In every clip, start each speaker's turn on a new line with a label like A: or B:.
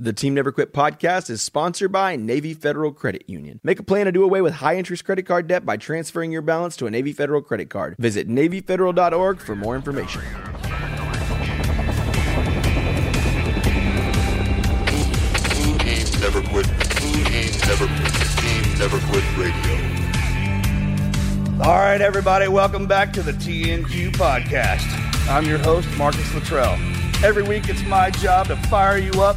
A: The Team Never Quit podcast is sponsored by Navy Federal Credit Union. Make a plan to do away with high interest credit card debt by transferring your balance to a Navy Federal credit card. Visit NavyFederal.org for more information.
B: Team Never Quit. Team Never Quit. Team Never Quit Radio.
C: All right, everybody, welcome back to the TNQ podcast. I'm your host, Marcus Luttrell. Every week, it's my job to fire you up,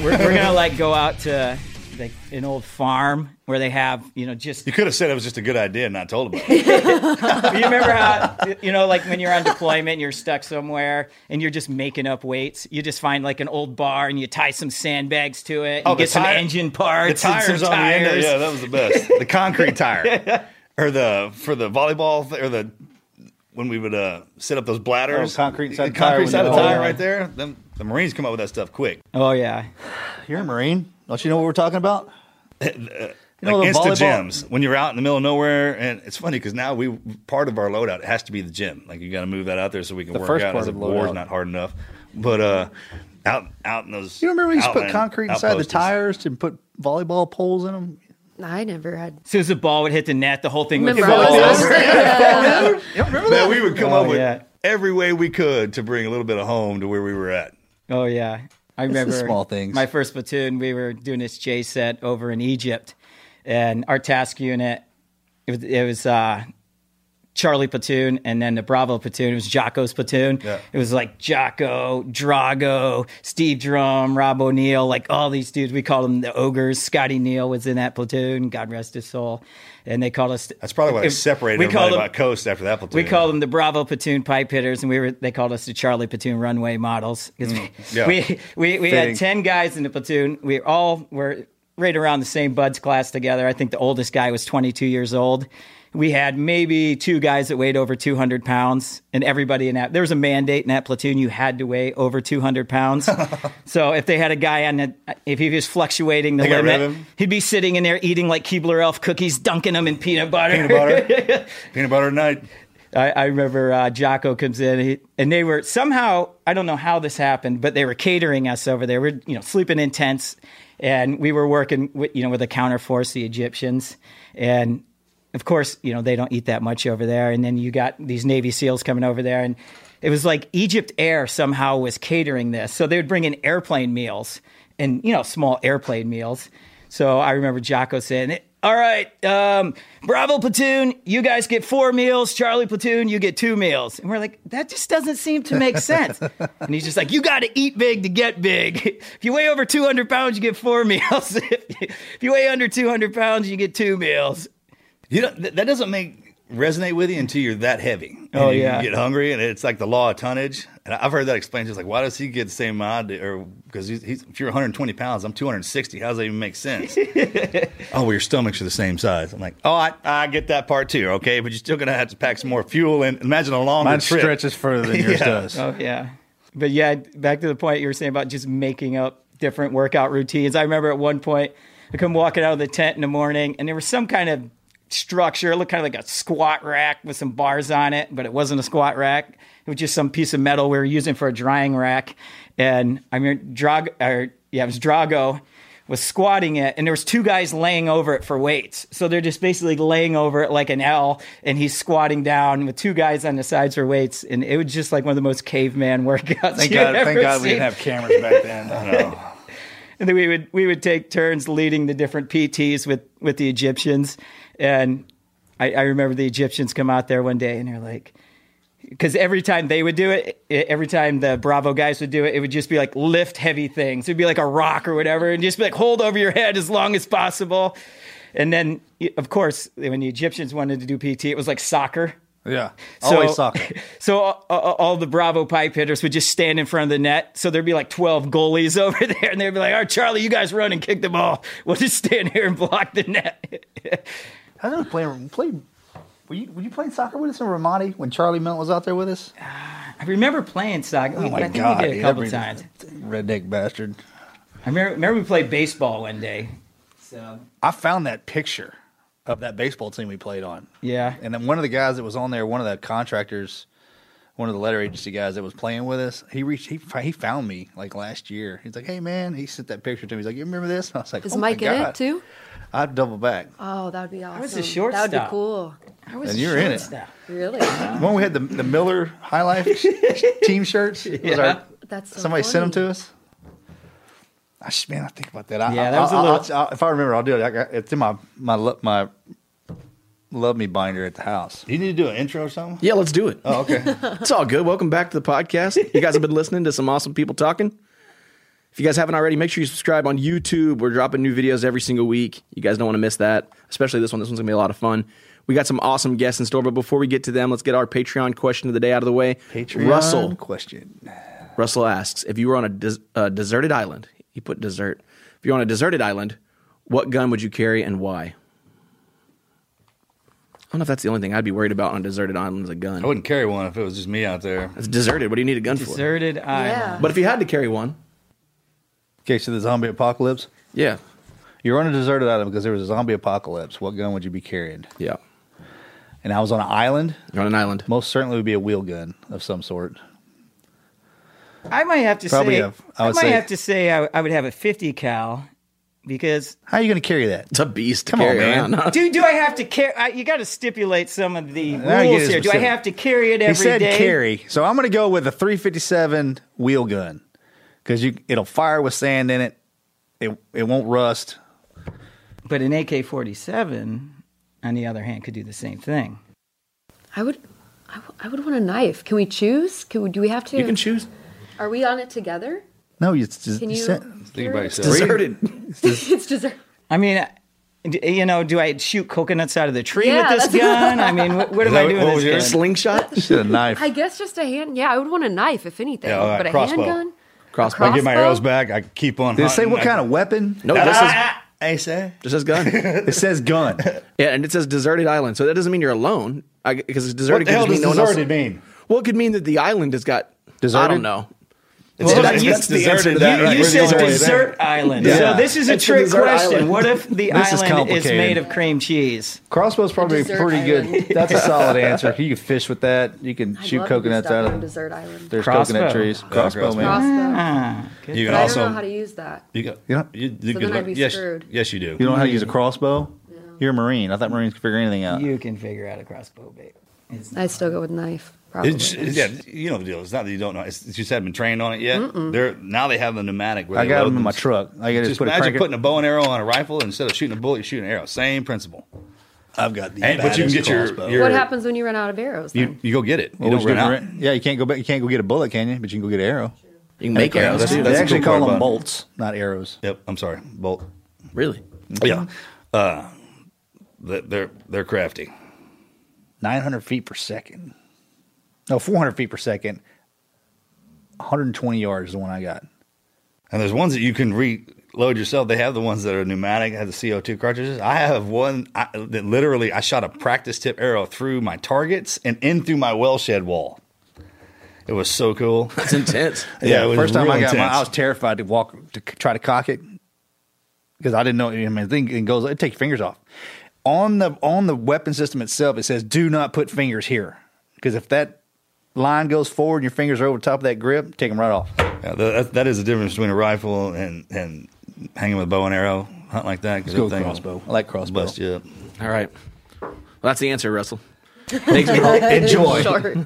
D: We're, we're gonna like go out to like an old farm where they have you know just
E: You
D: you
E: could have said it was just a good idea and not told about it.
D: remember how you know like when you're on deployment and you're stuck somewhere and you're just making up weights you just find like an old bar and you tie some sandbags to it and
E: Oh, the
D: get some
E: tire-
D: engine
E: The
D: parts
E: tires
D: and some
E: on the end. Of,
D: tires
E: yeah, that was the best. The concrete tire, or the for the volleyball th- or the when we would uh, set up those bladders.
C: Oh, concrete
E: The
C: side tire
E: concrete
C: when
E: side
C: you
E: of
C: roll
E: tire
C: on.
E: right there. Them, the Marines come up with that stuff quick.
D: oh yeah
C: You're a Marine. Don't you know what we're talking about? know,
E: like
C: the
E: Insta
C: volleyball-
E: gyms when you're out in the middle of nowhere, and it's funny because now we part of our loadout has to be the gym. Like you got to move that out there so we can
C: The
E: work
C: first
E: out
C: part
E: as
C: of
E: if
C: the
E: war's
C: loadout.
E: not hard enough. But uh, out out in those,
C: You remember we used to put
E: outland
C: concrete inside the
E: outposts.
C: tires and put volleyball poles in them?
F: I never had.
D: as soon as the ball would hit the net the whole thing would
F: Remember, I
D: fall
F: was-
D: over.
E: Man, we would come
D: Oh,
E: up with
D: yeah.
E: every way we could to bring a little bit of home to where we were at.
D: Oh yeah, I
C: the
D: remember
C: small things.
D: My first platoon, we were doing this J set over in Egypt, and our task unit, it was, it was uh, Charlie platoon, and then the Bravo platoon. It was Jocko's platoon.
E: Yeah.
D: It was like Jocko, Drago, Steve Drum, Rob O'Neill, like all these dudes. We called them the ogres. Scotty Neal was in that platoon. God rest his soul. And they called us.
E: That's probably why they
D: if-
E: separated
D: we
E: everybody
D: called
E: by
D: them-
E: coast after that platoon.
D: we called them the Bravo platoon pipe hitters, and we were they called us the Charlie platoon runway models 'Cause
E: Mm, yeah.
D: we we, we
E: Fitting.
D: had ten guys in the platoon. We all were right around the same buds class together. I think the oldest guy was 22 years old. We had maybe two guys that weighed over 200 pounds, and everybody in that there was a mandate in that platoon you had to weigh over 200 pounds. so if they had a guy on the if he was fluctuating the
E: They got rid of
D: limit,
E: him?
D: he'd be sitting in there eating like Keebler Elf cookies, dunking them in peanut butter.
E: peanut butter, peanut butter night.
D: I, I remember uh, Jocko comes in, he, and they were somehow I don't know how this happened, but they were catering us over there. We're you know sleeping in tents, and we were working with you know with the counterforce, the Egyptians, and of course you know they don't eat that much over there. And then you got these Navy SEALs coming over there, and it was like Egypt Air somehow was catering this, so they would bring in airplane meals and you know small airplane meals. So I remember Jocko saying, "All right, um, Bravo platoon, you guys get four meals. Charlie platoon, you get two meals." And we're like, "That just doesn't seem to make sense." and he's just like, "You got to eat big to get big. If you weigh over two hundred pounds, you get four meals. if you weigh under two hundred pounds, you get two meals."
E: You know th- that doesn't make resonate with you until you're that heavy. And
D: Oh,
E: you
D: yeah.
E: get hungry, and it's like the law of tonnage. And I've heard that explained. Just like why does he get the same amount? Or because he's, he's if you're 120 pounds, I'm 260. How does that even make sense? oh, well, your stomachs are the same size. I'm like, oh, I, I get that part too. Okay, but you're still gonna have to pack some more fuel. And imagine a longer
C: Mine
E: trip.
C: stretches further than yours
E: Yeah.
C: does.
D: Oh yeah, but yeah, back to the point you were saying about just making up different workout routines. I remember at one point I come walking out of the tent in the morning, and there was some kind of structure. It looked kind of like a squat rack with some bars on it, but it wasn't a squat rack. It was just some piece of metal we were using for a drying rack. And I mean, Drag or yeah, it was Drago was squatting it and there was two guys laying over it for weights so they're just basically laying over it like an l and he's squatting down with two guys on the sides for weights and it was just like one of the most caveman workouts
C: Thank
D: you've
C: God,
D: ever
C: thank God we
D: seen.
C: didn't have cameras back then.
E: I know.
D: and then we would we would take turns leading the different pts with with the egyptians and i, I remember the egyptians come out there one day and they're like because every time they would do it, i- every time the Bravo guys would do it, it would just be like lift heavy things. It'd be like a rock or whatever, and just be like hold over your head as long as e, possible. And then, y- of course, when the Egyptians wanted to do PT, it was like soccer.
E: Yeah.
D: So-
E: Always soccer.
D: So uh, uh, all the Bravo pipe hitters would just stand in front of the net. So there'd be like 12 goalies over there, and they'd be like, all right, Charlie, you guys run and kick the ball. We'll just stand here and block the net.
F: I know playing played. Were you, were you playing soccer with us in Ramadi when Charlie Melt was out there with us?
D: I remember playing soccer.
E: Oh my
D: I think
E: God.
D: we did a couple
E: Every-
D: times.
E: Redneck bastard.
D: I remember, remember we played baseball one day. So
F: I found
E: On that
F: picture of that baseball team we played on.
D: yeah,
F: And then one of the guys that was on there, one of the contractors, one of the letter agency guys that was playing with us, he reached, he, fi- he found me like last year. He's like, hey man, he sent that picture to me. He's like, you remember this? And I was like,
G: Is
F: oh
G: Mike
F: my
G: in
F: God.
G: it too?
F: I'd double back.
G: Oh, that would be awesome.
D: was the
G: That would
D: shortstop.
G: be cool.
D: I was
F: And
D: a
F: you're in it.
D: shortstop.
G: Really?
F: When we had the, the Miller High Life team shirts, it was our-
D: Yeah.
G: That's so
F: somebody sent them
G: funny.
F: to us. I just, man, I think about that. I,
D: Yeah,
F: I-
D: that was a
F: I- I-
D: little-
F: I- if I remember, I'll do it. I got, it's in my my lo- my love me binder at the house.
E: You need to do an intro or something?
A: Yeah, let's do it.
E: Oh, okay.
A: It's all good. Welcome back to the podcast. You guys have been listening to some awesome people talking. If you guys haven't already, make sure you subscribe on YouTube. We're dropping new videos every single week. You guys don't want to miss that, especially this one. This one's going to be a lot of fun. We got some awesome guests in store, but before we get to them, let's get our Patreon question of the day out of the way.
F: Patreon
A: Russell
F: question.
A: Russell asks if you were on a, des- a deserted island. He put desert. If you're on a deserted island, what gun would you carry and why? I don't know if that's the only thing I'd be worried about on a deserted island is a gun.
E: I wouldn't carry one if it was just me out there.
A: It's deserted. What do you need a gun for?
D: Deserted
G: Yeah.
D: island.
A: But if you had to carry one,
F: In case of the zombie apocalypse,
A: yeah,
F: you're on a deserted island because there was a zombie apocalypse. What gun would you be carrying?
A: yeah,
F: And I was on an island.
A: you're on an island.
F: Most certainly would be a wheel gun of some sort.
D: I might have to
F: Probably
D: say,
F: have. I would
D: might
F: say-
D: have to say, I, I would have a 50 cal because,
F: How are you going to carry that?
A: It's a beast to
F: Come on,
A: carry
F: man.
A: around.
D: dude, do I have to carry? I- You got to stipulate some of the
F: Now you get
D: rules here. Do I
F: specific.
D: have to carry it every day?
F: he said carry, so I'm going to go with a 357 wheel gun because you it'll fire with sand in it. It it won't rust.
D: But an AK 47, on the other hand, could do the same thing.
G: I would. I, w- I would want a knife. Can we choose? Can we, do we have to?
A: You can choose
G: Are we on it together?
F: No, you, just,
G: Can
F: you
G: you?
F: said-
E: Think about yourself.
A: deserted.
G: it's dessert.
D: I mean, d- you know, do I shoot coconuts out of the tree
G: Yeah,
D: with this
G: that's-
D: gun? I mean, what, what am
E: that
D: I
E: what-
D: doing
E: what
D: with
E: was
D: this gun?
E: yours?
A: Slingshot,
F: you said a knife.
G: I guess just a hand. Yeah, I would want a knife if anything,
E: Yeah, all right,
G: but a
E: crossbow.
G: handgun.
A: crossbow.
E: I get my arrows back. I keep on.
F: Did it say
E: hunting.
F: what
E: I-
F: kind of weapon?
A: No, Oh, this is
E: Hey, say.
A: this is gun. yeah,
F: It says gun.
A: and it says deserted island, so that doesn't mean you're alone. I because it's deserted
E: What the
A: could
E: hell
A: just mean
E: does
A: no one else.
E: deserted mean?
A: Well, it could mean that the island has got. I
F: Deserted?
A: don't know.
E: Well,
A: that's-
E: you-
A: that's the
E: deserted
A: answer to
E: that,
A: that,
D: You,
A: right?
D: you
A: We're the
D: said
A: only ones
D: dessert island.
A: Yeah.
D: So this is a
A: It's a
D: trick
A: dessert
D: question.
A: island.
D: What if the
F: This is
D: island is,
F: complicated.
D: made of cream cheese?
F: Crossbow's probably
G: Dessert
F: pretty
G: island.
F: good. That's a solid answer. You can fish with that. You can
G: I'd
F: shoot
G: love to be
F: coconuts
G: stuck
F: out
G: on
F: of
G: dessert island.
F: there's
D: Crossbow.
F: coconut trees. Crossbow,
E: crossbow.
F: man.
G: crossbow.
E: You
G: but
E: can
G: I don't know how
E: also.
G: to use that.
E: You got.
F: You know-
E: You, you
G: So
E: could
G: then
E: look-
G: I'd be
E: yes,
G: screwed.
E: yes, you do.
F: You don't know how to use a crossbow? You're a marine. I thought marines could figure anything out.
D: You can figure out a crossbow bait. It's
G: I'd still go with knife. Probably.
E: It's, yeah, you know the deal. It's not that you don't know. It's, it's just haven't been trained on it yet. They're now they have the pneumatic. Where
F: I
E: they
F: got
E: load
F: them in my
E: s-
F: truck. I gotta
E: Just
F: put a
E: imagine
F: crank-
E: putting a bow and arrow on a rifle instead of shooting a bullet, you shoot an arrow. Same principle.
F: I've got the.
E: And, but you can get your, your
G: what happens when you run out of arrows?
E: You,
G: then?
E: you go get it.
F: What
E: You
F: would
E: don't
F: you do
E: run
F: for
E: out.
F: it? Yeah, you can't go. Back, you can't go get a bullet, can you? But you can go get an arrow.
A: You can make
E: Yeah,
A: arrows
E: that's-
A: too.
E: that's-
F: they
E: the
F: actually
E: cool
F: call
E: part about
F: them
E: it.
F: bolts, not arrows.
E: Yep. I'm sorry. Bolt.
A: really.
E: Yeah. Uh, they- they're they're crafty.
F: Nine hundred feet per second. No, four hundred feet per second. One hundred and twenty yards is the one I got.
E: And there's ones that you can reload yourself. They have the ones that are pneumatic, have the CO2 cartridges. I have one I, that literally I shot a practice tip arrow through my targets and in through my well shed wall. It was so cool.
A: That's intense.
E: Yeah, it was
F: first time
E: real
F: I got mine,
E: intense.
F: I was terrified to walk to c- try to cock it because I didn't know. I mean, the thing it goes. It take your fingers off. On the on the weapon system itself, it says do not put fingers here because if that line goes forward and your fingers are over the top of that grip, take them right off.
E: Yeah, tha- that, that is the difference between a rifle and and hanging with a bow and arrow, hunt like that. Because
F: go crossbow. I like crossbow.
E: Bust you up.
A: All right. Well, that's the answer, Russell. Thanks for
F: Enjoy.
G: Short.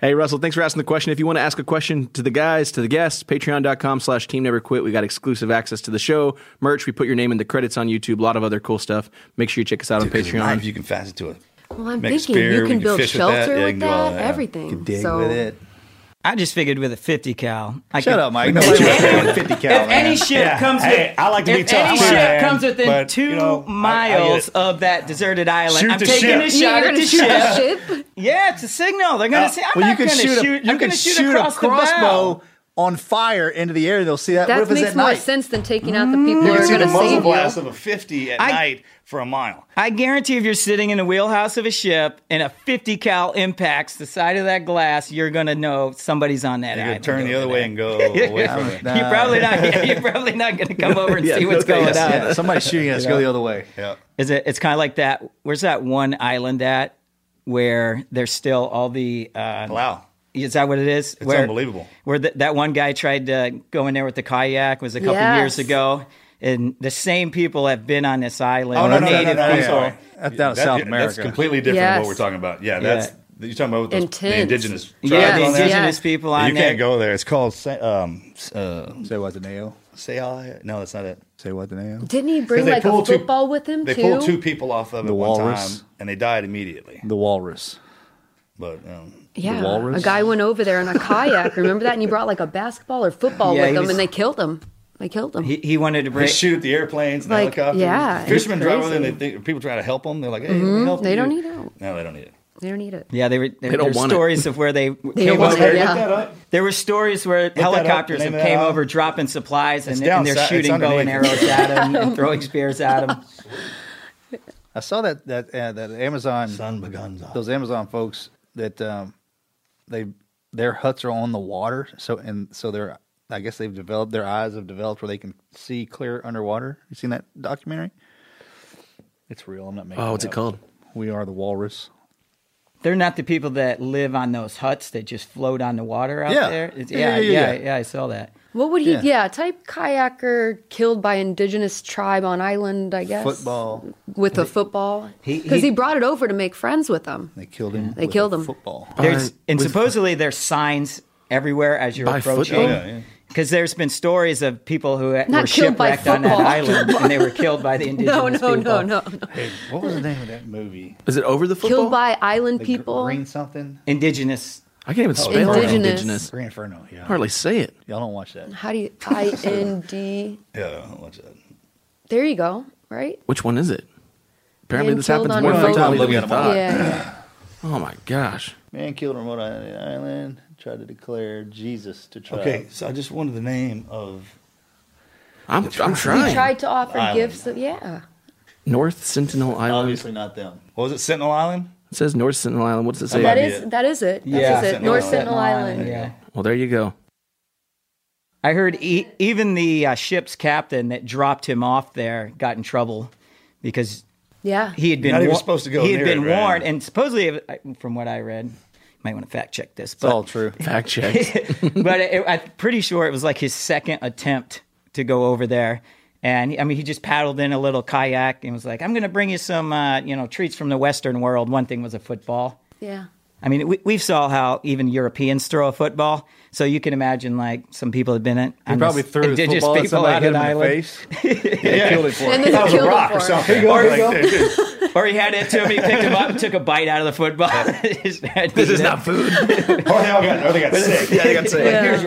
A: Hey, Russell, thanks for asking the question. If you want to ask a question to the guys, to the guests, patreon.com slash team never quit. We got exclusive access to the show, merch. We put your name in the credits on YouTube, a lot of other cool stuff. Make sure you check us out on
E: Because a knife,
A: Patreon.
E: you can fasten to it.
G: Well, I'm
E: Make a
G: thinking
E: spear,
G: you
E: we
G: can
E: can
G: build
E: fish with that,
G: shelter
E: yeah, you
G: with
E: can do all
G: that,
E: that, yeah.
G: everything.
F: Dig
G: so
F: with it.
D: I just figured with a 50 cal. I
F: Shut
D: could-
F: up, Mike. Nobody wants to play with 50 cal.
D: If any ship
E: Yeah.
D: comes,
E: Hey,
D: with,
E: I like to be
D: if
E: tough,
D: any
E: too,
D: ship
E: man,
D: comes within
E: but,
D: two
E: you know, I- I get
D: miles
E: it.
D: of that deserted island,
E: Shoot
D: I'm
E: the
D: taking
E: ship.
D: a
E: Yeah,
D: shot
G: you're
D: at
G: gonna
D: the
G: shoot
D: ship.
G: a ship.
D: Yeah, it's a signal. They're gonna say, "I'm
F: well, you
D: not
F: can
D: gonna
F: shoot.
D: shoot.
F: a, you
D: I'm
F: can
D: gonna
F: shoot,
D: shoot across
F: a
D: the bow."
F: crossbow on fire into the air, and they'll see that.
G: That
F: what if it's
G: makes
F: at
G: more
F: night?
G: sense than taking out the people who
E: You
G: are
E: can see
G: going
E: the
G: to
E: muzzle
G: save
E: blast
G: you.
E: of a 50 at
D: I-
E: night for a mile.
D: I guarantee if you're sitting in the wheelhouse of a ship and a 50 cal impacts the side of that glass, you're gonna know somebody's on that
E: You
D: island.
E: could turn the
D: over
E: other
D: there.
E: way and go away from it.
F: Nah.
D: You're probably not. you're probably not gonna come over and
A: Yeah,
D: see
A: no
D: what's going
A: thanks.
D: on.
F: Yeah, somebody's shooting at us. Go the other way.
E: Yeah.
D: Is it? It's kind of like that. Where's that one island at? Where there's still all the uh,
E: Wow.
D: Is that what it is? It's
E: unbelievable.
D: Where th that one guy tried to go in there with the kayak was a couple
G: Yes.
D: years ago, and the same people have been on this island.
E: Oh, no, no, no,
D: native
E: no, no, yeah.
F: I'm
D: people.
F: sorry. That's down in
E: That-
F: South
E: That's
F: America.
E: completely different than what
G: Yes.
E: we're talking about. Yeah,
D: Yeah.
E: that's you're talking about those, the
G: Intense.
E: indigenous tribes
D: Yeah,
G: Yes,
D: the
E: on there.
G: yeah.
D: indigenous people on
E: You
D: there.
E: can't go there. It's called Sa- um, s- uh,
F: Say what the nail?
E: say I. No, that's not it.
F: Say what the nail?
G: Didn't he bring
E: They
G: like a
E: pulled two-
G: football with him
E: They
G: too?
E: pulled two people off of it
F: The
E: one
F: walrus.
E: time, and they died immediately.
F: The walrus.
E: But um,
G: yeah,
F: walrus?
G: a guy went over there in a kayak. Remember that? And he brought like a basketball or football
D: Yeah, he
G: with him,
D: was-
G: and they killed him. They killed him.
D: He, he wanted to
E: they
D: break.
E: shoot at the airplanes and the
G: Like,
E: helicopters.
G: yeah, it's
E: fishermen drive over there.
G: crazy.
E: and They think, people try to help them. They're like, "Hey, we helped
G: Mm-hmm. they
E: you."
G: don't need help.
E: No, they don't need it.
G: They don't need it.
D: Yeah, they were. They, there
A: don't
D: were
A: want it.
D: stories of where they,
G: don't
D: came
G: want
D: over.
G: it, yeah.
E: Look that up.
D: There were stories where
E: up,
D: helicopters
E: name
D: have
E: of that
D: came
E: island.
D: over dropping supplies and,
E: down
D: and
E: si-
D: they're
E: it's
D: shooting bow and
E: underneath.
D: arrows at them and throwing spears at them.
F: I saw that that uh, that Amazon
E: Sun Baganza.
F: those Amazon folks that um, they their huts are on the water, so and so they're I guess they've developed their eyes have developed where they can see clear underwater. You seen that documentary? It's real. I'm not making.
A: Oh, what's it
F: up.
A: called?
F: We are the walrus.
D: They're not the people that live on those huts that just float on the water out
F: Yeah.
D: there. It's- yeah,
F: Yeah, yeah, yeah,
D: yeah,
F: yeah.
D: yeah. I saw that.
G: What would he?
F: Yeah.
G: Yeah. type kayaker killed by indigenous tribe on island. I guess
F: Football.
G: with a football
D: He-
G: because he,
D: he-
G: brought it over to make friends with them.
F: They killed him.
G: They
F: with
G: killed
F: a
G: him.
F: Football.
D: There's
A: By-
D: and
A: with-
D: supposedly there's signs everywhere as you're
A: By
D: approaching.
A: football?
E: Yeah, yeah.
D: Because there's been stories of people who
G: Not
D: were
G: killed by
D: shipwrecked on that
G: football.
D: island and they were killed by the indigenous
G: No, no,
D: people.
G: no, no, no.
F: What was the name of that movie?
A: Is it over the football?
G: Killed by island
F: The gr-
G: people.
F: Green something.
D: Indigenous.
A: I can't even spell it.
G: Indigenous.
A: indigenous.
F: Green Inferno. Yeah.
A: Hardly say it.
F: Y'all don't watch that.
G: How do you I N D?
E: Yeah, watch that.
G: There you go. Right.
A: Which one is it? Apparently,
G: Man
A: this
G: killed
A: happens
G: on
A: more
G: remote.
A: frequently than we
F: Looking at a
A: thought.
G: Yeah.
A: Oh my gosh!
F: Man killed remote on an island. Tried to declare Jesus to try.
E: Okay, so I just wanted the name of
A: I'm I'm
G: He
A: trying.
G: tried to offer
E: Island.
G: gifts. Yeah.
A: North Sentinel Island.
F: Obviously not them.
E: what was it? Sentinel Island.
A: It says North Sentinel Island. What does it say?
G: That
E: be
G: is
E: it.
G: that is it. That is
D: Yeah.
G: it.
E: Sentinel
G: North
E: Island.
G: Sentinel Island.
D: Yeah.
A: well, there you go.
D: I heard e- even the uh, ship's captain that dropped him off there got in trouble because
G: Yeah.
D: he had been
E: Not even
D: wa-
E: supposed to go
D: He had
E: near
D: been
E: it, right?
D: warned, and supposedly, I- from what I read, you might want to fact check this.
F: It's
D: but
F: all true.
A: Fact check.
D: but it, I'm pretty sure it was like his second attempt to go over there. And I mean, he just paddled in a little kayak and was like, "I'm going to bring you some, uh, you know, treats from the Western world." One thing was a football.
G: Yeah.
D: I mean, we, we saw how even Europeans throw a football, so you can imagine like some people have been in.
F: He probably threw his
D: indigenous
F: football at
D: people
F: somebody,
D: out of
F: hit him
D: the
F: in the
D: island,
F: face. yeah. Killed it for
G: And
F: him.
G: then they killed him for it.
E: something. Or
F: you
D: or he had it to him. He picked him up, and took a bite out of the football. this
A: this is not food.
E: or they all got, or they got sick.
A: yeah, I got to say.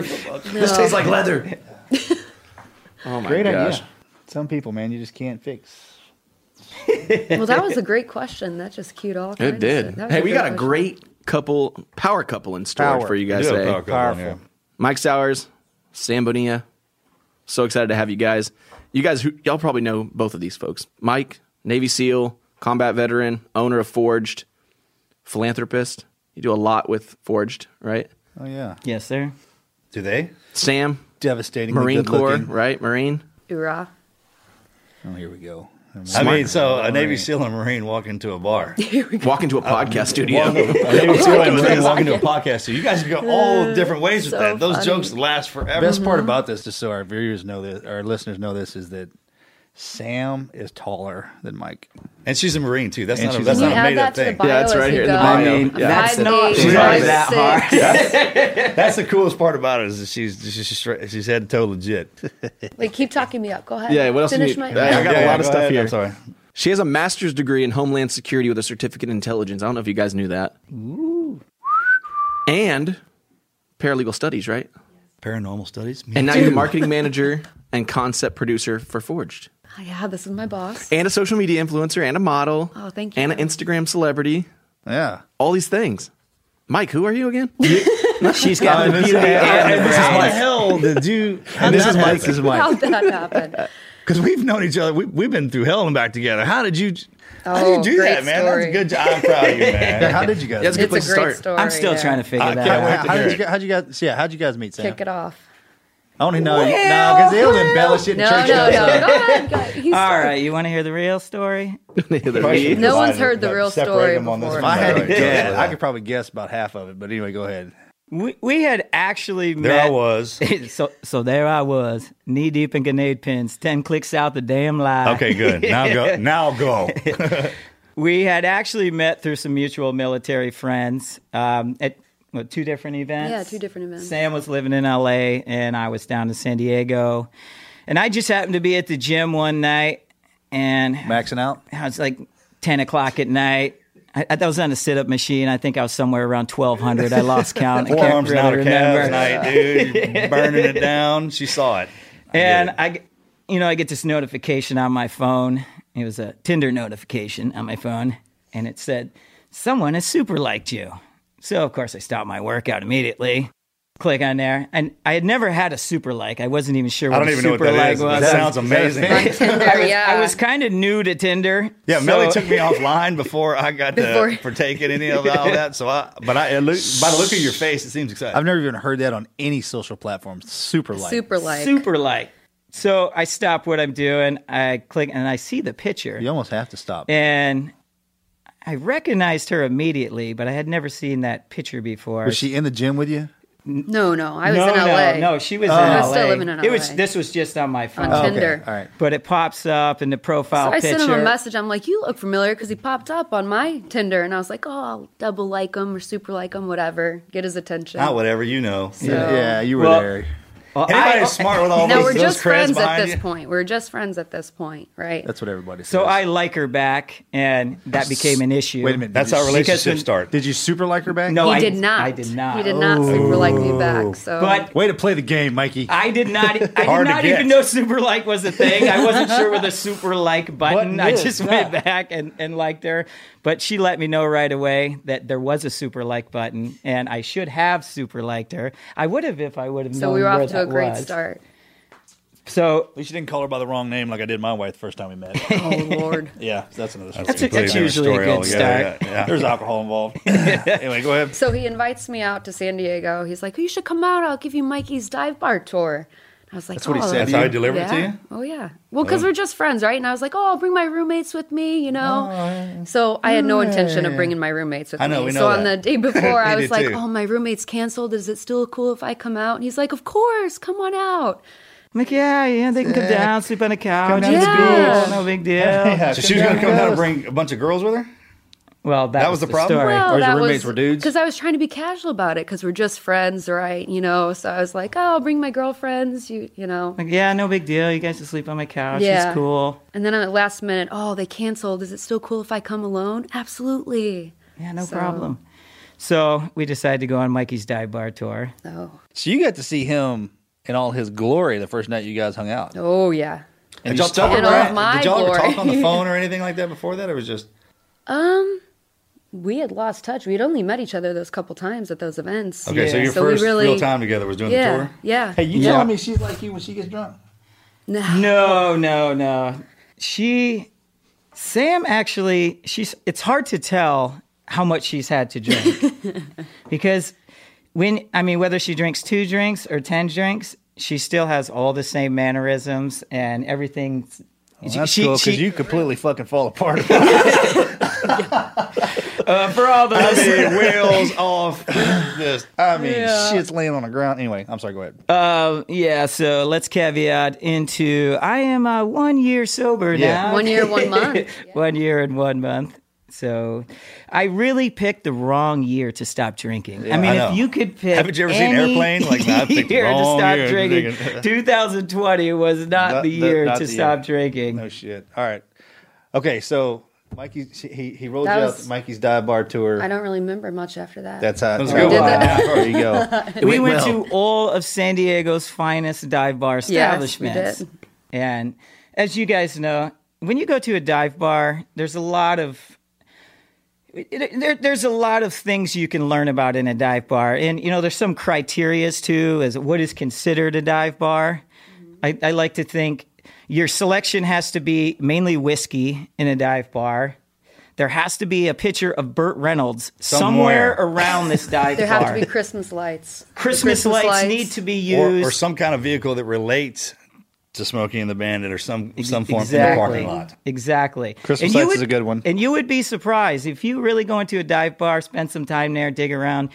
A: This
G: No.
A: tastes like leather. Oh my
F: Great
A: gosh!
F: idea. Some people, man, you just can't fix.
G: Well, that was a great question. That just cued all. kinds
A: It
G: of
A: did.
G: stuff. That was
A: Hey, we got a
G: question.
A: great couple, power couple in store
F: Power.
A: for you
E: I
A: guys
E: do have a
A: today.
F: Oh,
E: power couple in
F: Powerful.
A: Mike Sowers, Sam Bonilla. So excited to have you guys. You guys, who, y'all probably know both of these folks. Mike, Navy SEAL, combat veteran, owner of Forged, philanthropist. You do a lot with Forged, right?
F: Oh yeah,
D: Yes, sir.
E: here. Do they?
A: Sam,
F: devastating.
A: Marine Corps, right? Marine.
G: Hoorah.
F: Oh, here we go.
E: I mean, so a Navy SEAL and Marine walk into a bar.
A: Walk into a podcast studio.
E: Walk- a Navy SEAL and Marine walk into a podcast. So you guys go all different ways with
G: so
E: that. Those
G: funny.
E: jokes last forever.
F: Best part about this, just so our viewers know this, our listeners know this, is that Sam is taller than Mike.
E: And she's a Marine too. That's
F: And
E: not a,
F: she's
E: that's
F: a
G: Can
E: not
G: you
E: a
G: add
E: made
G: that
E: up
G: to the
E: thing.
G: bio
A: Yeah, it's
G: as
A: right
G: you
A: here in
G: go?
A: the bio. I mean,
G: Five
D: that's not-
G: eight,
D: she's not
G: five
D: that
G: six.
E: That's the coolest part about it is that she's she's she's, straight, she's head to toe legit.
G: Wait, keep talking me up. Go ahead.
A: Yeah, what else do you
G: Finish
A: need?
G: my.
A: Yeah, I got a lot of
E: go
A: stuff
E: ahead.
A: here.
E: I'm sorry.
A: She has a master's degree in homeland security with a certificate in intelligence. I don't know if you guys knew that. And paralegal studies, right?
E: Paranormal studies. Me
A: And now
E: too.
A: you're the marketing manager and concept producer for Forged.
G: Oh, yeah, this is my boss.
A: And a social media influencer and a model.
G: Oh, thank you.
A: And an Instagram celebrity.
F: Yeah.
A: All these things. Mike, who are you again?
D: She's
E: Uh,
D: got the
F: this-
D: beauty. and
F: and-
D: the
F: and this is
D: brains.
F: Mike.
E: hell did you?
F: And this is Mike. This is Mike.
G: How'd that happen?
E: Because we've known each other. We, we've been through hell and back together. How did you? how did
G: Oh,
E: you do that,
G: great
E: man? That's a
G: story.
E: good job. I'm proud of you,
F: Yeah,
E: man.
F: how did you guys?
A: That's a
F: meet?
A: good
G: it's
A: place
G: a
A: to start.
G: great story.
D: I'm still
G: yeah.
D: trying to figure
E: I
D: that
E: can't
D: out.
E: wait.
F: How, how
E: hear
F: did you guys? How'd you guys? Yeah, how'd you guys meet? Sam?
G: kick it off.
F: I want to know. no, because they'll embellish it. in
G: No, no,
F: church
G: no.
F: outside.
G: Go ahead. Go ahead. He's
D: All right, you want to hear the real story?
A: That's
G: No one's heard the real
E: Separate
G: story
E: them on this
G: before.
F: If I had to
E: Right, yeah,
F: guess,
E: yeah.
F: I could probably guess about half of it. But anyway, go ahead.
D: We, we had actually
E: There
D: met.
E: I was.
D: so so there I was, knee deep in grenade pins, ten clicks out the damn lie.
E: Okay, good. Now go. Now go.
D: we had actually met through some mutual military friends um, at what, two different events.
G: Yeah, two different events.
D: Sam was living in L.A. and I was down in San Diego, and I just happened to be at the gym one night, and
F: Maxing out.
D: I was like ten o'clock at night. I, I was on a sit-up machine. I think I was somewhere around twelve hundred. I lost count. I can't
E: Forearms
D: really
E: out of
D: remember.
E: calves night, dude. You're burning it down. She saw it. I get
D: And
E: it.
D: I, g- you know, I get this notification on my phone. It was a Tinder notification on my phone, and it said, "Someone has super liked you." So of course I stopped my workout immediately. Click on there, and I had never had a super like. I wasn't even sure what
E: I don't
D: a
E: even know what
D: super
E: that
D: like
E: is.
D: was.
E: That sounds amazing.
G: Tinder, yeah.
D: I was kind of new to Tinder.
E: Yeah,
D: so-
E: Melly took me offline before I got
G: Before-
E: to partake in any of all that. So I, but I it look, by the look of your face, it seems exciting.
F: I've never even heard that on any social platform. Super light.
G: super like.
D: super like. So I stop what I'm doing. I click, and I see the picture.
F: You almost have to stop.
D: and I recognized her immediately, but I had never seen that picture before.
F: Was she in the gym with you?
G: No, no. I was
D: no,
G: in
D: no,
G: LA.
D: no, she was in
G: I was
D: LA.
G: still living in
D: It was
G: LA.
D: this was just on my phone,
G: On Tinder.
F: All right.
D: but it pops up in the profile
G: So I
D: picture.
G: sent him a message. I'm like, you look familiar because he popped up on my Tinder, and I was like, oh, I'll double like him or super like him, whatever, get his attention.
E: Ah, whatever you know.
G: So-
F: Yeah, you were
D: Well-
F: there.
D: Well, I-
E: Anybody's smart with all
G: Now
E: those,
G: we're
E: those
G: just
E: creds
G: friends at
E: behind
G: this
E: you?
G: point. We're just friends at this point, right?
F: That's what everybody says.
D: so I like her back, and that became an issue.
F: Wait a minute.
E: That's
F: did
E: how
F: you-
E: relationships
D: when-
E: start.
F: Did you super like her back?
D: No,
G: he
D: Oh, I
G: did not.
D: I did not.
G: He did not super like me back. So,
D: But
F: Way to play the game, Mikey.
D: I did not. e- I
E: Hard
D: did
E: to
D: not
E: get.
D: even know super like was a thing. I wasn't sure with a super like button.
F: Button
D: I
F: is
D: just
F: that.
D: went back and, and liked her, but she let me know right away that there was a super like button, and I should have super liked her. I would have if I would have.
G: so
D: known
G: we were
D: where
G: off to a
D: that
G: great
D: was.
G: start.
D: So
F: At least you didn't call her by the wrong name like I did my wife the first time we met.
G: Oh Lord,
F: yeah, that's another story.
D: a-
E: Completely
D: that's
E: different
D: usually a
E: story
D: good
E: altogether.
D: start.
E: Yeah, yeah, yeah.
F: There's alcohol involved. anyway, go ahead.
G: So he invites me out to San Diego. He's like, "You should come out. I'll give you Mikey's dive bar tour." I was like,
F: That's what he
G: "Oh,
F: said.
E: That's how I delivered it to
G: yeah.
E: you.
G: Oh yeah. Well, because we're just friends, right? And I was like, "Oh, I'll bring my roommates with me," you know. So I had no intention of bringing my roommates with
E: Oh. I know,
G: me.
E: we know
G: so on the
E: that.
G: day before,
E: We
G: I
E: did
G: was like,
E: too.
G: "Oh, my roommate's canceled. Is it still cool if I come out?" And he's like, "Of course, come on out."
D: I'm like, yeah, yeah, they can come down, sleep on the couch.
F: down
G: to
D: it's
G: the
D: cool,
G: beach.
D: no big deal.
E: So she was going to come down and bring a bunch of girls with her.
D: Well, that,
E: was the problem?
D: story.
G: Well,
F: Or your
G: that
F: roommates were dudes?
G: Because I was trying to be casual about it because we're just friends, right? You know. So I was like, "Oh, I'll bring my girlfriends." You you know.
D: Like, yeah, no big deal. You guys can sleep on my couch.
G: Yeah.
D: It's cool.
G: And then at the last minute, oh, they canceled. Is it still cool if I come alone? Absolutely.
D: Yeah, no
G: So-
D: problem. So we decided to go on Mikey's dive bar tour.
G: Oh,
F: So you got to see him in all his glory the first night you guys hung out.
G: oh yeah.
E: And
F: you
E: y'all
F: still
E: talk
G: And all
E: around-
G: of my
E: Did y'all ever
G: glory.
E: talk on the phone or anything like that before that? Or was just
G: Um, we had lost touch. We had only met each other those couple times at those events.
E: okay. So
G: Yeah.
E: your
G: we
E: first
G: really-
E: real time together was doing
G: Yeah,
E: the tour.
G: yeah.
F: Hey, you
D: Yeah.
F: telling me she's like you when she gets drunk?
G: No.
D: No, no, no. She, Sam actually, she's, it's hard to tell how much she's had to drink because when, I mean, whether she drinks two drinks or 10 drinks, she still has all the same mannerisms and everything.
F: That's
D: she,
F: cool because
D: she-
F: you completely fucking fall apart.
D: uh, for all the
E: It wheels off. This.
F: I mean, shit's laying on the ground. Anyway, I'm sorry. Go ahead.
D: Um, yeah, so let's caveat into I am uh, one year sober
F: Yeah.
D: now.
G: One year, one month.
D: one year and one month. So I really picked the wrong year to stop drinking. I mean,
E: I know.
D: if you could pick.
E: Haven't you ever seen
D: any
E: Airplane? Like, I picked the
D: year to
E: wrong
D: stop
E: year to
D: drinking.
E: drink.
D: 2020 was not
F: Not
D: the
F: the-
D: year
F: not
D: to
F: the
D: stop
F: year.
E: Oh,
D: drinking.
F: No shit. All right. Okay, so Mikey, she- he he rolled
G: That
F: you
G: was-
F: out Mikey's dive bar tour.
G: I don't really remember much after that.
F: That's how.
E: That's a
F: how
E: good
F: it
E: one.
F: went down. There you go.
D: we
A: went
D: went to all of San Diego's finest dive bar
G: we did.
D: establishments. And as you guys know, when you go to a dive bar, there's a lot of it- there, there's a lot of things you can learn about in a dive bar, and you know there's some criterias too as what is considered a dive bar.
G: Mm-hmm.
D: I, I like to think your selection has to be mainly whiskey in a dive bar. There has to be a picture of Burt Reynolds somewhere,
E: Somewhere.
D: around this dive
G: There
D: bar.
G: have to be Christmas lights.
D: Christmas, lights, need to be used.
E: Or, or some kind of vehicle that relates to Smokey and the Bandit or some some form in the parking lot.
D: Exactly.
F: Christmas
D: you
F: lights is
D: would-
F: a good one.
D: And you would be surprised if you really go into a dive bar, spend some time there, dig around.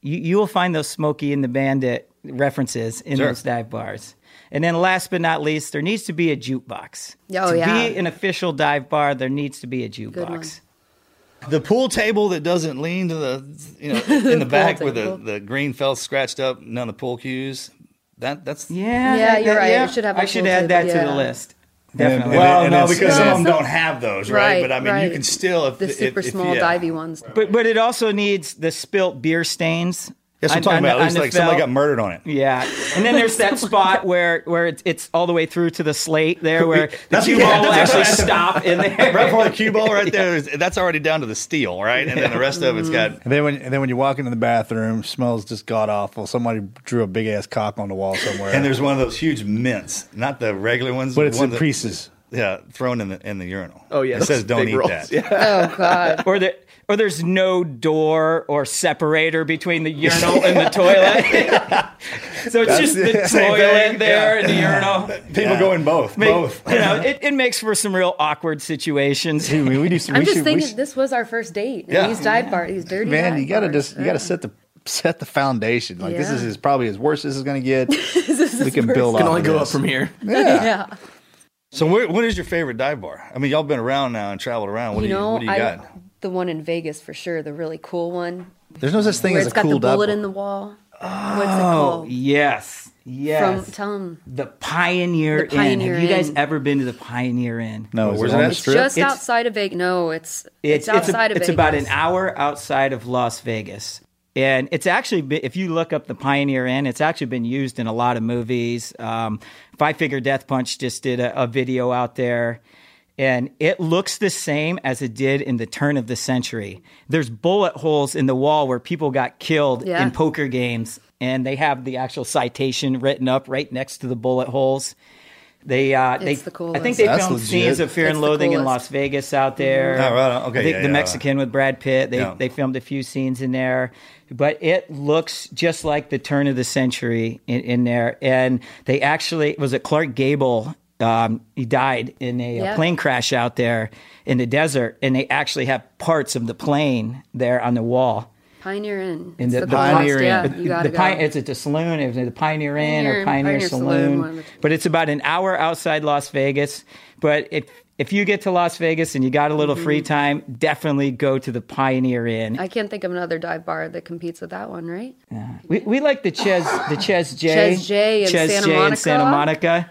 D: You you will find those Smokey and the Bandit references in
E: Sure.
D: those dive bars. And then, last but not least, there needs to be a jukebox.
G: Oh,
D: to
G: yeah.
D: be an official dive bar, there needs to be a jukebox.
G: one.
E: The pool table that doesn't lean to the you know in the back with the,
G: table.
E: the green felt scratched up, none of the pool cues. That that's
D: Yeah,
G: Yeah,
D: that-
G: you're
D: that-
G: right.
D: yeah.
G: It should have a
D: I should
G: pool
D: add that
G: table,
D: to the
G: yeah.
D: list. Definitely.
F: and
E: Well,
F: it-
E: no,
F: it's-
E: because some
G: No,
E: of them
G: some-
E: don't have those, right?
G: Right,
E: But I mean, you
G: right.
E: can still if
G: The
E: if-
G: super
E: if-
G: small
E: yeah.
G: divey ones.
D: but but it also needs the spilt beer stains.
E: That's what
D: on-
E: I'm talking
D: on the-
E: about. It looks
D: on the
E: like somebody
D: felt.
E: got murdered on it.
D: Yeah, and then there's that spot where where it's, it's all the way through to the slate there, where the
E: That's-
D: cue
E: yeah,
D: ball will
E: that's-
D: actually stop in
E: Right
D: there.
E: before the cue ball, right there, is- that's already down to the steel, right? And then the rest of it's got.
F: And then when and then when you walk into the bathroom, smells just god awful. Somebody drew a big ass cock on the wall somewhere.
E: And there's one of those huge mints, not the regular ones,
F: but it's
E: one
F: in
E: that-
F: pieces.
E: Yeah, thrown in the in the urinal.
A: Oh yeah,
E: it
A: those
E: says don't
A: big
E: eat
A: rolls.
E: that.
A: Yeah.
G: Oh God!
D: Or the or there's no door or separator between the urinal and the toilet, so it's just the
E: Same
D: toilet
E: thing,
D: there and the urinal.
E: People go in both,
D: Make-
E: both.
D: You know, it, it makes for some real awkward situations.
F: Dude, we, we do, we
G: I'm just
F: should, we
G: thinking
F: should,
G: this was our first date.
E: Yeah.
G: Yeah. These dive bar, these dirty.
F: man,
G: dive
F: you gotta
G: bars.
F: just you gotta set the set the foundation. Like this
G: Yeah.
F: is, his probably as worst as it's gonna get.
G: This is
F: we can
G: worse.
F: build
A: Can
F: off
A: only
F: of
A: go up
F: this.
A: from here.
F: Yeah.
G: Yeah.
E: So, where, what is your favorite dive bar? I mean, y'all been around now and traveled around. What
G: you
E: do you
G: know,
E: What do you
G: I
E: got?
G: the one in Vegas for sure, the really cool one
F: There's no such thing
G: where
F: as
G: it's
F: a
G: got
F: cool
G: the bullet
F: double.
G: in the wall. What's it called?
D: Yes, yes.
G: From tell 'em.
D: the Pioneer,
G: The
D: Inn.
G: Pioneer
D: Have you guys
G: Inn.
D: ever been to the Pioneer Inn?
F: No, is
E: Where's
F: it
E: it
F: on
E: at?
F: the
G: It's
F: strip?
G: just
D: It's-
G: outside of Vegas. No, it's
D: It's
G: it's, outside
D: it's,
G: of
D: it's
G: Vegas.
D: about an hour outside of Las Vegas. And it's actually, be- if you look up the Pioneer Inn, it's actually been used in a lot of movies. Um, Five Figure Death Punch just did a, a video out there, and it looks the same as it did in the turn of the century. There's bullet holes in the wall where people got killed
G: Yeah.
D: in poker games, and they have the actual citation written up right next to the bullet holes. They, uh, they,
G: the
D: I think
G: coolest.
D: they
F: That's
D: filmed
F: legit.
D: scenes of Fear
G: It's
D: and
G: the
D: Loathing in
G: coolest. Mm-hmm.
D: Las Vegas out there.
E: Oh, right. Okay,
D: I think
E: yeah,
D: the
E: yeah,
D: Mexican with Brad Pitt. They
E: Yeah.
D: they filmed a few scenes in there, but it looks just like the turn of the century in, in there. And they actually was it Clark Gable. Um, he died in a, uh,
G: Yeah.
D: plane crash out there in the desert, and they actually have parts of the plane there on the wall.
G: Pioneer Inn.
D: In
G: It's
D: the,
G: the, coolest.
D: Pioneer
G: Yeah,
D: Inn,
G: you gotta
D: the
G: go.
D: Pi- it's at the saloon. It was at the Pioneer Inn
G: Pioneer
D: or
G: Inn,
D: Pioneer,
G: Pioneer Saloon,
D: Saloon.
G: one of the two.
D: but it's about an hour outside Las Vegas. But if if you get to Las Vegas and you got a little free time, definitely go to the Pioneer Inn.
G: Mm-hmm. I can't think of another dive bar that competes with that one, right?
D: we, we like the Ches the Ches J
G: Ches J in
D: Ches
G: Santa
D: J in
G: Monica.
D: Santa Monica.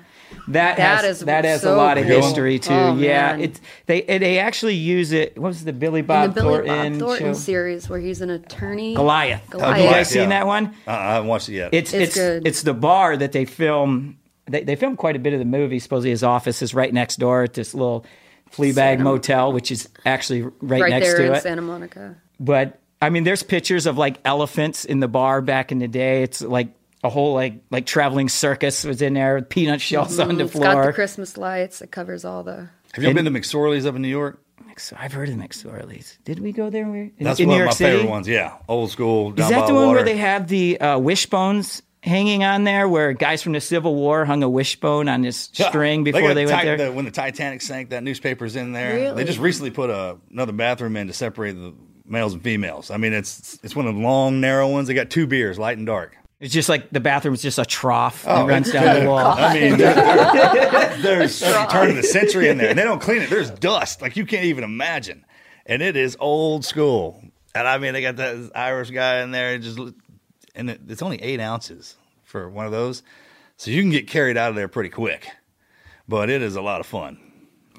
D: That,
G: That
D: has
G: is
D: that has a
G: so
D: lot of
G: cool.
D: history too.
G: Oh,
D: yeah,
G: man.
D: it's they they actually use it. What was the Billy Bob
G: in the Billy
D: Thornton,
G: Bob Thornton
D: show?
G: series where he's an attorney.
D: Goliath.
G: Goliath.
D: Have you
E: Oh, Yeah.
D: guys seen that one?
E: Uh, I haven't watched it yet.
D: It's it's
G: It's
D: it's,
G: good.
D: the bar that they film. They they film quite a bit of the movie. Supposedly his office is right next door at this little flea bag motel, which is actually right,
G: Right
D: next
G: there
D: to
G: in
D: it.
G: Santa Monica.
D: But I mean, there's pictures of like elephants in the bar back in the day. It's like a whole like like traveling circus was in there. with Peanut shells on the
G: Mm-hmm. It's
D: floor.
G: got the Christmas lights. It covers all the.
E: Have you been to McSorley's up in New York?
D: So I've heard of McSorley's. Did we go there? when we were- In,
E: That's
D: in
E: one
D: New
E: of
D: York
E: my
D: City?
E: favorite ones. Yeah, old school. Down
D: Is that
E: by
D: the one
E: water.
D: where they have the uh, wishbones hanging on there, where guys from the Civil War hung a wishbone on this
E: Yeah.
D: string
E: They
D: before
E: got
D: they, went
E: Ti-
D: there?
E: the- when the Titanic sank, that newspaper's in there. They
G: Really?
E: just recently put a, another bathroom in to separate the males and females. I mean, it's it's one of the long, narrow ones. They got two beers, light and dark.
D: It's just like the bathroom's just a trough that
E: Oh,
D: runs down the wall.
E: I mean, there- there- there's turn of the century in there, and they don't clean it. There's dust like you can't even imagine, and it is old school. And I mean, they got that Irish guy in there, it just and it, it's only eight ounces for one of those, so you can get carried out of there pretty quick. But it is a lot of fun.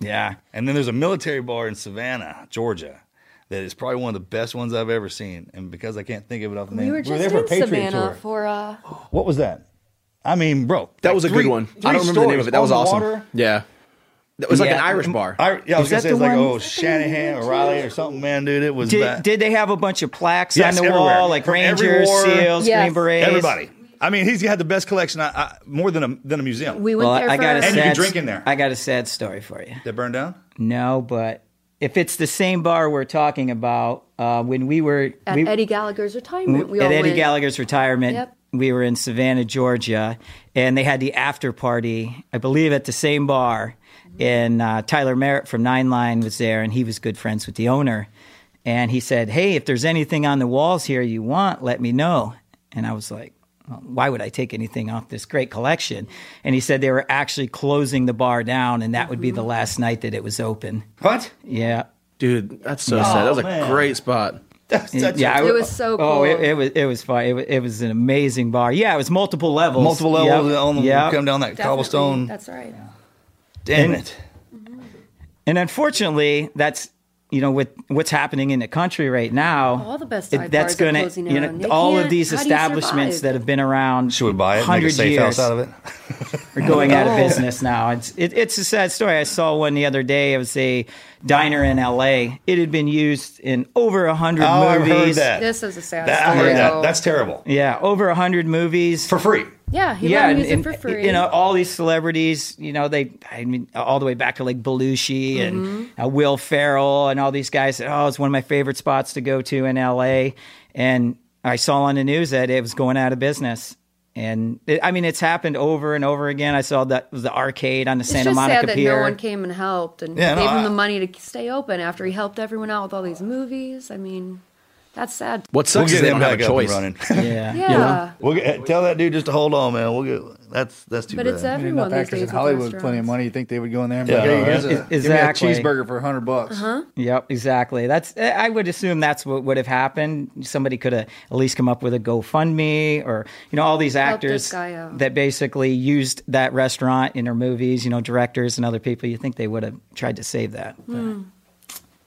D: Yeah.
E: And then there's a military bar in Savannah, Georgia, that is probably one of the best ones I've ever seen. And because I can't think of it off the name,
G: We were
E: Well,
G: just
E: they
G: in
E: Patriot
G: Savannah
E: Tour.
G: for uh,
E: What was that? I mean, bro,
A: That
E: like
A: was a
E: three-
A: good one.
E: three
A: I don't remember the name
E: stories
A: of it. That was
E: on the
A: awesome.
E: water.
A: Yeah. That was like an
D: Yeah.
A: Irish bar.
E: I, yeah, I was
D: Is
E: gonna
D: that
E: say it's
D: the
E: like
D: one-
E: oh Shanahan, O'Reilly, or something. Man, dude, it was
D: Did,
E: bad.
D: did they have a bunch of plaques
E: Yes,
D: on the
E: everywhere.
D: wall, like
E: From every
D: Rangers,
E: war.
D: SEALs,
G: Yes.
D: Green Berets?
E: everybody. I mean, he's had the best collection, I, I, more than a than a museum.
G: we went
D: Well,
G: there for
D: I got a
E: And you
D: sad.
E: can
D: s-
E: drink in there.
D: I got a sad story for you.
E: that burned down.
D: No, but if it's the same bar we're talking about, uh, when we were
G: at
D: we,
G: Eddie Gallagher's retirement. We
D: at
G: all
D: Eddie
G: went.
D: Gallagher's retirement.
G: Yep.
D: We were in Savannah, Georgia, and they had the after party, I believe, at the same bar. And uh, Tyler Merritt from Nine Line was there, and he was good friends with the owner. And he said, "Hey, if there's anything on the walls here you want, let me know." And I was like, well, "Why would I take anything off this great collection?" And he said they were actually closing the bar down, and that would be the
G: Mm-hmm.
D: last night that it was open.
E: What?
D: Yeah.
A: Dude, that's
E: Oh,
A: so sad. That was a great spot.
E: That's, that's
D: yeah, I-
G: It was so
D: Oh,
G: cool.
D: it, it was it was fun. It was, it was an amazing bar. Yeah, it was multiple levels.
E: multiple levels.
D: Yep,
E: on-
D: yep.
E: Come down that
G: Definitely.
E: cobblestone.
G: That's right.
E: Damn it.
D: And unfortunately, that's you know with what's happening in the country right now.
G: All the best dive
D: that's
G: bars are
D: gonna-
G: closing
D: you know
G: down. They
D: all of
G: can't-
D: these
G: how do you
D: establishments
G: survive?
D: that have been around.
E: She would buy it, make a
D: 100
E: safe
D: years
E: house out of it.
D: are going out of
G: Oh.
D: business now. It's it, it's a sad story. I saw one the other day. It was a diner in L.A. It had been used in over a hundred
E: Oh, I've
D: movies.
E: heard that.
G: This is a sad
E: That- I
G: story.
E: heard that.
G: though.
E: That's terrible.
D: Yeah, over a hundred movies
E: For free.
G: yeah, he let him use it for free.
D: You know, all these celebrities, you know, they, I mean, all the way back to like Belushi and
G: Mm-hmm.
D: uh, Will Ferrell and all these guys. Oh, it's one of my favorite spots to go to in LA. And I saw on the news that it was going out of business. And it, I mean, it's happened over and over again. I saw that was the arcade on the
G: it's
D: Santa
G: just
D: Monica
G: sad that
D: Pier.
G: no one came and helped and
E: Yeah, no,
G: gave him
E: I-
G: the money to stay open after he helped everyone out with all these movies. I mean, that's sad.
A: What
E: We'll
A: sucks is
E: get
A: they
E: him
A: don't have
E: back
A: a
E: up and
A: choice.
E: running.
D: yeah.
G: Yeah,
E: We'll get, tell that dude just to hold on, man. We'll get that's that's too
G: but
E: bad.
G: it's
F: I mean,
G: everyone
F: enough
G: these
F: actors
G: days.
F: in
G: with
F: Hollywood with plenty of
G: restaurants.
F: money. You think they would go in there and be
E: Yeah,
F: like, hey,
E: right.
F: here's a,
D: Is-
F: give me a
D: exactly.
F: cheeseburger for 100 bucks.
G: Uh-huh.
D: Yep, exactly. That's eh, I would assume that's what would have happened. Somebody could have at least come up with a GoFundMe or you know all these
G: Help
D: actors
G: this guy out.
D: that basically used that restaurant in their movies. You know, directors and other people. You think they would have tried to save that? but-
G: Hmm.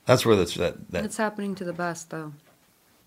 E: that's where that's that, that
G: It's happening to the best though.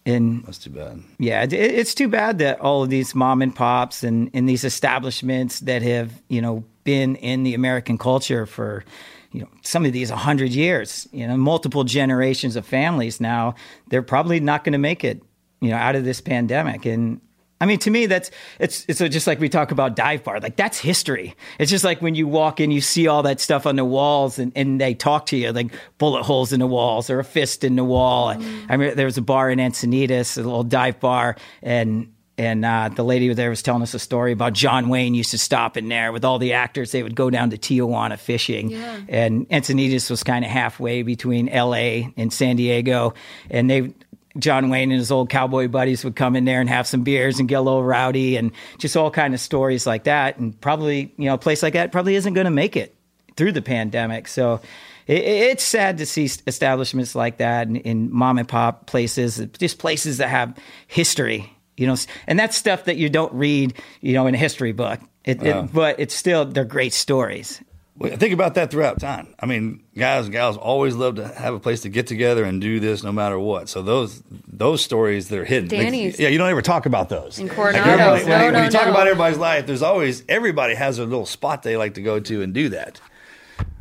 D: And
E: that's too bad.
D: yeah, it, it's too bad that all of these mom and pops and and these establishments that have you know been in the American culture for. You know, some of these a hundred years, you know, multiple generations of families now, they're probably not going to make it you know out of this pandemic and i mean to me that's it's it's just like we talk about dive bar like that's history it's just like when you walk in you see all that stuff on the walls and, and they talk to you like bullet holes in the walls or a fist in the wall i mean there was a bar in encinitas a little dive bar and and uh, the lady there was telling us a story about John Wayne used to stop in there with all the actors. They would go down to Tijuana fishing,
G: Yeah.
D: and Encinitas was kind of halfway between L.A. and San Diego, and they John Wayne and his old cowboy buddies would come in there and have some beers and get a little rowdy and just all kind of stories like that. And probably, you know, a place like that probably isn't going to make it through the pandemic. So it, it's sad to see establishments like that in, in mom and pop places, just places that have history, you know, and that's stuff that you don't read, you know, in a history book. It, it, but it's still, they're great stories.
E: Well, think about that throughout time. I mean, guys and gals always love to have a place to get together and do this no matter what. So those those stories they're hidden. Like,
G: Danny's.
E: yeah, you don't ever talk about those.
G: In
E: everybody-
G: Coronado's,
E: when,
G: no,
E: when
G: no,
E: you talk
G: no.
E: about everybody's life, there's always everybody has a little spot they like to go to and do that.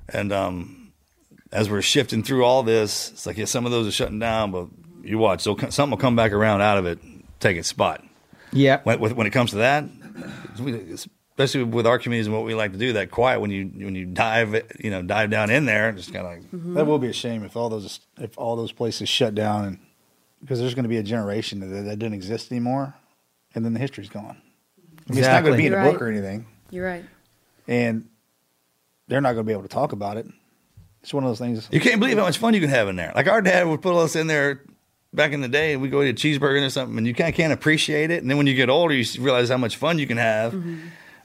E: And um, as we're shifting through all this, it's like yeah, some of those are shutting down, but you watch, so something will come back around out of it, take its spot
D: Yeah.
E: when, with- when it comes to that, we- especially with our communities and what we like to do, that quiet when you when you dive you know dive down in there, just kind of like
F: That will be a shame if all those if all those places shut down, and because there's going to be a generation that, that didn't exist anymore, and then the history's gone. I mean, It's not
D: Exactly.
F: going to be in a
G: You're
F: book
G: right.
F: or anything,
G: You're right.
F: and they're not going to be able to talk about it. It's one of those things.
E: you can't believe how much fun you can have in there. Like our dad would put us in there back in the day. We go eat a cheeseburger or something, and you kind of can't appreciate it. And then when you get older, you s- realize how much fun you can have.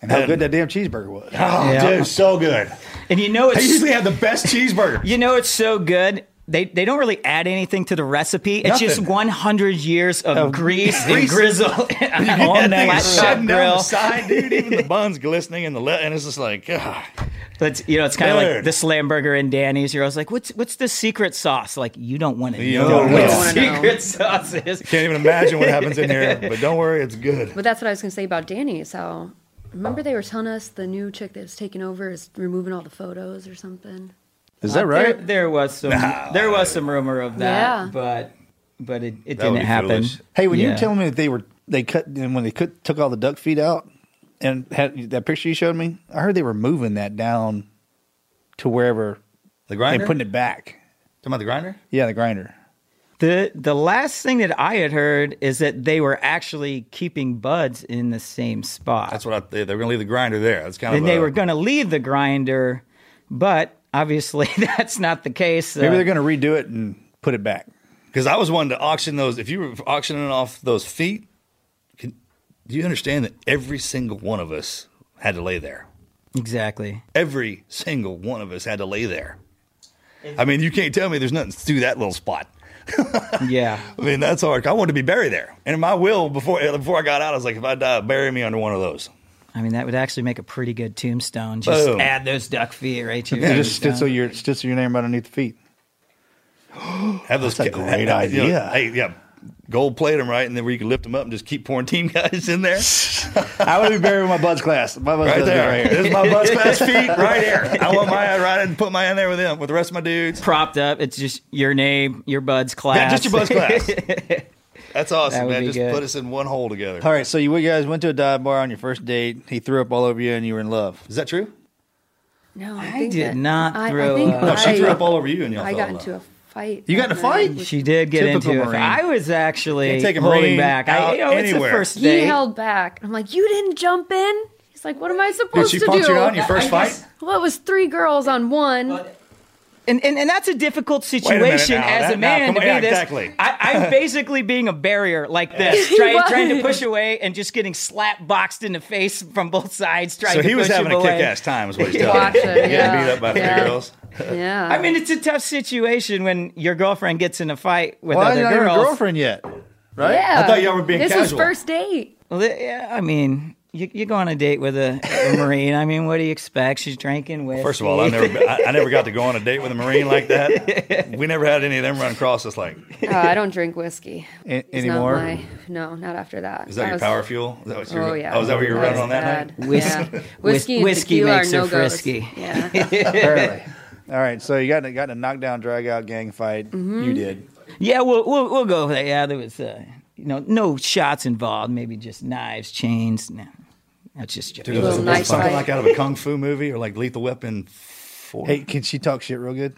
F: And how good that damn cheeseburger was.
E: Oh,
D: Yeah.
E: dude, so good!
D: And you know,
E: I
D: it's,
E: usually have the best cheeseburger.
D: you know, it's so good they, they don't really add anything to the recipe. It's
F: Nothing.
D: just 100 years of, grease and grizzle on
E: Dang,
D: that
E: it's
D: flat top
E: shutting down the
D: grill.
E: side, dude. Even the bun's glistening and the le- and it's just like, ah.
D: That's you know, it's kind of like
E: Dude.
D: the slam burger and Danny's. You're always like, what's what's the secret sauce? Like you don't want to
E: You
D: know
E: don't
D: what
E: wanna
D: the
G: know.
D: secret sauce is.
E: can't even imagine what happens in here. But don't worry, it's good.
G: But that's what I was going to say about Danny's. How remember they were telling us the new chick that's taking over is removing all the photos or something.
F: Is that
D: Uh, There,
F: right?
D: there was some there was some rumor of that,
G: Yeah.
D: but but it, it
E: That would
D: didn't
E: be
D: happen.
E: foolish.
F: Hey, when you
D: Yeah.
F: were telling me that they were they cut and when they cut, took all the duck feet out and had that picture you showed me, I heard they were moving that down to wherever
E: The
F: and
E: grinder.
F: putting
E: Talking
F: it back.
E: about the grinder.
F: Yeah, the grinder.
D: The the last thing that I had heard is that they were actually keeping buds in the same spot.
E: That's what I. They, they're gonna leave the grinder there. That's kind
D: and
E: of.
D: they
E: a-
D: were going to leave the grinder, but obviously that's not the case.
F: Maybe
D: Uh,
F: they're going to redo it and put it back.
E: Because I was wanting to auction those. If you were auctioning off those feet, can, do you understand that every single one of us had to lay there?
D: exactly.
E: Every single one of us had to lay there. I mean, you can't tell me there's nothing to do that little spot.
D: Yeah.
E: I mean, that's hard. I wanted to be buried there. And in my will, before eh, before I got out, I was like, if I die, bury me under one of those.
D: I mean, that would actually make a pretty good tombstone. Just
E: Boom.
D: add those duck feet right to your
F: You just
D: tombstone.
F: stitzel your stitzel your name right underneath the feet.
E: Have those.
F: That's a
E: ca-
F: great
E: have- you know,
F: idea.
E: hey, yeah, gold plate them right, and then where you can lift them up and just keep pouring team guys in there.
F: I would be buried with my buds class. My buds
E: Right
F: class
E: there.
F: right here.
E: This is my bus pass feet right here. I want my right and put my in there with them with the rest of my dudes.
D: propped up. It's just your name, your bud's class.
E: Yeah, just your bus class. That's awesome,
D: That would
E: man.
D: be
E: Just
D: good.
E: put us in one hole together.
F: All right, so you guys went to a dive bar on your first date. He threw up all over you, and you were in love.
E: Is that true?
G: No, I,
D: I
G: think
D: did
G: that-
D: not
G: I,
D: throw
G: I think
D: up.
E: No, she
G: I-
E: threw up all over you, and y'all
G: I
E: fell
G: got
E: in love.
G: into a fight.
F: You got
G: that
F: in a fight?
G: night.
D: she did get
F: Typical
D: into it.
F: Marine.
D: I was actually
E: Can't take a
D: holding
E: Marine
D: back. I,
E: out
D: you know, it's the
E: anywhere.
D: first
G: He
D: day.
G: held back. I'm like, you didn't jump in. He's like, what am I
E: Did
G: supposed
E: she
G: to
E: punch
G: do?
E: you out in your first fight?
G: Well, it was three girls on one.
D: and, and and that's a difficult
E: a minute
D: situation
E: now.
D: as
E: That-
D: a
E: now,
D: man
E: come
D: to
E: on.
D: be
E: Yeah,
D: this.
E: exactly.
D: I, I'm basically being a barrier like this,
G: He
D: trying
G: was.
D: trying to push away and just getting slap boxed in the face from both sides. Trying
E: So
D: to
E: he was
D: push
E: having
D: him
E: a
D: away.
E: kick-ass time, is what he's telling
G: Watch
E: me.
G: it,
E: Getting
G: yeah.
E: beat up by three
G: Yeah.
E: girls.
G: Yeah.
D: I mean, it's a tough situation when your girlfriend gets in a fight with
F: Well,
D: other
F: you're not even
D: girls.
F: a girlfriend yet, right?
G: yeah.
E: I thought y'all were being
G: This was
E: casual.
G: first date.
D: Well, th- yeah, I mean, you, you go on a date with a, a marine. I mean, what do you expect? She's drinking whiskey.
E: First of all, I never, I, I never got to go on a date with a Marine like that. We never had any of them run across us. Like,
G: Uh, I don't drink whiskey
F: A-
G: It's not
F: anymore?
G: my- no, not after that.
E: is that your
G: was-
E: power fuel? Is that what you're,
G: Oh yeah.
E: Oh, is that what you were running
G: was
E: on that night?
G: bad.
D: Whis-
G: Yeah.
D: whis-
G: Whiskey, and
D: whiskey
G: tequila
D: makes
G: are
D: her
G: no-goes.
D: frisky.
G: Yeah.
F: Apparently. All right, so you got in- got in a knockdown, drag out gang fight.
G: Mm-hmm.
F: You did.
D: yeah, we'll we'll, we'll go over that. Yeah, there was uh, you know no shots involved. Maybe just knives, chains. No, that's just
E: Dude,
D: joking.
E: was
G: Little
E: it
G: knife
E: something
G: fight.
E: like out of a kung fu movie or like Lethal Weapon Four?
F: Hey, can she talk shit real good?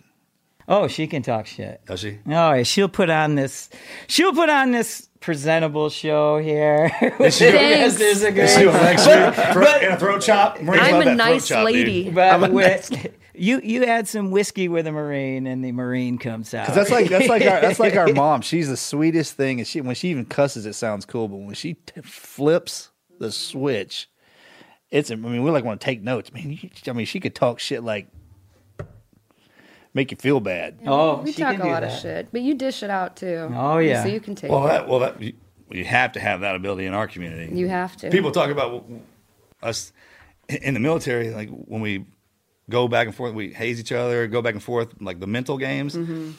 D: Oh, she can talk shit.
E: Does she?
D: Oh, yeah, she'll put on this. She'll put on this presentable show here.
G: Thanks.
D: There's a good-
E: She was like, throat, throat, in a throat chop. Marines
G: I'm
E: love
G: a
E: that throat
G: nice
E: chop, dude.
G: lady.
D: But with, you you add some whiskey with a marine, and the marine comes out.
F: That's like that's like our that's like our mom. She's the sweetest thing, and she when she even cusses, it sounds cool. But when she t- flips the switch, it's I mean we like want to take notes. Man, you, I mean she could talk shit like make you feel bad.
D: oh,
G: We
D: she
G: talk
D: can
G: a
D: do
G: lot
D: that.
G: of shit, but you dish it out too.
D: Oh, yeah.
G: So you can take
E: Well,
G: it.
E: that, well, that, you, you have to have that ability in our community.
G: You have to.
E: People talk about w- w- us in the military, like when we go back and forth, we haze each other, go back and forth, like the mental games.
G: Mm-hmm.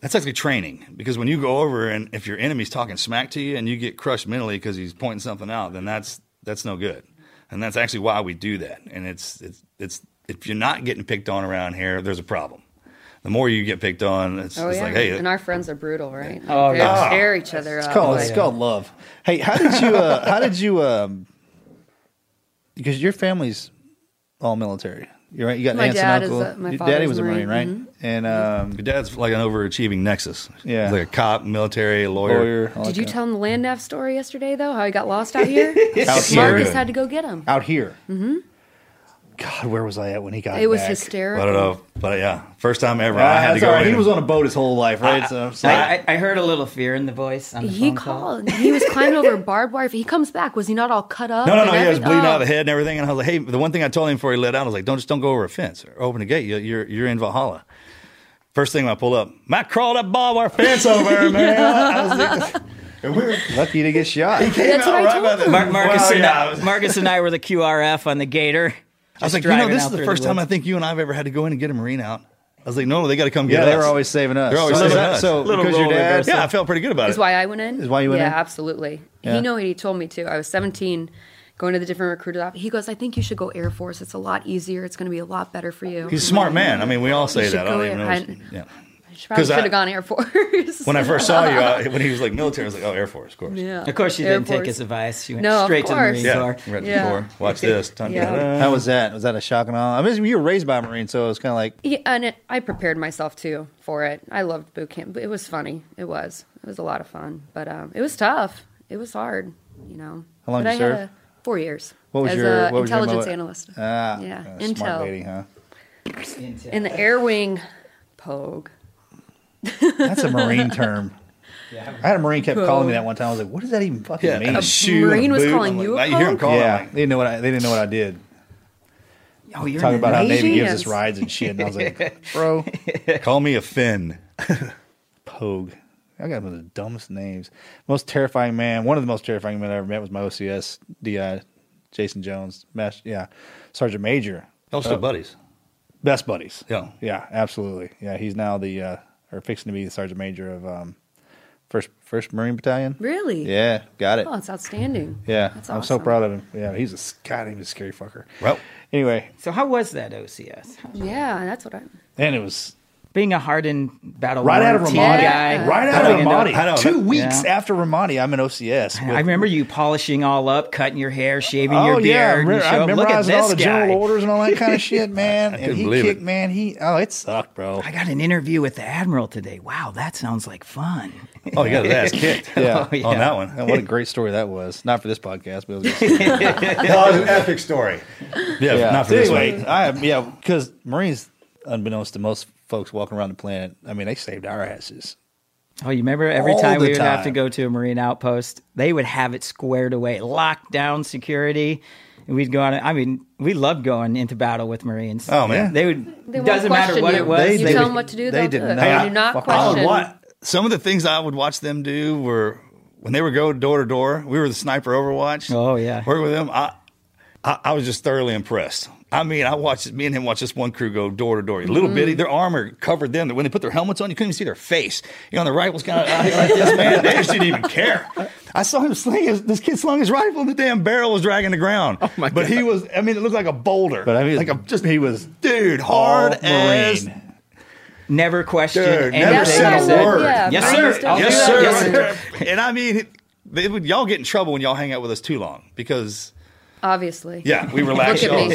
E: That's actually training because when you go over and if your enemy's talking smack to you and you get crushed mentally because he's pointing something out, then that's that's no good, and that's actually why we do that. And it's it's it's if you're not getting picked on around here, there's a problem. The more you get picked on, it's,
G: Oh
E: it's
G: yeah.
E: like hey, Ah.
G: and our friends are brutal, right? Like,
D: Oh,
G: they
D: yeah.
G: tear each other up.
F: It's called it's
G: like-
F: called love. Hey, how did you uh, how did you um because your family's all military. You're right. You got
G: My
F: aunts
G: dad
F: and
G: is
F: uncle.
G: a- my
F: Your daddy
G: father's
F: was a marine,
G: Marine, Mm-hmm.
F: right? And um,
E: Your dad's like an overachieving nexus.
F: Yeah.
E: He's like a cop, military, lawyer.
F: lawyer. all
G: Did
F: that
G: you
F: kind
G: tell him the land nav story yesterday though? How he got lost out here?
F: Out here.
G: Marcus had to go get him.
F: of- out here? Mm-hmm. God, where was I at when he got?
G: It was
F: back?
G: hysterical.
E: I don't know. But yeah, first time ever
F: Ah,
E: I had to
F: that's
E: go
F: all right.
E: in.
F: He was on a boat his whole life, right? so, so-
D: I, I, I heard a little fear in the voice on the
G: He
D: phone call.
G: called. He was climbing over barbed wire. If he comes back, was he not all cut up?
E: no, no,
G: and
E: no. Yeah, he was
G: everything?
E: bleeding out of the
G: Oh.
E: head and everything. And I was like, hey, the one thing I told him before he let out, I was like, don't just don't go over a fence or open a gate. You- You're, you're in Valhalla. First thing when I pull up, Matt crawled up barbed wire fence over, there, man. I was like, and we were
F: Lucky to get shot.
E: came
G: That's
E: out
G: what I
E: right
G: told
E: by the-
G: him.
D: Mar- Marcus,
E: Well,
D: and
E: yeah, I
D: I,
E: was-
D: Marcus and I were the QRF on the Gator.
E: I was like, you know, this is the first time I think you and I've ever had to go in and get a Marine out. I was like, no, they got to come get
F: Yeah,
E: us.
F: they were always saving us.
E: They're always
F: so,
E: saving
F: that-
E: us.
F: so
D: Little
F: because your
D: role
F: dad,
D: reversal.
E: Yeah, I felt pretty good about
G: Is
E: it.
G: why I went in.
F: Is why you went
G: yeah,
F: in?
G: absolutely.
F: Yeah.
G: He know he told me to. I was 17, going to the different recruiters. office. He goes, "I think you should go Air Force. It's a lot easier. It's going to be a lot better for you."
E: He's a smart man. I mean, we all say
G: should
E: that. I
G: go
E: don't
G: in.
E: even know.
G: I-
E: what's- yeah.
G: I should- probably
E: 'cause I-
G: should have gone Air Force.
E: When I first saw you, I, when he was like military, I was like, oh, Air Force, of course.
G: yeah.
D: Of course, she
G: Air
D: didn't take
G: Force.
D: his advice. She went
G: No, of
D: straight to the
G: course.
D: Marine
E: Yeah.
D: Corps.
E: Right
G: Yeah.
E: before. Watch this. Dun-
G: Yeah.
E: da-da.
F: how was that? Was that a shock and all? I mean, you were raised by a Marine, so it was kind of like
G: Yeah, and it, I prepared myself too for it. I loved boot camp. But It was funny. It was. It was a lot of fun, but um, it was tough. It was hard. You know.
F: How long
G: But
F: did you
G: I
F: serve?
G: Had a, four years.
F: What was
G: as
F: your-
G: a
F: what was your
G: intelligence
F: MO?
G: analyst?
F: ah,
G: yeah,
F: uh,
G: intel
F: smart lady, huh?
G: in the air wing. Pogue.
F: That's a Marine term. I had a Marine kept calling me
G: Cool.
F: that one time. I was like, "What does that even fucking
E: Yeah,
F: mean?"
E: and a shoe.
G: Marine
E: and a
G: was
E: boot.
G: calling
E: I'm like,
G: you a
E: now you hear him
G: punk?
E: calling.
F: yeah,
E: I'm
F: they
E: like,
F: didn't know what I, they didn't know what I did.
D: Oh, you're
F: Talking
D: in the
F: about how Navy
D: Navy.
F: gives us
G: Yes.
F: rides and shit, and I was like, "Bro,
E: Call me a Finn.
F: Pogue." I got one of the dumbest names. Most terrifying man. One of the most terrifying men I ever met was my OCS DI, Jason Jones. Mas- yeah, Sergeant Major.
E: Y'all still buddies.
F: Best buddies.
E: Oh. Yeah.
F: Yeah, absolutely. Yeah, he's now the uh, or fixing to be the sergeant major of um, first first Marine Battalion.
G: Really?
F: Yeah, got it.
G: Oh, it's outstanding.
F: yeah,
G: That's
F: I'm so
G: awesome.
F: proud of him. Yeah, he's a s- god. He was a scary fucker.
E: Well,
F: Anyway,
D: So how was that OCS?
G: Yeah, that's what I'm.
F: and it was
D: Being a hardened battle
F: right out of
D: warrior
F: Ramadi.
D: team guy,
F: Right out of
D: going into-
F: Ramadi.
E: I know.
F: Two weeks
D: Yeah.
F: after Ramadi, I'm in OCS.
D: I remember you polishing all up, cutting your hair, shaving your beard.
F: I,
D: and
F: remember,
D: you
F: Oh, I
D: show up, Look at
F: memorized
D: this
F: all the
D: guy.
F: general orders and all that kind of shit, man. and
E: couldn't
F: he
E: believe it.
F: kicked, man. He oh, it sucked, bro.
D: I got an interview with the admiral today. Wow, that sounds like fun.
E: oh, he got his ass kicked
F: Yeah.
D: Oh, yeah.
E: on that one.
F: And what a great story that was. Not for this podcast, but it was just-
E: That was an epic story. Yeah,
F: Yeah.
E: not for this
F: anyway,
E: one.
F: I yeah, because Marines, unbemokst to most folks walking around the planet, I mean, they saved our asses.
D: Oh, you remember every
F: All
D: time
F: the
D: we would have to
F: time.
D: go to a Marine outpost, they would have it squared away, locked down security. And we'd go on. I mean, we loved going into battle with Marines.
E: Oh, man.
D: they would.
G: They won't
D: doesn't matter
G: question
D: what
G: you.
D: it was.
F: They
G: you
F: did-
G: tell them what to do.
F: they
G: they'll
F: did
G: do it.
F: not
G: do not
F: fucking-
E: I would
G: question.
E: wa- Oh, some of the things I would watch them do were when they would go door to door. We were the sniper Overwatch.
D: Oh, yeah.
E: working with them. I, I I was just thoroughly impressed. I mean, I watched me and him watch this one crew go door to door. Little
G: Mm-hmm.
E: bitty, their armor covered them. When they put their helmets on, you couldn't even see their face. You know, the rifles kind of like this man. They just didn't even care. I saw him sling his, this kid slung his rifle, and the damn barrel was dragging the ground. Oh
A: my
E: but
A: God.
E: he was, I mean, it looked like a boulder.
F: But I mean,
E: like a just
F: he was
E: dude,
F: hard
E: hard as
F: Marine.
D: never question.
E: Dude,
D: anything
E: never
D: you
E: said a
D: said.
E: word.
G: Yeah,
D: yes,
G: Marines
D: sir.
G: don't
D: I'll
G: do
D: do
E: yes,
G: that.
E: sir.
D: Yes, sir.
E: and I mean, they would, y'all get in trouble when y'all hang out with us too long because
G: Obviously.
E: yeah, we relax
G: Look
E: y'all.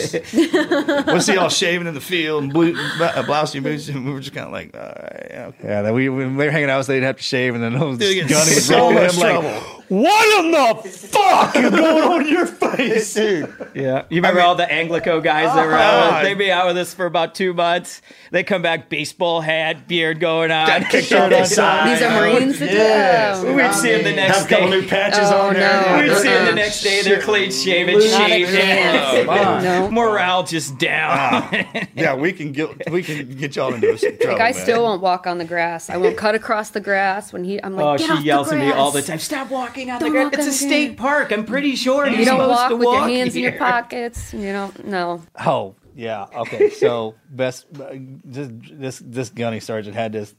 G: at
E: we see y'all shaving in the field and blue, uh, blouse and boots, and we were just kind of like, all right, yeah, okay.
F: Yeah, that we when they were hanging out, with us, they'd have to shave, and then those
E: Dude, you get
F: gunny
E: so
F: would look at
E: much
F: them like,
E: trouble.
F: What in the fuck is going on your face, dude?
D: Yeah, you remember all the Anglico guys that were out with,
E: Oh, God.
D: they'd be out with us for about two months. They come back, baseball hat, beard going on.
E: Got kicked on the side.
G: These are Marines. that do
E: Yes.
G: them.
D: We'd see him the next
E: Have a couple new
D: day.
E: patches
G: Oh,
E: on
G: no.
E: there.
D: We'd see him the
G: Uh-uh.
D: next day. They're clean shaven,
G: Not a
D: shaved.
G: chance. No.
D: Morale just down.
E: Yeah, we can get we can get y'all into some trouble.
G: Like
E: man.
G: I still won't walk on the grass. I won't cut across the grass when he. I'm like,
D: Oh,
G: "Get
D: she
G: off the
D: yells at me all the
G: grass."
D: time. Stop walking on
G: Don't
D: the ground.
G: walk
D: It's
G: on
D: a
G: the
D: state
G: ground."
D: park. I'm pretty sure you're
G: You don't
D: supposed
G: walk
D: to
G: with
D: walk
G: your hands in your
D: here."
G: pockets. You don't. No.
F: Oh yeah, okay. So best this this this gunny sergeant had this.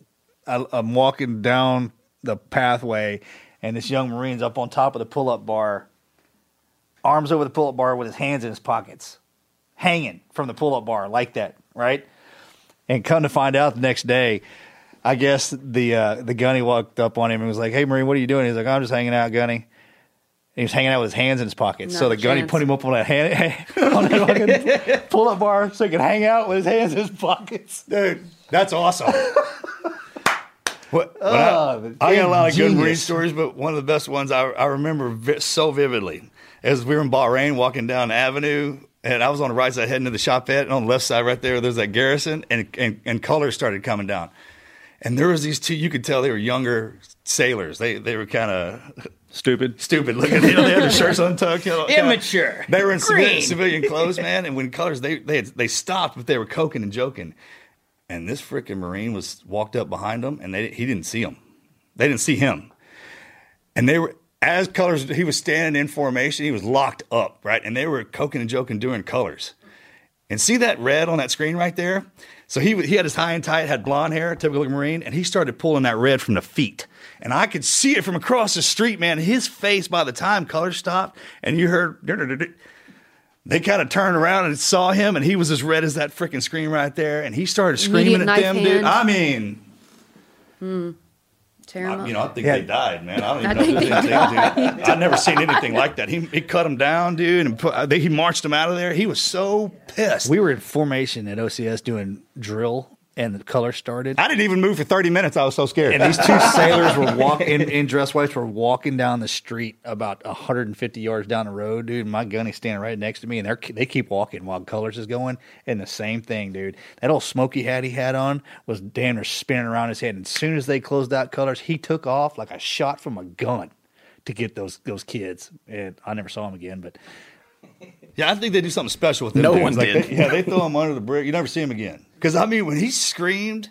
F: I, I'm walking down the pathway, and this young marine's up on top of the pull-up bar, arms over the pull-up bar with his hands in his pockets, hanging from the pull-up bar like that, right? And come to find out the next day, I guess the uh, the gunny walked up on him and was like, "Hey, Marine, what are you doing?" He's like, "I'm just hanging out, gunny." And he was hanging out with his hands in his pockets. so
G: Not
F: the
G: a
F: gunny
G: chance.
F: put him up on that hand on that fucking pull-up bar so he could hang out with his hands in his pockets.
E: dude, that's awesome. What, what
F: Oh,
E: I, I got a lot of good Marine
F: ingenious.
E: stories, but one of the best ones I, I remember vi- so vividly is we were in Bahrain walking down the avenue, and I was on the right side heading to the shopette, and on the left side right there, there's that garrison, and, and, and colors started coming down. And there was these two, you could tell they were younger sailors. They, they were kind of
F: Stupid.
E: stupid looking. You know, they had their shirts untucked. You know, kinda-
D: Immature.
E: they were in civilian,
D: Green.
E: civilian clothes, man. And when colors, they they had, they stopped, but they were coking and joking. and this freaking marine was walked up behind him, and they he didn't see him. They didn't see him, and they were as colors. He was standing in formation. He was locked up, right? And they were coking and joking, doing colors. And see that red on that screen right there? So he, he had his high and tight, had blonde hair, typical Marine, and he started pulling that red from the feet. And I could see it from across the street, man. His face, by the time color stopped, and you heard, they kind of turned around and saw him, and he was as red as that freaking screen right there. And he started screaming
G: Immediate
E: at
G: knife
E: them, dude.
G: hand.
E: I mean,
G: Tear 'em
E: I,
G: up.
E: you know, I think
F: Yeah.
E: they died, man. I don't even
G: I
E: know if
G: think
E: there's anything, dude. I've never seen anything like that. He, he cut him down, dude, and put, they, he marched him out of there. He was so pissed.
F: We were in formation at OCS doing drill, and the color started.
E: I didn't even move for 30 minutes. I was so scared.
F: And these two sailors were walking in, in dress whites were walking down the street about 150 yards down the road, dude. My gunny's standing right next to me, and they are they keep walking while colors is going, and the same thing, dude. That old smoky hat he had on was damn near spinning around his head. And as soon as they closed out colors, he took off like a shot from a gun to get those those kids. And I never saw him again, but
E: Yeah, I think they do something special with them.
A: No
E: dudes.
A: one
E: Like,
A: did.
E: they- yeah, they throw him under the brick. You never see him again. Because I mean, when he screamed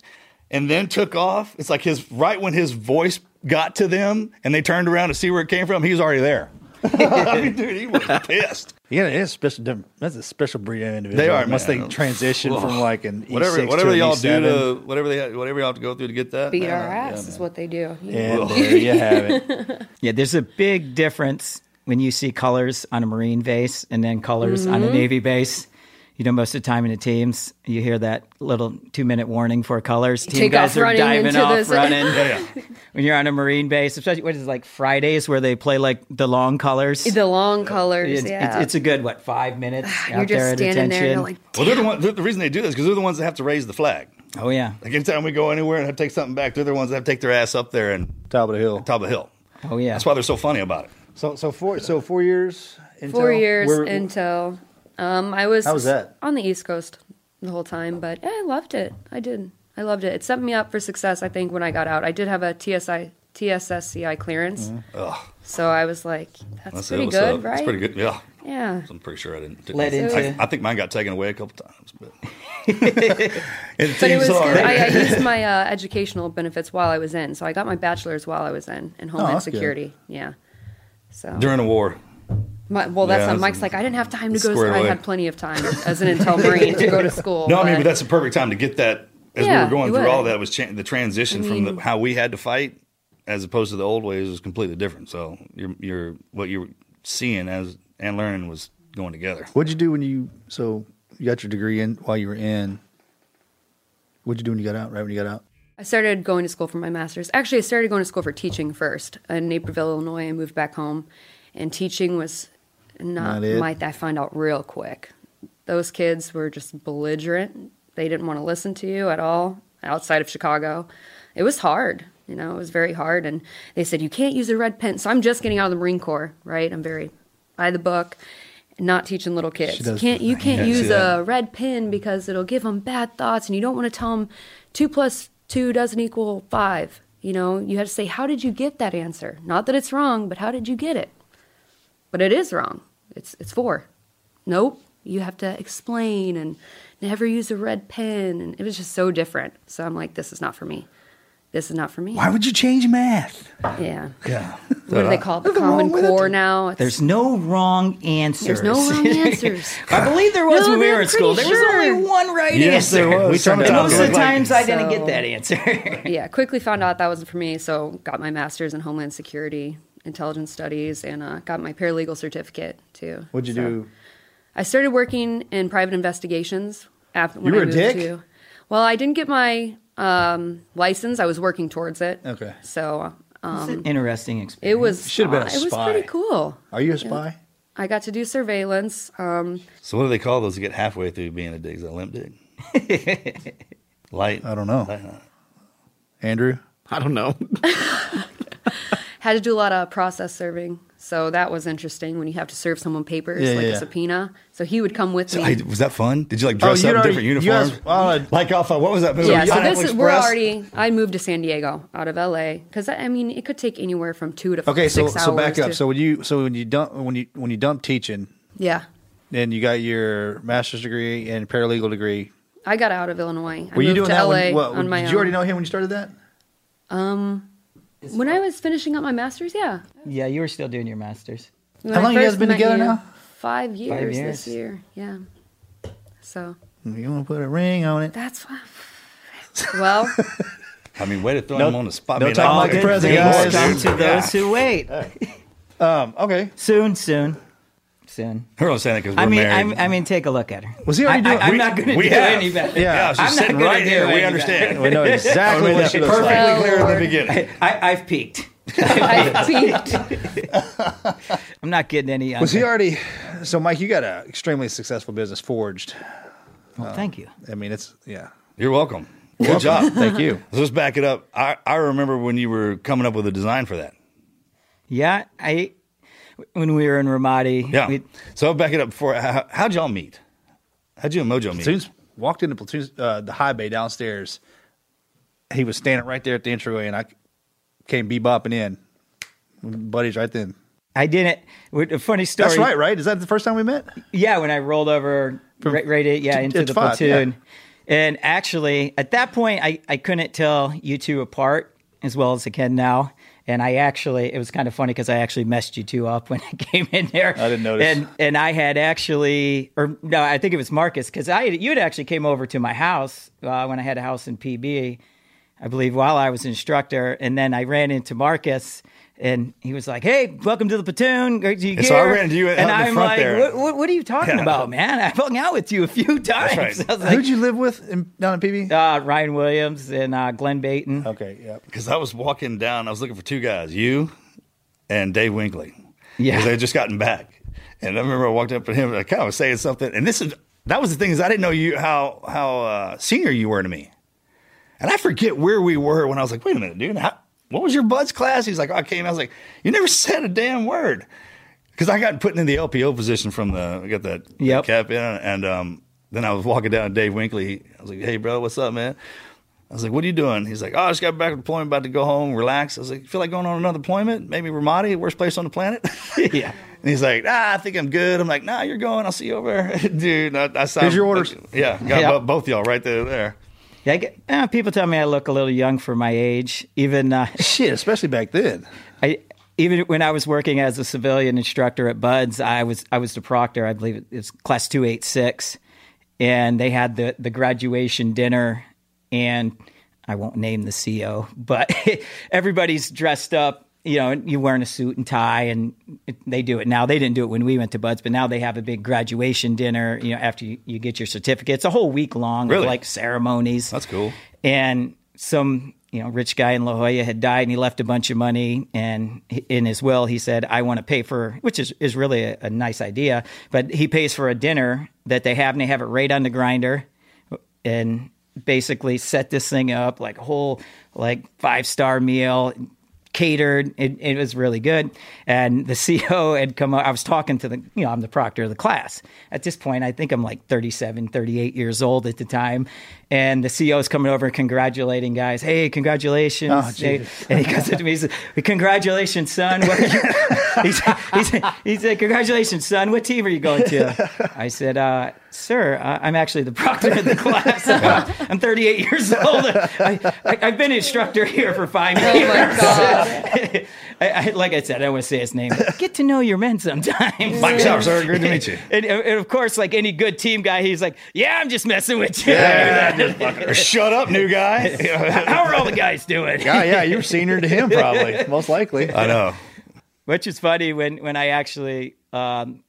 E: and then took off, it's like his right when his voice got to them and they turned around to see where it came from, he was already there. I mean, dude, he was pissed.
F: yeah, it's special. different- That's a special breed of individual.
E: They are,
F: unless
E: man.
F: they transition from like an
E: Whatever,
F: E6
E: whatever
F: to an E
E: y'all do
F: E7.
E: to whatever they whatever y'all have to go through to get that.
G: Beat
E: man,
G: our
E: I-
G: ass
E: yeah,
G: is what they do.
F: And there you have it.
D: Yeah, there's a big difference when you see colors on a Marine base and then colors on
G: Mm-hmm.
D: a Navy base. You know, most of the time in the teams, you hear that little two minute warning for colors. Team
G: Take
D: guys
G: off
D: are
G: running
D: diving
G: into
D: off,
G: this-
D: running.
E: Yeah, yeah.
D: When you're on a Marine base, especially what is it, like Fridays where they play like the long colors.
G: The long colors.
D: it's,
G: yeah.
D: it's, it's a good, what, five minutes
G: You're
D: out there
G: just
D: at
G: standing there and
D: attention.
G: you're like,
E: Well, they're the one. They're, the reason they do this because they're the ones that have to raise the flag.
D: oh, yeah.
E: Like anytime we go anywhere and have to take something back, they're the ones that have to take their ass up there and
F: Top of the hill.
E: top of the hill.
D: Oh, yeah.
E: That's why they're so funny about it.
F: So so four so four years. Intel?
G: four years
F: Where-
G: until um, I was.
F: How was that?
G: On the East Coast the whole time, but yeah, I loved it. I did. I loved it. It set me up for success. I think when I got out, I did have a TSI TSSCI clearance,
F: Mm-hmm.
G: so I was like, "That's,
E: That's it,
G: pretty
E: what's
G: good,
E: up?
G: right?"
E: That's pretty good. Yeah.
G: Yeah.
E: I'm pretty sure I didn't.
D: Let
E: I,
D: into-
E: I think mine got taken away a couple times, but.
G: But it was good. I, I used my uh, educational benefits while I was in, so I got my bachelor's while I was in in Homeland
F: Oh, that's good.
G: Security. Yeah. So
E: during a war.
G: My, well, that's
E: Yeah,
G: how
E: that's-
G: Mike's like. I didn't have time to go.
E: Square
G: I
E: away.
G: had plenty of time as an intel marine to go to school.
E: No, I mean, but that's the perfect time to get that. As
G: Yeah,
E: we were going
G: it
E: through
G: would.
E: all that, it was cha- the transition from the, how we had to fight, as opposed to the old ways, was completely different. So your your what you were seeing as and learning was going together.
F: What'd you do when you so you got your degree in while you were in? What'd you do when you got out? Right when you got out?
G: I started going to school for my master's. Actually, I started going to school for teaching first in Naperville, Illinois. I moved back home, and teaching was not,
F: Not it.
G: my. I found out real quick. Those kids were just belligerent. They didn't want to listen to you at all. Outside of Chicago, it was hard. You know, it was very hard. And they said you can't use a red pen. So I'm just getting out of the Marine Corps, right? I'm very by the book, not teaching little kids.
F: She does-
G: can't you can't
E: Yeah, I see
G: use
E: that.
G: a a red pin because it'll give them bad thoughts and you don't want to tell them two plus two doesn't equal five. You know, you have to say, how did you get that answer? Not that it's wrong, but how did you get it? But it is wrong. It's, it's four. Nope. You have to explain and never use a red pen. And it was just so different. So I'm like, this is not for me. This is not for me.
F: Why would you change math?
G: Yeah.
E: Yeah,
G: What do they call it? The
F: Nothing
G: Common
F: wrong with it.
G: Core now. It's-
D: There's no wrong answers.
G: there's no wrong answers.
D: I believe there was
G: No,
D: when we
G: I'm
D: were in school. There
G: pretty
D: was
G: sure.
D: only one right
E: Yes,
D: answer.
E: there was.
F: We turned
E: Sometimes
F: it
D: Most
F: off.
D: of the times I didn't
G: So-
D: get that answer.
G: yeah, quickly found out that wasn't for me, so got my master's in Homeland Security, Intelligence Studies, and uh, got my paralegal certificate too.
F: What'd you
G: So-
F: do?
G: I started working in private investigations after when
F: were
G: I
F: a
G: moved
F: dick?
G: to. Well, I didn't get my um, license. I was working towards it.
F: Okay.
G: So um,
D: It's an interesting experience.
G: it was.
F: should've been a
G: uh, It was
F: spy.
G: pretty cool.
F: Are you a spy?
G: I got to do surveillance. Um,
E: So what do they call those that get halfway through being a dig? Is that limp dig? Light.
F: I don't know. Andrew,
A: I don't know.
G: had to do a lot of process serving. So that was interesting when you have to serve someone papers
F: Yeah,
G: like
F: yeah,
G: a
F: yeah.
G: subpoena. So he would come with me.
E: Hey, was that fun? Did you like dress
F: you'd
E: up in different
F: already- Oh, you guys-
E: uniforms?
F: uh,
E: like off of what was that movie?
G: yeah, so
E: Pineapple
G: this is, we're
E: Express?
G: already. I moved to San Diego out of LA because I, I mean it could take anywhere from two to
F: okay. So
G: six hours.
F: so back up.
G: to-
F: So when you so when you dump when you when you dump teaching,
G: yeah,
F: then you got your master's degree and paralegal degree.
G: I got out of Illinois. I
F: Were
G: moved
F: you doing
G: to
F: that
G: LA
F: when, what,
G: on my
F: did
G: own.
F: you already know him when you started that?
G: Um, When I was finishing up my master's, yeah.
D: Yeah, you were still doing your masters.
G: When
F: How
G: I
F: long you
G: first
F: guys been
G: met
F: together now?
G: Five years,
D: years.
G: this year. Yeah. So
F: You want to put a ring on it?
G: that's why. Well,
E: I mean, way to throw him on the spot.
F: no
E: man.
F: talking
E: I-
F: like the
E: dude,
F: president,
E: dude, dude,
F: guys.
D: Come to
E: yeah.
D: those who wait.
F: Um, okay.
D: Soon, soon, soon.
E: We're only saying that because we're
D: I mean,
E: married.
D: I, I mean, take a look at her.
F: Was he already
D: I,
F: doing-
D: I, am
F: we-
D: not going to do
E: we have.
D: any better.
F: Yeah.
E: yeah, she's
D: I'm not
E: sitting
D: gonna
E: right
D: do
E: here. We
D: anything.
E: understand. Oh,
F: We know exactly what she looks
E: Perfectly
F: like.
G: Well,
E: clear at the
G: Lord.
E: beginning.
D: I, I've peaked.
G: I peaked.
D: I'm not getting any.
F: Was he
D: younger.
F: already? So, Mike, you got an extremely successful business forged.
D: Well, thank you.
F: I mean, it's yeah.
E: You're welcome. Good job.
F: Thank you.
E: So let's back it up. I, I remember when you were coming up with a design for that.
D: Yeah, I. When we were in Ramadi,
E: Yeah.
D: we-
E: so back it up before. How, how'd y'all meet? How'd you and Mojo meet?
F: Platoons walked into platoons uh, the high bay downstairs. He was standing right there at the entryway, and I came bebopping in. Buddies, right then.
D: I didn't. with- A funny story.
F: That's right, right? Is that the first time we met?
D: Yeah, when I rolled over right, right in- yeah,
F: to-
D: into
F: to
D: the
F: five, yeah.
D: platoon. And actually, at that point, I, I couldn't tell you two apart as well as I can now. And I actually, it was kind of funny because I actually messed you two up when I came in there.
F: I didn't notice.
D: And and I had actually, or no, I think it was Marcus because I had- you had actually came over to my house uh, when I had a house in PB, I believe, while I was instructor. And then I ran into Marcus. And he was like, "Hey, welcome to the platoon." Great to you
E: And so I
D: here."
E: ran into you out in
D: and
E: the
D: I'm
E: front
D: like,
E: there.
D: "What- what, what are you talking
E: Yeah.
D: about, man? I hung out with you a few times.
E: right.
D: I was like,
F: Who'd you live with in, down in PB?
D: uh, Ryan Williams and uh, Glenn Baton.
E: Oh,
F: okay, yeah.
E: Because I was walking down, I was looking for two guys, you and Dave Winkley.
D: Yeah.
E: Because they had just gotten back. And I remember I walked up to him and I kind of was saying something. And this is that was the thing is I didn't know you how how uh, senior you were to me. And I forget where we were when I was like, wait a minute, dude, how, what was your buds class? He's like, I came. I was like, you never said a damn word. Because I got put in the LPO position from the, I got that, that
D: Yep.
E: cap in. And um, then I was walking down to Dave Winkley. I was like, hey, bro, what's up, man? I was like, what are you doing? He's like, oh, I just got back from deployment, about to go home, relax. I was like, feel like going on another deployment? Maybe Ramadi, worst place on the planet?
D: Yeah.
E: And he's like, ah, I think I'm good. I'm like, nah, you're going. I'll see you over there. Dude, I, I saw
F: Here's your orders.
E: yeah, got
D: Yeah.
E: bo- both y'all right there. there.
D: Yeah, I get, uh, people tell me I look a little young for my age. Even uh,
F: Shit, especially back then.
D: I, even when I was working as a civilian instructor at Buds, I was I was the proctor. I believe it was class two eight six, and they had the the graduation dinner, and I won't name the CO, but everybody's dressed up. You know, and you wearing a suit and tie, and it- they do it now. They didn't do it when we went to Buds, but now they have a big graduation dinner. You know, after you, you get your certificate, it's a whole week long
E: Really?
D: of like ceremonies
E: That's cool.
D: and some you know rich guy in La Jolla had died and he left a bunch of money and he- in his will he said I want to pay for which is is really a, a nice idea but he pays for a dinner that they have and they have it right on the grinder and basically set this thing up like a whole like five star meal catered it, it was really good and the ceo had come up i was talking to the you know i'm the proctor of the class at this point i think i'm like 37 38 years old at the time and the ceo is coming over and congratulating guys hey congratulations
F: Oh,
D: Hey,
F: Jesus.
D: and he comes up to me he says congratulations son where are you he said, he said- he said, congratulations son what team are you going to i said uh, sir I- i'm actually the proctor of the class i'm 38 years old I, I, i've been instructor here for five
G: Oh
D: years
G: my god.
D: I, I, like I said, I don't want to say his name. but get to know your men sometimes.
E: Mike Sharp, sir. Good to meet you.
D: And, and of course, like any good team guy, he's like, "Yeah, I'm just messing with you.
E: Or shut up, new guy.
D: How are all the guys doing?"
F: Yeah, yeah, you were senior to him probably, most likely.
E: I know.
D: Which is funny when when I actually um,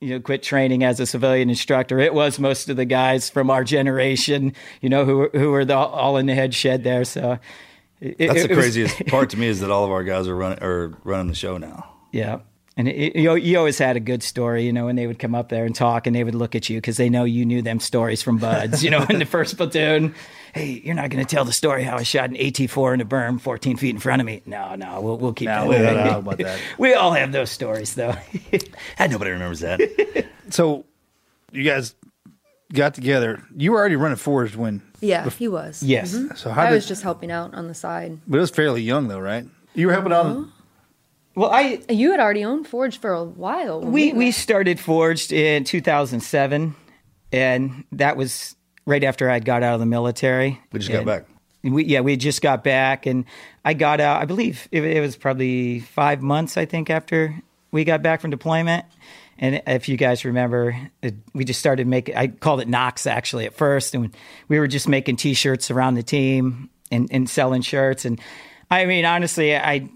D: you know quit training as a civilian instructor, it was most of the guys from our generation, you know, who were- who were the, all in the head shed there. So it,
E: That's
D: it
E: the
D: was-
E: craziest part to me is that all of our guys are running are running the show now.
D: Yeah. And it, you, you always had a good story, you know, when they would come up there and talk and they would look at you because they know you knew them stories from Buds, you know, in the first platoon. Hey, you're not going to tell the story how I shot an AT4 in a berm 14 feet in front of me. No, no, we'll, we'll keep
F: Now
D: that.
F: we don't
D: away.
F: know about that.
D: We all have those stories, though.
E: And nobody remembers that.
F: So, you guys got together. You were already running forged when,
G: Yeah, he was. Mm-hmm.
D: yes.
F: so how
G: I
F: did?
G: was just helping out on the side.
F: but it was fairly young though, right? You were helping on.
D: Well, I
G: You had already owned Forge for a while. when
D: we we
G: met.
D: started Forged in 2007, and that was right after I'd got out of the military.
E: We just got
D: And-
E: back.
D: and we yeah we had just got back and i got out i believe it, it was probably five months i think after we got back from deployment and if you guys remember it, we just started making i called it knox actually at first and we were just making t-shirts around the team and, and selling shirts and i mean honestly i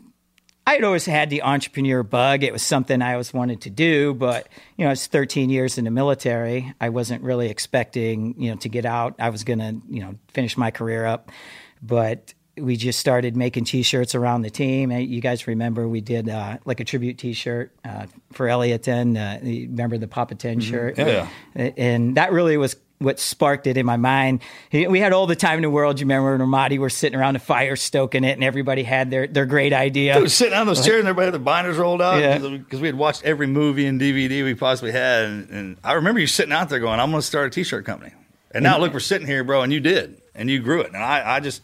D: I had always had the entrepreneur bug. It was something I always wanted to do, but you know, I was 13 years in the military. I wasn't really expecting, you know, to get out. I was going to, you know, finish my career up. But we just started making t-shirts around the team. And You guys remember we did uh, like a tribute t-shirt uh, for Elliotton. Uh, you remember the Papa 10 shirt?
E: Mm-hmm. Yeah.
D: and that really was what sparked it in my mind. We had all the time in the world. You remember when Ramadi were sitting around the fire stoking it, and everybody had their, their great idea.
E: We were sitting on those chairs and everybody had their binders rolled out
D: Yeah.
E: because we had watched every movie and DVD we possibly had. And, and I remember you sitting out there going, I'm going to start a t shirt company. And now look, we're sitting here, bro, and you did. And you grew it. And I, I just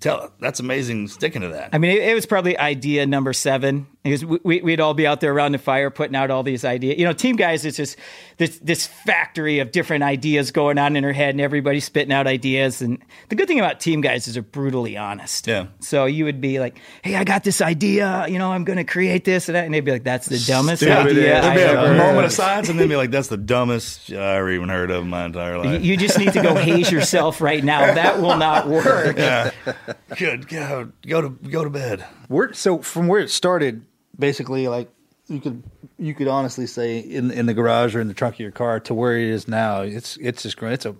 E: tell that's amazing sticking to that.
D: I mean, it, it was probably idea number seven. Because we- we, we'd all be out there around the fire putting out all these ideas. You know, team guys, it's just this this factory of different ideas going on in their head, and everybody's spitting out ideas. And the good thing about team guys is they're brutally honest.
E: Yeah.
D: So you would be like, "Hey, I got this idea. You know, I'm going to create this," and, that. and they'd be like, "That's the dumbest
E: Stupid.
D: idea
E: There'd
D: I
E: be a
D: ever
E: moment
D: heard."
E: of silence and then be like, that's the dumbest shit I ever even heard of in my entire
D: You-
E: life.
D: You just need to go haze yourself right now. That will not work.
E: Good. Go, go, to, go to bed.
F: Where, so from where it started, basically, like you could you could honestly say in in the garage or in the trunk of your car to where it is now, it's it's just grown. It's a,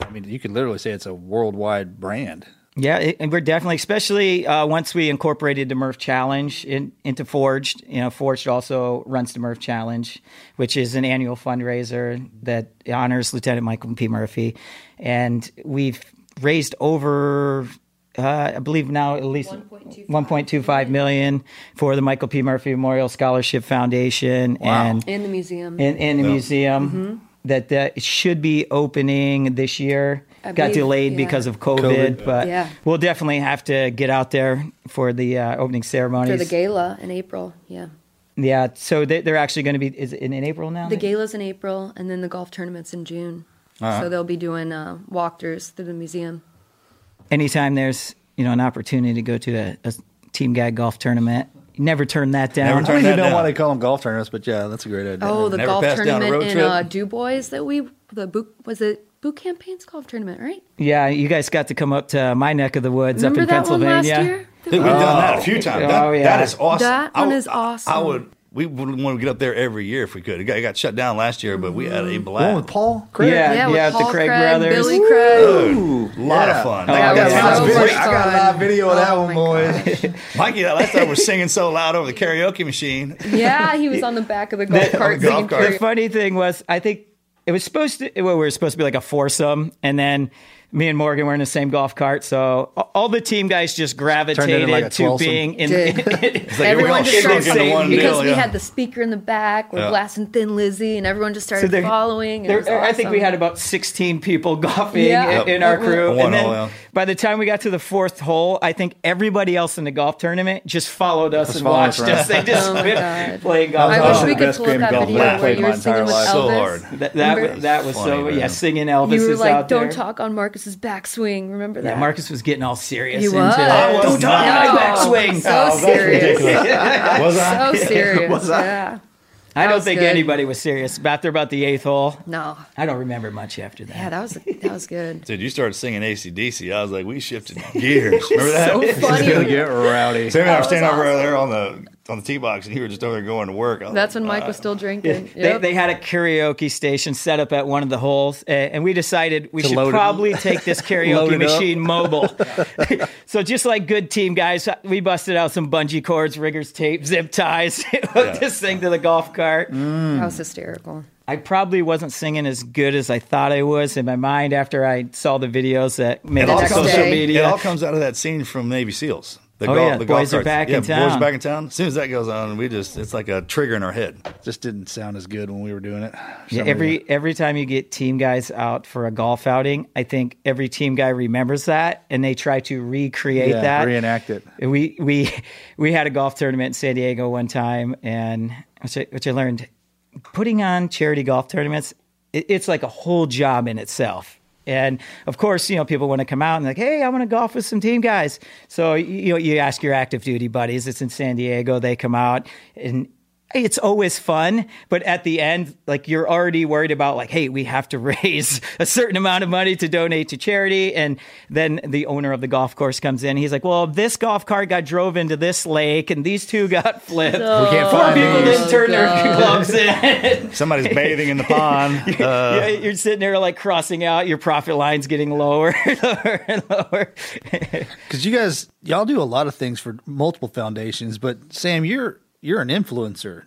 F: I mean, you could literally say it's a worldwide brand.
D: Yeah, it, and we're definitely, especially uh, once we incorporated the Murph Challenge in, into Forged. You know, Forged also runs the Murph Challenge, which is an annual fundraiser that honors Lieutenant Michael P. Murphy, and we've raised over, uh, I believe now at least
G: 1.25
D: 1.25 million for the Michael P. Murphy Memorial Scholarship Foundation, and
G: in the museum.
D: in, in the museum
G: Mm-hmm.
D: that that should be opening this year.
G: I
D: Got
G: believe,
D: delayed
G: yeah.
D: because of COVID, but
G: Yeah.
D: we'll definitely have to get out there for the uh, opening ceremonies.
G: for the gala in April, yeah.
D: Yeah, so they, they're actually going to be is it in, in April now.
F: Mm-hmm.
G: The gala's in April, and then the golf tournament's in June.
F: Uh-huh.
G: So they'll be doing uh, walkthroughs through the museum.
D: Anytime there's you know an opportunity to go to a, a team guy golf tournament, never turn that down.
E: Never
F: I
E: turn
F: don't
E: that
F: even know
E: down.
F: why they call them golf tournaments, but yeah, that's a great idea.
G: Oh, the
E: never
G: golf
E: passed down a
G: tournament
E: road
G: in
E: trip.
G: uh, Du Bois that we the boot was it boot camp paints golf tournament, right?
D: yeah, you guys got to come up to my neck of the woods up
G: Remember
D: in
G: that one last
D: Pennsylvania.
G: year? That
E: Dude,
G: we-
E: we've done that a few times.
D: Oh,
E: That-
D: yeah.
E: that is awesome.
G: That
E: I
G: one
E: would-
G: is awesome.
E: I would. We would want to get up there every year if we could. It got, it got shut down last year, but we had
G: Mm.
E: a
F: The one with
E: blast.
F: Paul, Craig?
D: Yeah,
G: yeah,
D: yeah,
G: with
D: at the
G: Paul
D: Craig,
G: Craig,
D: brothers.
G: Billy Craig.
E: Ooh, a lot of fun.
D: Oh,
G: That
D: yeah.
G: was
D: Sounds
G: so
D: good.
G: much
F: I got a live
G: fun.
F: video of that
G: Oh
F: one,
G: my
F: boys.
G: God.
E: Mikey, that last time was singing so loud over the karaoke machine.
G: Yeah, he was on the back of the golf cart.
E: golf
G: singing
E: cart.
G: for-
D: The funny thing was, I think it was supposed to. Well, we were supposed to be like a foursome, and then me and Morgan were in the same golf cart. So a- all the team guys just gravitated
F: like a
D: to
F: twelvesome.
D: being in.
E: like
G: everyone
E: all
G: just
E: shrunk into
G: started singing
E: one
G: because
E: deal,
G: we
E: yeah.
G: had the speaker in the back. We're
E: Yeah.
G: blasting Thin Lizzy, and everyone just started
D: there-
G: following. And it
D: there-
G: was
D: I think we
G: awesome.
D: had about 16 people golfing
G: Yeah.
D: in, in our
G: Yep.
D: crew.
E: One
D: And then
E: hole, yeah.
D: by the time we got to the fourth hole, I think everybody else in the golf tournament just followed us and
F: followed
D: watched
F: us around.
D: us. They just
G: Oh my God.
D: playing golf.
G: I
F: That was
G: wish we
F: the
G: could
F: best
G: pull up
F: game
G: that
F: golf
G: video
F: I've
G: where
F: played
G: you
F: my
G: were singing
F: entire
G: with
F: life.
E: So
G: Elvis.
E: hard.
D: That, that,
G: Remember?
D: that was so,
E: Funny, man.
D: yeah, singing Elvis
G: You were
D: is
G: like,
D: out
G: "Don't
D: there.
G: talk on Marcus's backswing." Remember that?
D: Yeah, Marcus was getting all serious.
G: He
D: into
G: was. I was
D: Don't talk
G: not.
D: on my backswing.
G: So serious.
E: Was I?
G: So serious. Yeah.
D: I
G: That
D: don't
G: was
D: think
G: good.
D: anybody was serious. About there about the eighth hole.
G: No.
D: I don't remember much after that.
G: Yeah, that was that was good.
E: Dude, you started singing ACDC. I was like, we shifted gears. Remember that?
G: So
F: It'll
G: funny.
F: get rowdy.
E: Sammy and I were
G: was
E: standing over
G: awesome.
E: there on the on the tee box, and you were just over there going to work. I was
G: That's
E: like,
G: when Mike was still
D: Uh,
G: drinking.
D: They,
G: Yep.
D: they had a karaoke station set up at one of the holes, a- and we decided we
F: To
D: should
F: load it-
D: probably take this
F: Load
D: karaoke
F: it up.
D: machine mobile. so just like good team guys, we busted out some bungee cords, riggers tape, zip ties, hooked this thing to the golf cart.
G: that
D: Hmm.
G: was hysterical.
D: I probably wasn't singing as good as I thought I was in my mind after I saw the videos that made
E: It
D: it
E: all,
D: on
G: next
E: comes,
D: social
G: day.
E: it
D: media.
E: all comes out of that scene from Navy SEALs. The
D: Oh,
E: golf-
D: yeah,
E: the golf
D: boys are
E: carts.
D: back in
E: yeah, Boys
D: town.
E: back in town. As soon as that goes on, we just it's like a trigger in our head.
F: Just didn't sound as good when we were doing it.
D: Yeah, every every time you get team guys out for a golf outing, I think every team guy remembers that and they try to recreate
F: Yeah,
D: that.
F: reenact it.
D: We we we had a golf tournament in San Diego one time and which I, which I learned putting on charity golf tournaments, it, it's like a whole job in itself. And of course, you know, people want to come out and like, hey, I want to golf with some team guys. So you know, you ask your active duty buddies. It's in San Diego. They come out and it's always fun, but at the end, like you're already worried about like, hey, we have to raise a certain amount of money to donate to charity. And then the owner of the golf course comes in. He's like, Well, this golf cart got drove into this lake and these two got flipped.
F: We can't
D: Four
F: find
D: people
F: these.
D: didn't turn their clubs in.
F: Somebody's bathing in the pond. Uh,
D: Yeah, you're sitting there like crossing out, your profit line's getting lower and lower and lower.
F: Because you guys, y'all do a lot of things for multiple foundations, but Sam, you're you're an influencer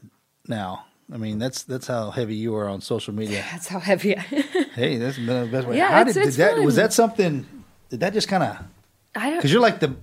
F: now. I mean, that's that's how heavy you are on social media.
G: That's how heavy. I,
F: Hey, that's been the best way.
G: Yeah,
F: how
G: it's-
F: did, did
G: it's
F: that? Was
G: fun.
F: that something? Did that just kind of?
G: I
F: Because
G: don't.
F: you're like the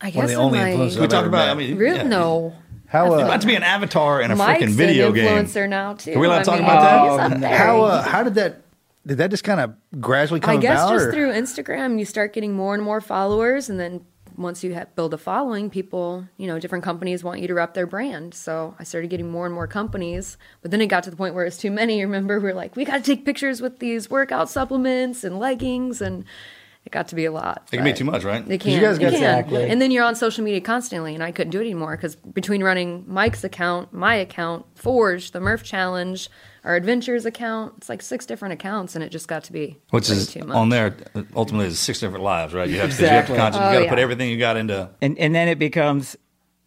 G: I guess
F: one of the only
G: I'm like,
F: influencers.
E: We
F: I've
E: talk
F: ever
E: about. I
F: met.
E: mean,
G: real
E: yeah.
G: no.
F: how
E: You're about
F: uh,
E: to be an avatar in a freaking
G: Mike's
E: video
G: an
E: game.
G: influencer now too.
E: Are we allowed to
G: I
E: talk
G: mean,
E: about
G: he's
D: Oh,
E: that?
G: up there.
F: how uh, how did that? Did that just kind of gradually come
G: I guess
F: about?
G: just
F: or-
G: through Instagram, you start getting more and more followers, and then once you ha- build a following, people, you know, different companies want you to rep their brand. So I started getting more and more companies, but then it got to the point where it's too many. Remember, we were like, we got to take pictures with these workout supplements and leggings, and it got to be a lot.
E: It can be
G: but-
E: too much, right?
G: They can.
F: guys
G: they
F: got-
G: can.
D: Exactly.
G: And then you're on social media constantly, and I couldn't do it anymore because between running Mike's account, my account, Forge, the Murph Challenge, our Adventures account, it's like six different accounts, and it just got to be
E: Which
G: way
E: is
G: too much.
E: on there. Ultimately, is six different lives, right? You have to.
D: Exactly.
E: You have to, conscious- you
G: Oh,
E: gotta put
G: yeah.
E: everything you got into.
D: and and then it becomes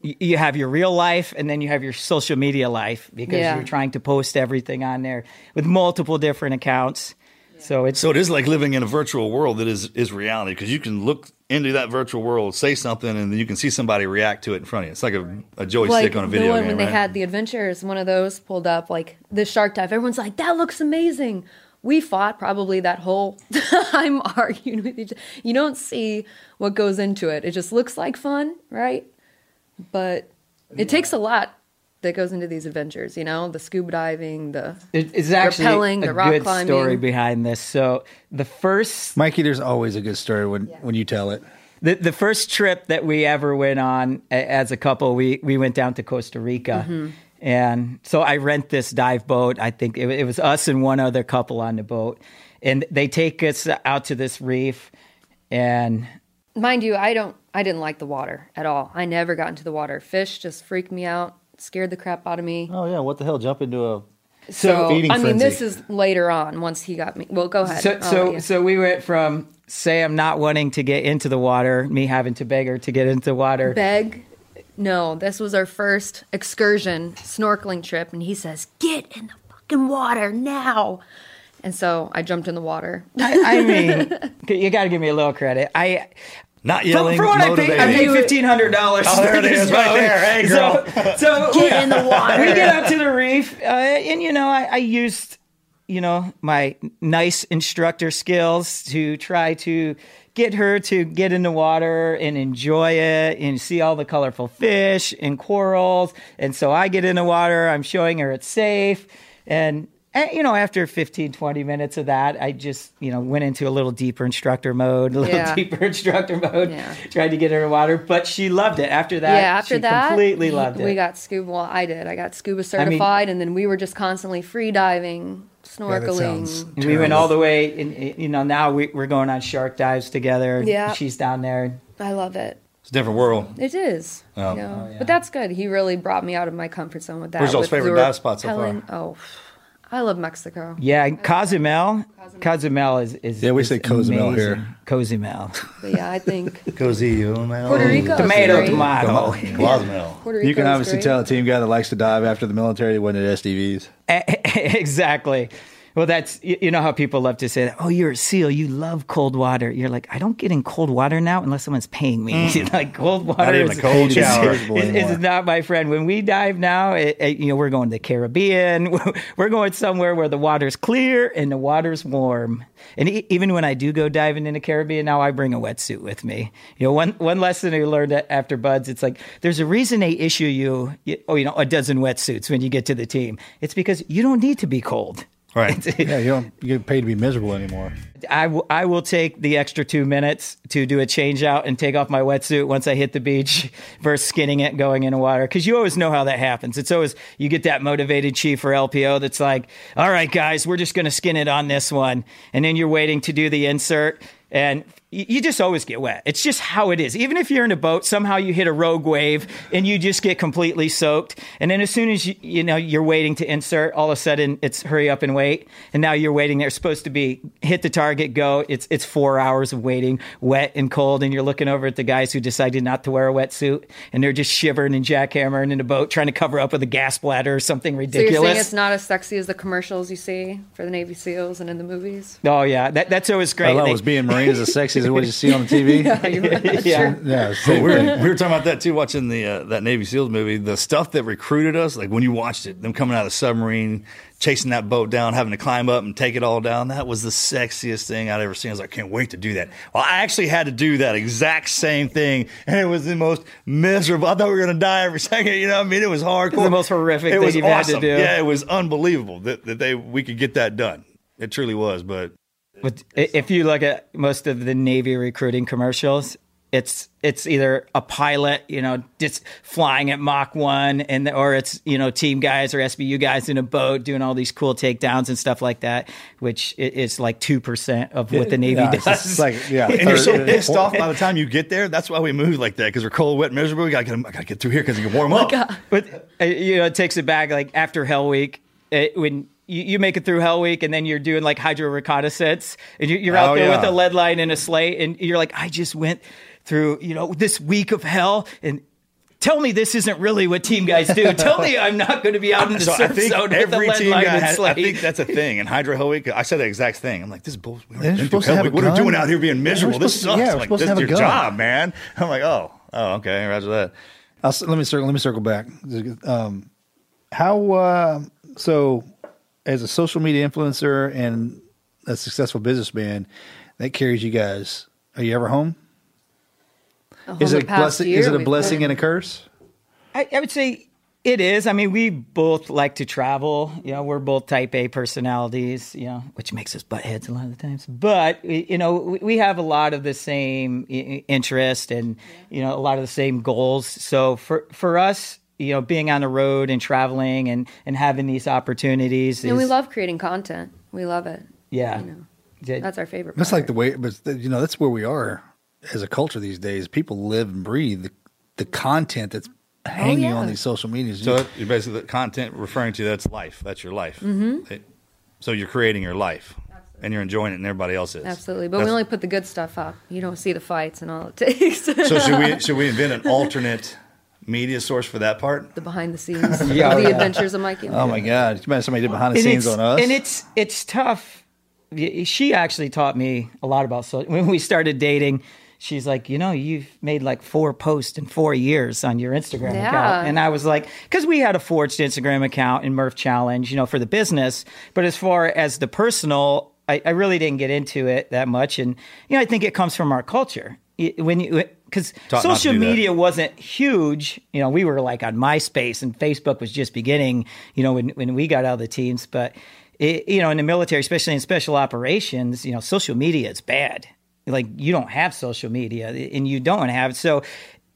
D: y- you have your real life and then you have your social media life because
G: Yeah.
D: you're trying to post everything on there with multiple different accounts. So it's
E: So it is like living in a virtual world that is is reality because you can look into that virtual world, say something, and then you can see somebody react to it in front of you. It's like a, a joystick on a video
G: the one
E: game,
G: when
E: right?
G: they had the adventures one of those pulled up like the shark dive everyone's like that looks amazing we fought probably that whole time arguing with each you don't see what goes into it it just looks like fun right but it takes a lot that goes into these adventures you know the scuba diving the
D: it- it's actually
G: rappelling,
D: a
G: the rock
D: good
G: climbing.
D: story behind this. So the first
F: Mikey, there's always a good story when when you tell it.
D: the, the first trip that we ever went on a- as a couple, we, we went down to Costa Rica.
G: Mm-hmm.
D: And so I rent this dive boat. I think it, it was us and one other couple on the boat. And they take us out to this reef. And
G: mind you i don't i didn't like the water at all i never got into the water fish just freaked me out scared the crap out of me
F: Oh yeah, what the hell? Jump into a
G: so i
F: Eating
G: mean
F: frenzy.
G: this is later on once he got me well go ahead Oh,
D: so,
G: I'll
D: so,
G: let you.
D: so we went from Sam not wanting to get into the water, me having to beg her to get into the water.
G: beg. No, this was our first excursion snorkeling trip, and he says, "Get in the fucking water now!" And so I jumped in the water.
D: I, I mean, you got to give me a little credit. I
E: Not
D: from,
E: yelling,
D: from what I paid,
E: motivating.
D: I paid fifteen hundred dollars.
E: Oh, there it is, right there. Hey, girl.
D: So, so
G: Get in the water.
D: we get up to the reef, uh, and you know, I, I used, you know, my nice instructor skills to try to get her to get in the water and enjoy it and see all the colorful fish and corals. And so I get in the water, I'm showing her it's safe. And, eh, you know, after 15, 20 minutes of that, I just, you know, went into a little deeper instructor mode, a little
G: Yeah.
D: deeper instructor mode,
G: Yeah.
D: tried to get her in water, but she loved it. After that,
G: yeah, after
D: she
G: that,
D: completely loved it.
G: We got scuba. Well, I did. I got scuba
D: mean-
G: certified, and then we were just constantly free diving,
F: sounds-
G: snorkeling.
D: And we went all the way, and and, you know, now we, we're going on shark dives together.
G: Yeah.
D: she's down there.
G: I love it.
E: It's a different world.
G: It is.
F: Oh.
G: you
D: Oh,
G: know? But that's good. He really brought me out of my comfort zone with that.
E: Where's y'all's
G: with
E: favorite
G: the
E: dive spot so far?
G: repelling- Oh, I love Mexico.
D: Yeah, and Cozumel, Cozumel is is
F: Yeah, we
D: is
F: say Cozumel
D: amazing.
F: here.
D: Cozumel,
G: But yeah, I think
E: Cozy, oh, man.
G: Puerto Rico.
D: tomato,
G: great.
D: tomato.
E: Cozumel.
G: Puerto Rico
F: You can
G: is
F: obviously
G: great.
F: tell a team guy that likes to dive after the military wasn't at SDVs.
D: exactly. Well, that's you you know how people love to say that. Oh, you're a seal. You love cold water. You're like, I don't get in cold water now unless someone's paying me.
F: Mm.
D: like cold water
E: even
D: is
E: a cold
D: is-
E: shower.
D: is- is- is not my friend. When we dive now, it, it- you know we're going to the Caribbean. We're going somewhere where the water's clear and the water's warm. And e- even when I do go diving in the Caribbean now, I bring a wetsuit with me. You know, one one lesson we learned a- after Buds, it's like there's a reason they issue you, you oh you know a dozen wetsuits when you get to the team. It's because you don't need to be cold.
E: Right.
F: yeah, you don't you get paid to be miserable anymore.
D: I will- I will take the extra two minutes to do a change out and take off my wetsuit once I hit the beach versus skinning it and going into water. Cause you always know how that happens. It's always, you get that motivated chief or LPO that's like, all right, guys, we're just going to skin it on this one. And then you're waiting to do the insert and y- you just always get wet. It's just how it is. Even if you're in a boat, somehow you hit a rogue wave and you just get completely soaked. And then as soon as you, you know you're waiting to insert, all of a sudden it's hurry up and wait. And now you're waiting. They're supposed to be hit the target, go. It's it's four hours of waiting, wet and cold, and you're looking over at the guys who decided not to wear a wetsuit and they're just shivering and jackhammering in the boat, trying to cover up with a gas bladder or something
G: So you're
D: ridiculous.
G: saying it's not as sexy as the commercials you see for the Navy SEALs and in the movies?
D: oh yeah, that, that's always great.
F: I thought
D: They-
F: it was being Marines as sexy as what you see on the Oh, TV. yeah,
D: yeah.
E: But
F: so
E: we, were, we were talking about that too, watching the uh, that Navy SEALs movie. The stuff that recruited us, like when you watched it, them coming out of the submarine, chasing that boat down, having to climb up and take it all down. That was the sexiest thing I'd ever seen. I was like, can't wait to do that. Well, I actually had to do that exact same thing, and it was the most miserable. I thought we were gonna die every second. You know, what I mean, it was hardcore.
D: the most horrific thing
E: was
D: you've had to do.
E: Yeah, it was unbelievable that, that they we could get that done. It truly was, but
D: But i- if you look at most of the Navy recruiting commercials, it's it's either a pilot, you know, just flying at Mach one, and or it's you know team guys or SBU guys in a boat doing all these cool takedowns and stuff like that, which i- is like two percent of what the Navy
F: it's,
D: does.
F: just like yeah,
E: And you're so
F: third-
E: pissed off by the time you get there. That's why we move like that because we're cold, wet, miserable. We gotta get, I gotta get through here because you can
D: Oh
E: warm up.
D: But uh, you know, it takes it back like after Hell Week it, when. You, you make it through Hell Week, and then you're doing like hydro reconnaissance, and you, you're out
E: Oh,
D: there with a
E: yeah.
D: lead line and a slate, and you're like, I just went through, you know, this week of hell, and tell me this isn't really what team guys do. tell me I'm not going to be out in the
E: So I
D: surf
E: think
D: zone with a
E: every
D: lead
E: team
D: line
E: guy
D: and
E: has, I
D: slate.
E: think that's a thing. And Hydra Hell Week, I said the exact thing. I'm like, this is bullshit. We already
F: They're
E: been through
F: supposed to
E: Hell
F: have
E: Week.
F: a
E: What are we
F: gun.
E: doing out here being
F: We're
E: miserable? This sucks.
F: supposed to- yeah,
E: I'm
F: we're
E: like,
F: supposed to
E: this is
F: have a
E: your
F: gun.
E: job, man. I'm like, oh, oh, okay, roger that.
F: I'll, s- let me circle. Let me circle back. Um, how uh, so? As a social media influencer and a successful businessman, that carries you guys. Are you ever home? Is it a blessing? Is it a blessing and a curse?
D: I, I would say it is. I mean, we both like to travel. You know, we're both type A personalities, you know, which makes us butt heads a lot of the times. But, y- you know, we, we have a lot of the same i- i- interest and, you know, a lot of the same goals. So for, for us, you know, being on the road and traveling and, and having these opportunities.
G: And we
D: is-
G: love creating content. We love it.
D: Yeah.
G: You know,
D: That-
G: that's our favorite.
F: That's like
G: part.
F: the way, but you know, that's where we are as a culture these days. People live and breathe the, the content that's hanging
G: yeah.
F: on these social medias.
E: So you're basically the content referring to that's life. That's your life.
D: Mm-hmm.
E: It- so you're creating your life, and you're enjoying it, and everybody else is
G: Absolutely. But we
E: That's-
G: only put the good stuff up. You don't see the fights and all it takes.
E: So should we should we invent an alternate media source for that part?
G: the behind the scenes,
D: Yeah,
G: the
D: yeah.
G: adventures of Mikey.
F: oh my god! You imagine somebody did behind the scenes
D: it's,
F: on us.
D: And it's it's tough. Y- She actually taught me a lot about so when we started dating. She's like, you know, you've made like four posts in four years on your Instagram
G: Yeah.
D: account, and I was like, because we had a forged Instagram account in Murph Challenge, you know, for the business, but as far as the personal, I, I really didn't get into it that much, and you know, I think it comes from our culture Y- when you because
E: Taught not to
D: social
E: do that.
D: media it wasn't huge. You know, we were like on MySpace and Facebook was just beginning, you know, when, when we got out of the teams. But, it, you know, in the military, especially in special operations, you know, social media is bad. Like you don't have social media and you don't have. So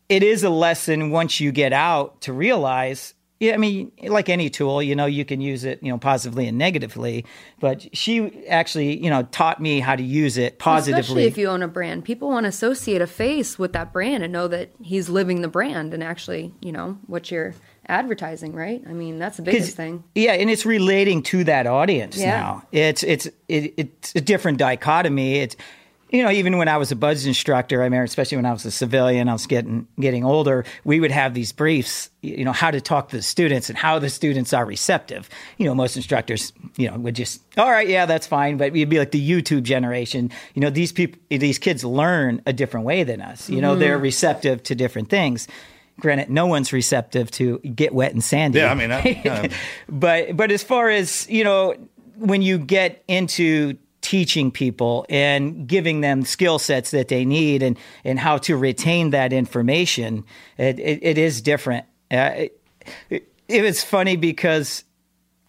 D: it is a lesson once you get out to realize. Yeah, I mean, like any tool, you know, you can use it, you know, positively and negatively. But she actually, you know, taught me how to use it positively.
G: Especially if you own a brand, people want to associate a face with that brand and know that he's living the brand and actually, you know, what you're advertising, right? I mean, that's the
D: 'Cause-
G: biggest thing.
D: Yeah, and it's relating to that audience
G: Yeah.
D: now. It's it's it, it's a different dichotomy. It's you know, even when I was a buzz instructor, I remember, especially when I was a civilian, I was getting getting older. We would have these briefs, you know, how to talk to the students and how the students are receptive. You know, most instructors, you know, would just, all right, yeah, that's fine. But you'd be like the YouTube generation. You know, these people, these kids learn a different way than us. You know,
G: Mm-hmm.
D: they're receptive to different things. Granted, no one's receptive to get wet and sandy.
E: Yeah, I mean, I, um,
D: but but as far as you know when you get into teaching people and giving them skill sets that they need and and how to retain that information it it, it is different uh, it, it, it's funny because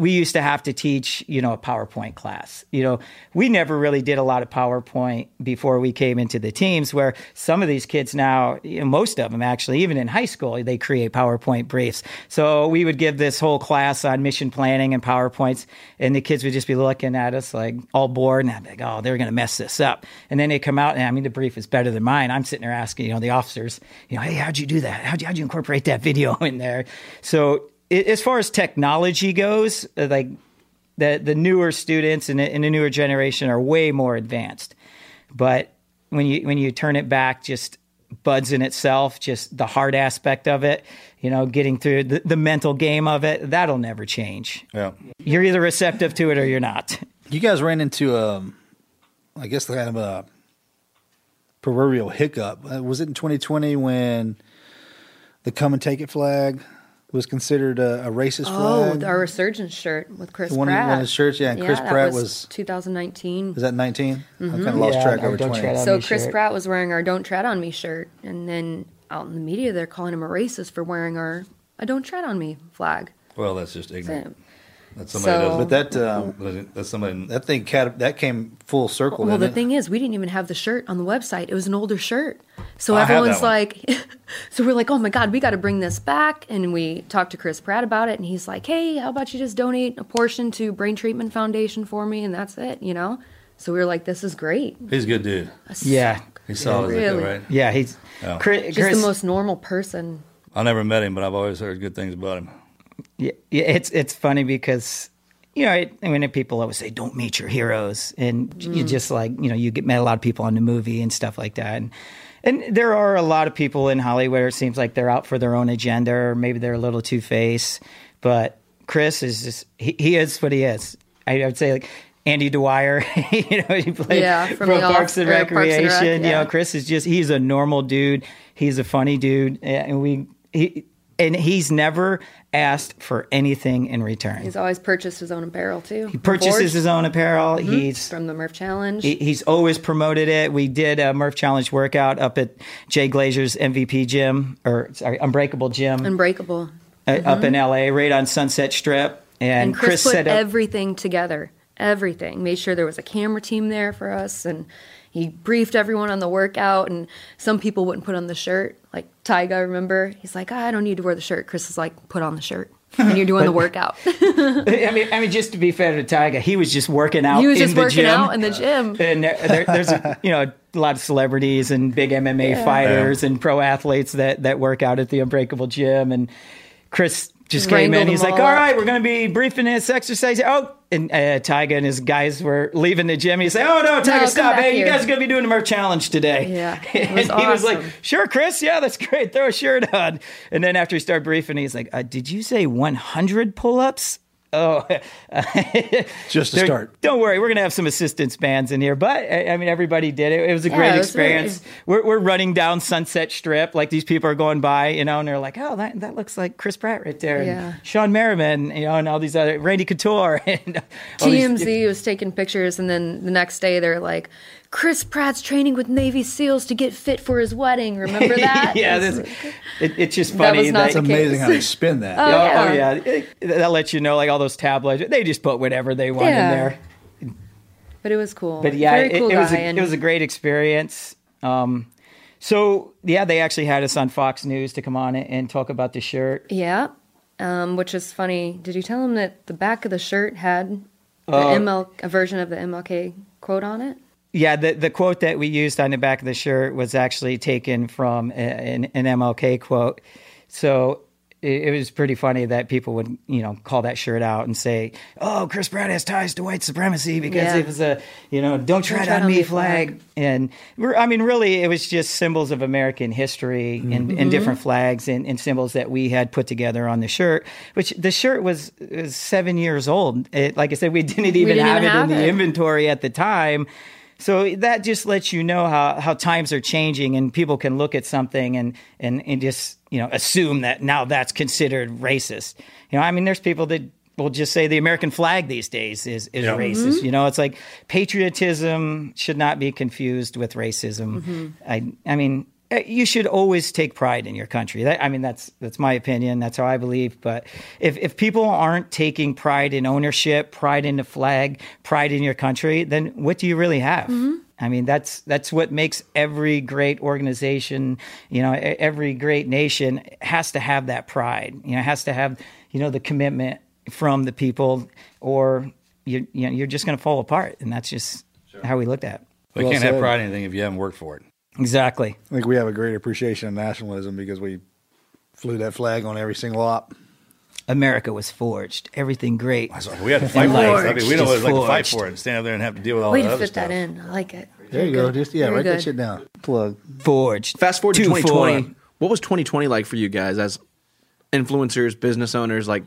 D: we used to have to teach, you know, a PowerPoint class. You know, we never really did a lot of PowerPoint before we came into the teams. Where some of these kids now, you know, most of them actually, even in high school, they create PowerPoint briefs. So we would give this whole class on mission planning and PowerPoints, and the kids would just be looking at us like all bored, and I'd be like, "Oh, they're going to mess this up." And then they come out, and I mean, the brief is better than mine. I'm sitting there asking, you know, the officers, you know, "Hey, how'd you do that? How'd you, how'd you incorporate that video in there?" So i- as far as technology goes, uh, like the the newer students and the, and the newer generation are way more advanced. But when you when you turn it back, just buds in itself, just the hard aspect of it, you know, getting through the, the mental game of it, that'll never change.
E: Yeah.
D: You're either receptive to it or you're not.
F: You guys ran into, um, I guess, the kind of a proverbial hiccup. Uh, Was it in 2020 when the "Come and Take It" flag was considered a, a racist
G: Oh,
F: flag?
G: our resurgence shirt with Chris
F: The one-
G: Pratt.
F: one of the shirts, yeah, and Chris
G: that
F: Pratt was-
G: 2019.
F: Is that 19? I've kind of
D: Mm-hmm.
F: lost
D: Yeah,
F: track
D: no,
F: over
D: don't
F: 20.
D: try that.
G: so
D: me
G: Chris
D: shirt.
G: Pratt was wearing our "Don't Tread on Me" shirt, and then out in the media they're calling him a racist for wearing our "I Don't Tread on Me" flag.
E: Well, that's just ignorant.
G: So-
E: That's somebody
G: So-
E: that
F: But that um,
E: doesn't. That's somebody.
F: that thing cat- that came full circle.
G: Well, the
F: didn't it?
G: thing is, we didn't even have the shirt on the website. It was an older shirt. So
E: I have that
G: everyone's
E: one.
G: like, so we're like, oh my God, we got to bring this back. And we talked to Chris Pratt about it. And he's like, hey, how about you just donate a portion to Brain Treatment Foundation for me? And that's it, you know? So we were like, this is great.
E: He's a good dude.
D: Yeah.
E: He's solid. as
G: really.
E: Really. Right.
D: Yeah, he's Chris,
G: Just
D: Chris-
G: the most normal person.
E: I never met him, but I've always heard good things about him.
D: Yeah, yeah, it's it's funny because you know it, I mean people always say don't meet your heroes, and you
G: Mm.
D: just like you know you get met a lot of people on the movie and stuff like that, and and there are a lot of people in Hollywood. Where it seems like they're out for their own agenda, or maybe they're a little two faced. But Chris is just he, he is what he is. I, I would say like. Andy Dwyer, you know, he played
G: Yeah,
D: from,
G: from the
D: Parks, and
G: off- or Parks and Rec,
D: Recreation. You know,
G: yeah.
D: Chris is just he's a normal dude. He's a funny dude, and we he and he's never asked for anything in return.
G: He's always purchased his own apparel, too.
D: he purchases his own apparel.
G: Hmm?
D: He's
G: From the Murph Challenge.
D: he- he's always promoted it. We did a Murph Challenge workout up at Jay Glazer's MVP gym or sorry, Unbreakable gym
G: Um, Unbreakable.
D: uh, up in LA, right on Sunset Strip. And,
G: uh-huh. And Chris, put
D: set up
G: everything together. Everything. Made sure there was a camera team there for us and he briefed everyone on the workout and some people wouldn't put on the shirt. Like Tyga, remember? He's like, "Ah, I don't need to wear the shirt. Chris is like, put on the shirt. And you're doing the workout.
D: I mean, I mean, just to be fair to Tyga, he was just working out.
G: he was
D: in
G: just
D: the
G: working
D: gym.
G: out in the gym.
D: and there, there, there's a, you know a lot of celebrities and big MMA fighters and pro athletes that that work out at the Unbreakable gym. And Chris just came
G: Wrangled
D: in. He's
G: them
D: like,
G: all
D: "All
G: up."
D: right, we're going to be briefing this exercise." Oh, and uh, Tyga and his guys were leaving the gym. He's like, "Oh no,
G: No,
D: Tyga,
G: come
D: stop!
G: back
D: Hey, you
G: here."
D: guys are going to be doing the Murph Challenge today."
G: Yeah, it
D: and
G: was
D: he was like,
G: awesome.
D: "Sure, Chris. Yeah, that's great. Throw a shirt on." And then after he started briefing, he's like, uh, "Did you say 100 pull-ups?" Oh,
F: just to
D: there-
F: start.
D: Don't worry, we're gonna have some assistance bands in here. But I I mean, everybody did it. It was a
G: Yeah,
D: great
G: it was
D: experience. We're, we're running down Sunset Strip, like these people are going by, you know, and they're like, "Oh, that, that looks like Chris Pratt right there,
G: Yeah.
D: and Sean Merriman, you know, and all these other Randy Couture and all these-
G: TMZ was taking pictures, and then the next day they're like, Chris Pratt's training with Navy SEALs to get fit for his wedding. Remember that?
D: yeah, this,
G: It's like,
D: it, it's just funny
G: was not
F: It's
G: the case.
F: amazing how they spin that.
G: Oh,
D: Oh,
G: yeah.
D: oh, yeah. It- that lets you know, like all those tabloids, they just put whatever they want
G: Yeah.
D: in there.
G: But it was cool.
D: But yeah,
G: Very
D: it,
G: cool
D: it was
G: guy,
D: a,
G: and
D: it was a great experience. Um, so yeah, they actually had us on Fox News to come on and, and talk about the shirt.
G: Yeah, um, which is funny. Did you tell him that the back of the shirt had the
E: Uh,
G: ML a version of the MLK quote on it?
D: Yeah, the the quote that we used on the back of the shirt was actually taken from a- an, an MLK quote. So it, it was pretty funny that people would you know call that shirt out and say, "Oh, Chris Pratt has ties to white supremacy because
G: Yeah.
D: it was a you know don't tread on, me flag." And we're, I mean, really, it was just symbols of American history and, and different flags and, and symbols that we had put together on the shirt. Which the shirt was, was seven years old. It, like I said, we didn't even
G: didn't
D: have
G: even
D: it in
G: have
D: the
G: it.
D: inventory at the time. So that just lets you know how, how times are changing and people can look at something and, and, and just, you know, assume that now that's considered racist. You know, I mean, there's people that will just say the American flag these days is, is
E: Yeah.
D: racist. You know, it's like patriotism should not be confused with racism. I, I mean, uh, you should always take pride in your country. That, I mean, that's that's my opinion. That's how I believe. But if if people aren't taking pride in ownership, pride in the flag, pride in your country, then what do you really have? I mean, that's that's what makes every great organization, you know, e- every great nation has to have that pride. You know, has to have you know the commitment from the people, or you you know, you're just going to fall apart. And that's just how we looked at. it.
E: Well,
F: Well
E: you can't
F: said.
E: have pride in anything if you haven't worked for it.
D: Exactly.
F: I think we have a great appreciation of nationalism because we flew that flag on every single op.
D: America was forged. Everything great.
E: It's like, we had to fight for it.
D: Forged.
E: I mean, we know what it's like to fight
D: Just
E: for it and stand up there and have to deal with all Oh,
G: Way
E: that
G: to
E: other
G: fit
E: stuff.
G: that in. I like it.
F: There you go. Just yeah,
G: Very
F: write
G: good.
F: that shit down. Plug.
D: Forged.
A: Fast forward to
D: Two
A: 2020.
D: four.
A: What was 2020 like for you guys as influencers, business owners? Like,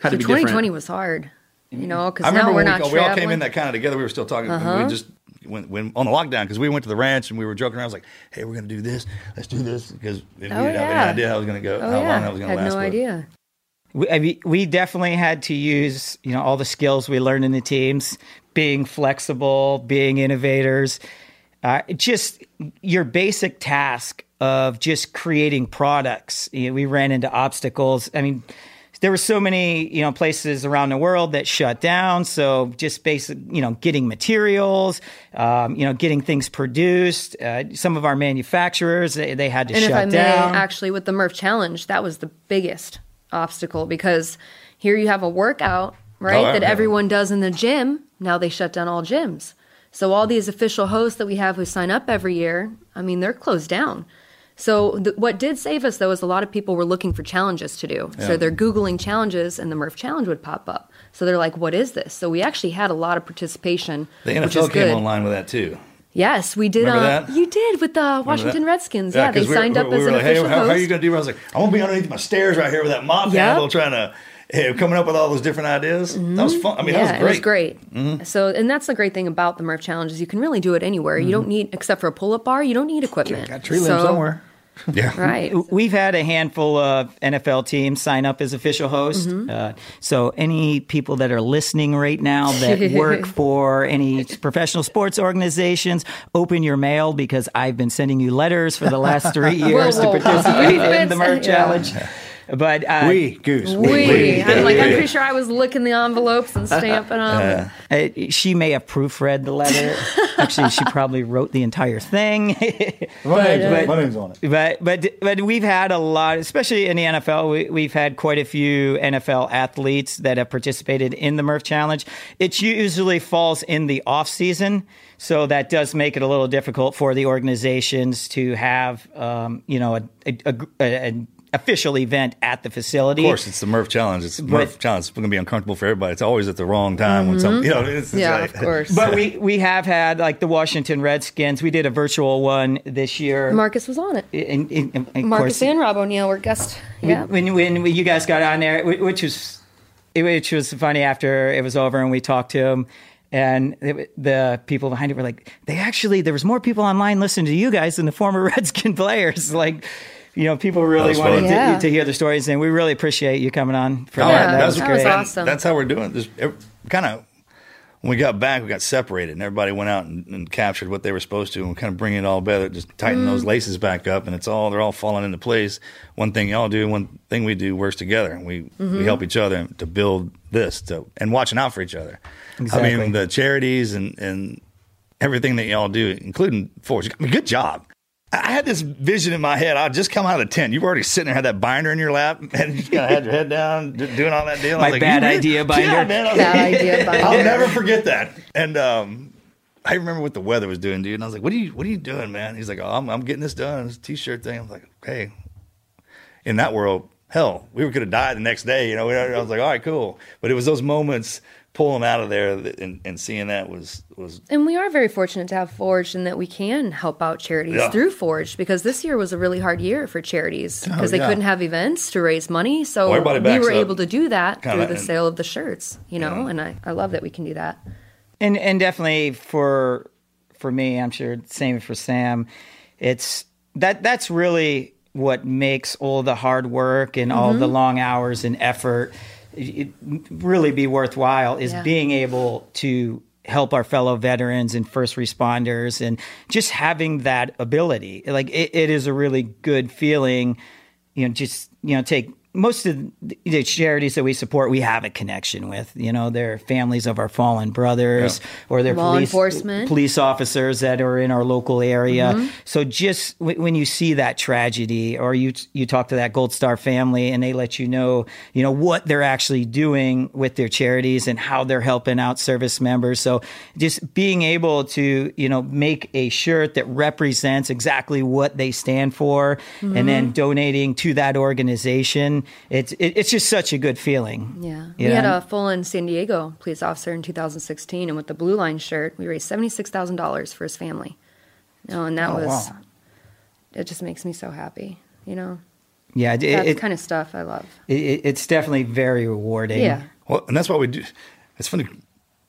A: had
G: So
A: to be different.
G: 2020 was hard, you know,
E: I
G: because
E: remember
G: now we're
E: when
G: not
E: we,
G: traveling. Uh-huh.
E: we all came in that kind of together. We were still talking. We just when, when on the lockdown because we went to the ranch and we were joking around. I was like, "Hey, we're going to do this. Let's do this." Because we didn't have
G: Oh, yeah.
E: any idea how it was going to go,
G: oh
E: how
G: yeah,
E: long that was going
G: had
E: to last.
G: no
E: but-
G: idea.
D: We, I mean, we definitely had to use you know all the skills we learned in the teams, being flexible, being innovators, uh, just your basic task of just creating products. You know, we ran into obstacles. I mean. There were so many, you know, places around the world that shut down. So just basic, you know, getting materials, um, you know, getting things produced. Uh, some of our manufacturers they, they had to
G: And
D: shut
G: if I
D: down.
G: may, actually, with the Murph Challenge, that was the biggest obstacle because here you have a workout, right,
E: Oh, yeah,
G: that
E: yeah.
G: everyone does in the gym. Now they shut down all gyms. So all these official hosts that we have who sign up every year, I mean, they're closed down. So th- what did save us though is a lot of people were looking for challenges to do. So they're googling challenges, and the Murph Challenge would pop up. So they're like, "What is this?" So we actually had a lot of participation,
E: The
G: which is
E: NFL
G: good.
E: came online with that too.
G: Yes, we did.
E: Remember
G: uh,
E: that?
G: You did with the
E: Remember
G: Washington
E: that?
G: Redskins. Yeah, they
E: 'cause we were-
G: signed up
E: we
G: as
E: were
G: an
E: like,
G: official
E: hey, how,
G: host.
E: how are you going to do it? I was like, I'm going to be underneath my stairs right here with that mop
G: Yeah.
E: handle trying to, hey, coming up with all those different ideas. That was Mm-hmm. fun. I mean,
G: Mm-hmm. yeah,
E: that
G: it was great. So, and that's the great thing about the Murph Challenge is you can really do it anywhere. You
E: Mm-hmm.
G: don't need, except for a pull-up bar, you don't need equipment.
F: Got tree limb
G: So-
F: somewhere.
E: Yeah.
G: right?
D: We've had a handful of NFL teams sign up as official host.
G: Mm-hmm.
D: Uh, so any people that are listening right now that work for any professional sports organizations, open your mail because I've been sending you letters for the last three years
G: whoa.
D: to participate
G: You've been
D: in the Merc
G: sending- yeah.
D: Challenge. But uh,
F: We goose.
G: We, I'm like, I'm pretty sure I was licking the envelopes and stamping on. them.
D: Uh, she may have proofread the letter. Actually, she probably wrote the entire thing.
F: My
D: but-
F: name's on it. My name's on it.
D: But but but we've had a lot, especially in the NFL. We, we've had quite a few NFL athletes that have participated in the Murph Challenge. It usually falls in the off season, so that does make it a little difficult for the organizations to have um, you know a, a, a, a- an official event at the facility.
E: Of course, it's the Murph Challenge. It's Murph Challenge. It's going to be uncomfortable for everybody. It's always at the wrong time when something, you know, it's, it's
G: Mm-hmm. Yeah,
E: like-
G: of course.
D: But we, we have had like the Washington Redskins. We did a virtual one this year.
G: Marcus was on it.
D: and, and- and of
G: Marcus
D: course-
G: and Rob O'Neill were guest. Yeah,
D: when when you guys got on there, wh- which was it- which was funny after it was over and we talked to him. And it w- the people behind it were like, they actually, there was more people online listening to you guys than the former Redskin players. Like, you know, people really
E: was
D: wanted
E: fun.
D: to,
G: Yeah.
D: to hear the stories, and we really appreciate you coming on. For
E: Oh,
D: that.
G: Yeah,
D: that was
G: that
D: great.
G: was awesome.
E: That's how we're doing. Just kind of when we got back, we got separated, and everybody went out and, and captured what they were supposed to, and kind of bring it all together, just tighten those laces back up, and it's all they're all falling into place. One thing y'all do, one thing we do works together, and we we help each other to build this, to, and watching out for each other. I
D: Exactly.
E: mean, the charities and and everything that y'all do, including Forge. I mean, good job. I I had this vision in my head. I just come out of the tent. You were already sitting there, had that binder in your lap, and you kind of had your head down, d- doing all that deal. I
D: My
E: was like,
D: bad
E: "You did?
D: idea binder."
E: Yeah, man. I was like,
G: bad idea. By
E: I'll never forget that. And um, I remember what the weather was doing, dude. And I was like, "What are you? What are you doing, man?" He's like, "Oh, I'm, I'm getting this done. This t-shirt thing." I'm like, "Okay." In that world, hell, we could have died the next day. You know, We- I was like, "All right, cool." But it was those moments pulling out of there that, and, and seeing that was was
G: And we are very fortunate to have Forged and that we can help out charities
E: Yeah.
G: through Forged because this year was a really hard year for charities because they
F: yeah.
G: couldn't have events to raise money. So
E: Oh, Well, everybody
G: we
E: backs
G: were
E: up.
G: able to do that
E: Kinda,
G: through the
E: and-
G: sale of the shirts, you know, and I, I love that we can do that.
D: and and definitely for for me i'm sure it's same for sam it's that that's really what makes all the hard work and all the long hours and effort it, it really be worthwhile is
G: Yeah.
D: being able to help our fellow veterans and first responders and just having that ability. Like it, it is a really good feeling. You know, just you know, take most of the- the charities that we support, we have a connection with. You know, they're families of our fallen brothers or their
G: Law
D: police,
G: enforcement.
D: police officers that are in our local area.
G: Mm-hmm.
D: So just w- when you see that tragedy, or you you talk to that Gold Star family, and they let you know, you know what they're actually doing with their charities and how they're helping out service members. So just being able to you know make a shirt that represents exactly what they stand for, and
G: Mm-hmm.
D: then donating to that organization, it's it, it's just such a good feeling.
G: Yeah.
D: You
G: We had
D: know?
G: a full in San Diego police officer in 2016, and with the Blue Line shirt, we raised $76,000 for his family. No, and
E: Oh,
G: that was,
F: wow.
G: it just makes me so happy, you know?
D: yeah. It,
G: That
D: it,
G: kind of stuff I love.
D: it- it's definitely very rewarding.
G: Yeah.
E: Well, and that's why we do. It's funny.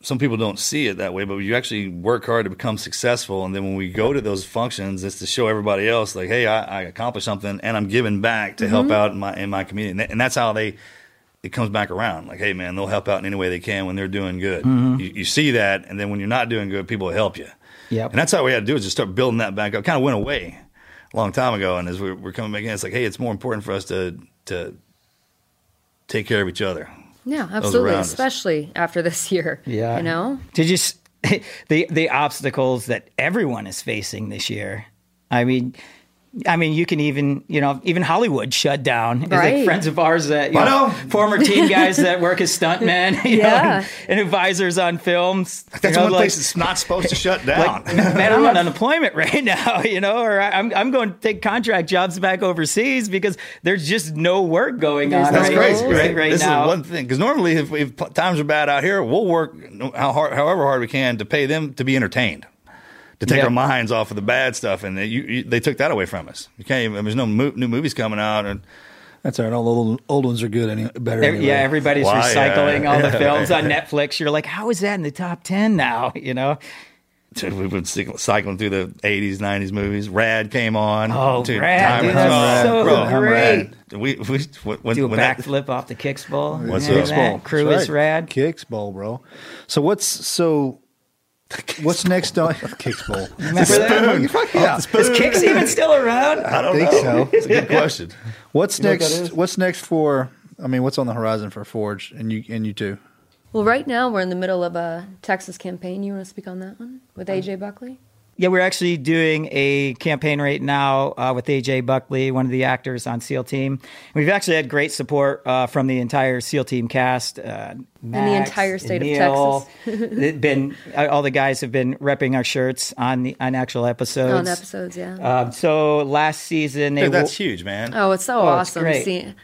E: Some people don't see it that way, but you actually work hard to become successful. And then when we go to those functions, it's to show everybody else, like, hey, I, I accomplished something, and I'm giving back to help out in my in my community. And, that- and that's how they it comes back around. Like, hey, man, they'll help out in any way they can when they're doing good. You, you see that, and then when you're not doing good, people will help you.
D: Yep.
E: And that's how we had to do is just start building that back up. Kind of went away a long time ago, and as we we're coming back in, it's like, hey, it's more important for us to to take care of each other.
G: Yeah, absolutely.
E: around us.
G: Especially after this year.
D: Yeah.
G: You know?
D: to just the the obstacles that everyone is facing this year. I mean, I mean, you can even you know even Hollywood shut down. It's like
G: Right.
D: friends of ours that you
E: I
D: know,
E: know.
D: former team guys that work as stuntmen, you know,
G: Yeah.
D: and, and advisors on films.
E: That's
D: you know,
E: one
D: like-
E: place that's not supposed to shut down.
D: like, man, I'm on unemployment right now, you know, or I- I'm I'm going to take contract jobs back overseas because there's just no work going
G: There's
D: on.
G: no
E: that's
D: right,
E: crazy,
G: rules.
E: right?
D: right, right
E: this
D: now.
E: is one thing because normally, if, if p- times are bad out here, we'll work how hard, however hard we can to pay them to be entertained, to take
D: Yeah.
E: our minds off of the bad stuff, and they, you, you, they took that away from us. You can't even. There's no mo- new movies coming out, and
F: That's all right. All the old, old ones are good. Any better?
D: Every-
F: anyway.
D: yeah, everybody's
E: Why,
D: recycling
E: uh,
D: all the
E: yeah,
D: films on Netflix. You're like, how is that in the top ten now? You know,
E: dude, we've been cycling, cycling through the '80s, '90s movies. Rad came on.
D: Oh, Rad, dude, that's so great.
E: We, we when,
D: do a
E: when that-
D: backflip off the kicks ball. Remember
E: What's up?
D: that?
E: Kicks ball.
D: Crew
F: That's
D: is
F: right.
D: rad.
F: Kicks bowl, bro. So what's so? What's next on kicks bowl?
D: Remember that?
F: You fuck yeah.
D: Is kicks even still around?
E: I don't
F: think
E: know.
F: so.
E: It's a good question.
F: What's
D: know what that
F: next?
D: is?
F: what's next for? I mean, what's on the horizon for Forge and you and you two?
G: Well, right now we're in the middle of a Texas campaign. You want to speak on that one with
E: Um,
G: AJ Buckley?
D: Yeah, we're actually doing a campaign right now uh, with AJ Buckley, one of the actors on SEAL Team. We've actually had great support uh, from the entire SEAL Team cast, uh, Max,
G: entire state of
D: Neil. They've been uh, all the guys have been repping our shirts on the on actual episodes.
G: On episodes, yeah.
E: uh,
D: Um, so last season they
E: Dude,
D: wo-
E: that's huge, man.
G: oh, it's so
D: oh, it's
G: awesome.
D: great.
G: See,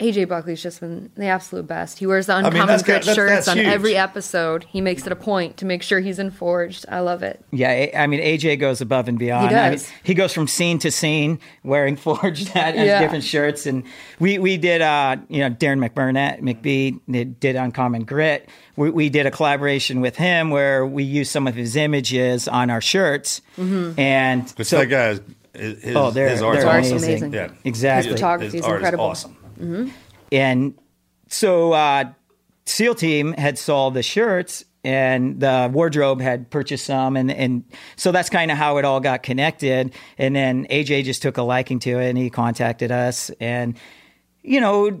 G: AJ Buckley's just been the absolute best. He wears the
E: mean,
G: uncommon
E: that's
G: grit
E: got- that's-
G: shirts
E: that's
G: on
E: huge.
G: every episode. He makes it a point to make sure he's in Forged. I love it.
D: Yeah, I- I mean AJ goes above and beyond. I mean,
G: does.
D: he goes from scene to scene wearing forged hat and
G: Yeah.
D: different shirts. And we we did uh you know Darren McBurnett McBee did, did Uncommon Grit. We, we did a collaboration with him where we used some of his images on our shirts.
G: Mm-hmm.
D: And
E: But
D: so
E: that guy's his, his
D: Oh, they're-
E: his art's
D: they're
E: awesome.
G: amazing.
E: Yeah,
D: Exactly. His
G: photography is
E: art
G: incredible.
E: awesome.
D: and so uh, SEAL Team had sold the shirts, and the wardrobe had purchased some, and and so that's kind of how it all got connected. And then AJ just took a liking to it, and he contacted us, and you know, it-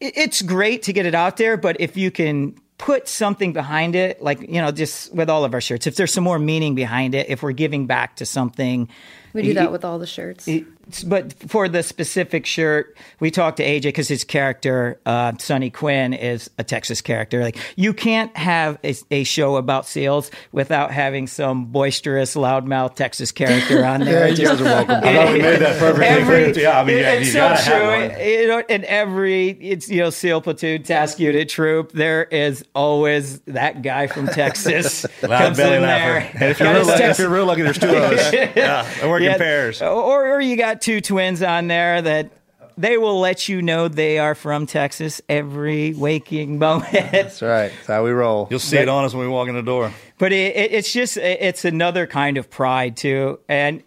D: it's great to get it out there, but if you can put something behind it, like, you know, just with all of our shirts, if there's some more meaning behind it, if we're giving back to something.
G: We do
D: you-
G: that with all the shirts.
D: it's- but for the specific shirt, we talked to AJ because his character, uh, Sonny Quinn, is a Texas character. Like you can't have a, a show about seals without having some boisterous, loudmouth Texas character on there.
F: you guys are welcome.
E: we made that perfectly
D: Every,
E: clear. Yeah, I mean, yeah,
D: it's
E: you
D: so
E: gotta have
D: true.
E: one.
D: You know, in every it's you know SEAL platoon, task unit, troop, there is always that guy from Texas
E: Loud
D: comes
E: belly
D: in
E: laugher.
D: there.
E: If you're
D: Got
E: real
D: his
E: lucky-
D: Texas-
F: if you're real lucky, there's two of us.
E: Yeah, I work
D: yeah,
E: in pairs.
D: Or, or you got two twins on there that they will let you know they are from Texas every waking moment.
F: That's right. That's how we roll.
E: You'll see it on us when we walk in the door.
D: but it, it, it's just it- it's another kind of pride too, and.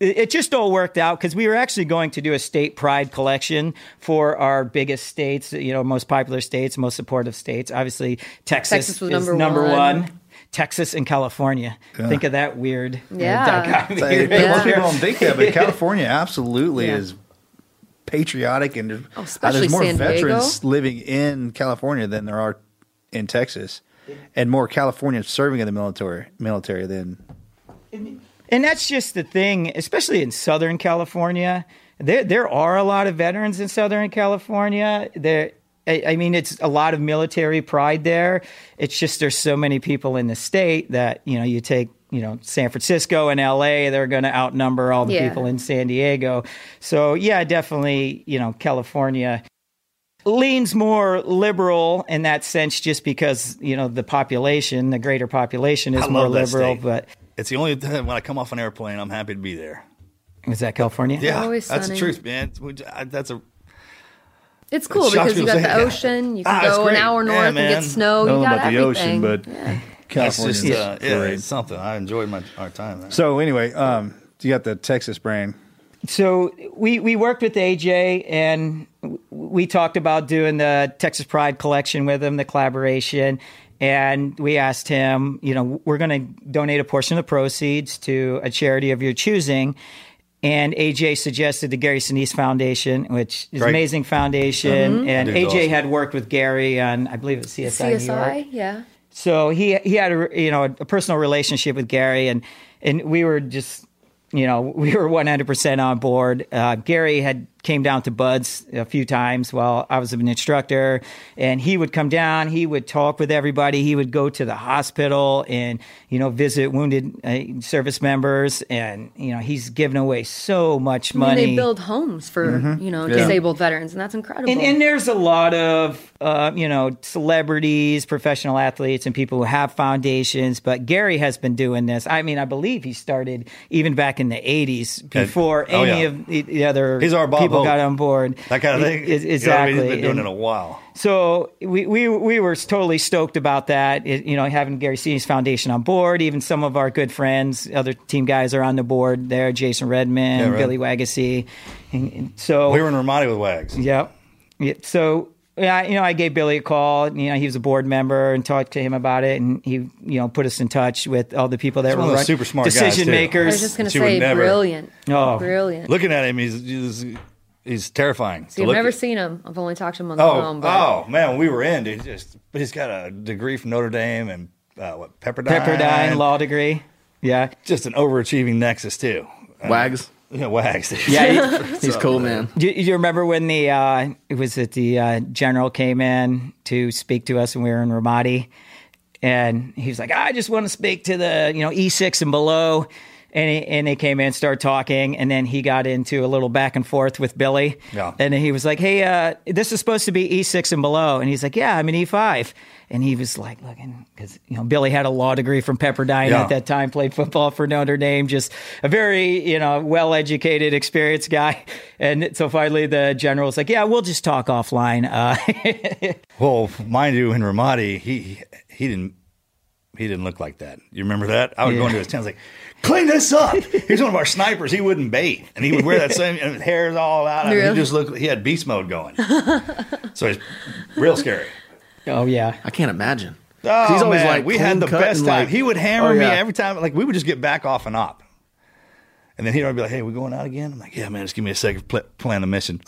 D: It it just all worked out because we were actually going to do a state pride collection for our biggest states, you know, most popular states, most supportive states. Obviously, Texas,
G: Texas was
D: is
G: number
D: number
G: one.
D: one. Texas and California. Think of that weird uh,
G: Yeah.
D: dichotomy.
F: Say,
D: right
F: Most
D: there.
F: people don't think that, but California absolutely
G: Yeah.
F: is patriotic and there's,
G: Oh, especially
F: there's more
G: San Diego.
F: veterans living in California than there are in Texas, and more Californians serving in the military military than
D: And that's just the thing, especially in Southern California. There, there are a lot of veterans in Southern California. There, I, I mean, it's a lot of military pride there. It's just there's so many people in the state that you know you take you know San Francisco and L.A. They're going to outnumber all the
G: Yeah.
D: people in San Diego. So yeah, definitely you know California leans more liberal in that sense, just because you know the population, the greater population, is
E: I
D: more
E: love that
D: liberal.
E: state.
D: But
E: It's the only time when I come off an airplane, I'm happy to be there.
D: is that California?
E: Yeah,
G: Always
E: that's the
G: sunny.
E: truth, man. We j- I- That's a
G: It's cool
E: It shocks
G: because you
E: me to
G: got
E: say
G: the
E: that.
G: ocean. You can
E: Ah, it's
G: go an
E: great.
G: hour north
E: Yeah,
G: and get
E: man.
G: snow.
F: I don't
G: you
F: know
G: got
F: about the
G: everything.
F: ocean, but
E: that's
F: California.
E: just uh, yeah, it's something. I enjoyed my our time there.
F: so anyway, um, you got the Texas brand.
D: so we we worked with AJ and w- we talked about doing the Texas Pride collection with him, the collaboration, and we asked him, you know, we're going to donate a portion of the proceeds to a charity of your choosing. And AJ suggested the Gary Sinise Foundation, which is an
E: Great.
D: amazing foundation. And AJ
E: Dude's awesome.
D: had worked with Gary on, I believe it's CSI, New York.
G: CSI, yeah.
D: So he he had a you know a personal relationship with Gary, and and we were just you know we were one hundred percent on board. Uh, Gary had came down to Buds a few times while I was an instructor, and he would come down. He would talk with everybody. He would go to the hospital and you know visit wounded uh, service members, and you know he's given away so much
G: I mean,
D: money.
G: they build homes for
E: Mm-hmm.
G: you know disabled veterans, and that's incredible.
D: And, and there's a lot of, uh, you know, celebrities, professional athletes, and people who have foundations. But Gary has been doing this. I mean, I believe he started even back in the 80s before
E: oh,
D: any
E: yeah.
D: of the- the other
E: He's our Bob
D: people
E: Hope.
D: got on board.
E: That kind of
D: E-
E: thing.
D: e- Exactly.
E: You know what I mean? He's been doing
D: And-
E: it a while.
D: so we, we we were totally stoked about that. It- you know, having Gary Sinise Foundation on board, even some of our good friends, other team guys are on the board there. Jason Redman,
E: Yeah, right.
D: Billy Wagacy, and, and so
E: We were in Ramadi with Wags.
D: Yep. Yeah. So yeah, you know, I gave Billy a call. and, You know, he was a board member and talked to him about it, and he, you know, put us in touch with all the people that
E: He's one
D: were
E: of those
D: run-
E: super smart guys,
D: decision
E: too.
G: I
D: makers.
G: was just gonna
E: She would
G: say,
E: never-
G: brilliant,
D: Oh.
G: brilliant.
E: Looking at him, he's he's, he's terrifying. to
G: See, I've
E: look
G: never
E: at.
G: seen him. I've only talked to him on the
E: Oh,
G: phone. But
E: oh man, when we were in. Dude, just he's got a degree from Notre Dame and uh, what Pepperdine.
D: Pepperdine law degree. Yeah.
E: Just an overachieving nexus too.
A: Wags.
E: Yeah, Wags.
D: Yeah. you-
A: He's cool, man.
D: Do you, you remember when the uh, it was it the uh, general came in to speak to us when we were in Ramadi, and he was like, "I just want to speak to the you know E6 and below," and he, and they came in, started talking, and then he got into a little back and forth with Billy,
E: Yeah.
D: and then he was like, "Hey, uh, this is supposed to be E6 and below," and he's like, "Yeah, I'm an E5." And he was like looking because you know Billy had a law degree from Pepperdine
E: Yeah.
D: at that time, played football for Notre Dame, just a very you know well-educated, experienced guy. And so finally, the general was like, "Yeah, we'll just talk offline." Uh,
E: Well, mind you, in Ramadi, he he didn't he didn't look like that. You remember that? I would go into his town like, clean this up. He's one of our snipers. He wouldn't bathe, and he would wear that same and his hair's all out. I mean,
G: Really?
E: he just looked. He had beast mode going, so he's real scary.
D: oh yeah,
A: I can't imagine. 'Cause
E: Oh, man, we
A: clean
E: had the
A: cut
E: best
A: and,
E: time.
A: like-
E: he would hammer
A: Oh,
E: me
A: yeah.
E: every time. Like we would just get back off and up, and then he'd always be like, "Hey, we going out again?" I'm like, "Yeah, man, just give me a second, pl- plan the mission."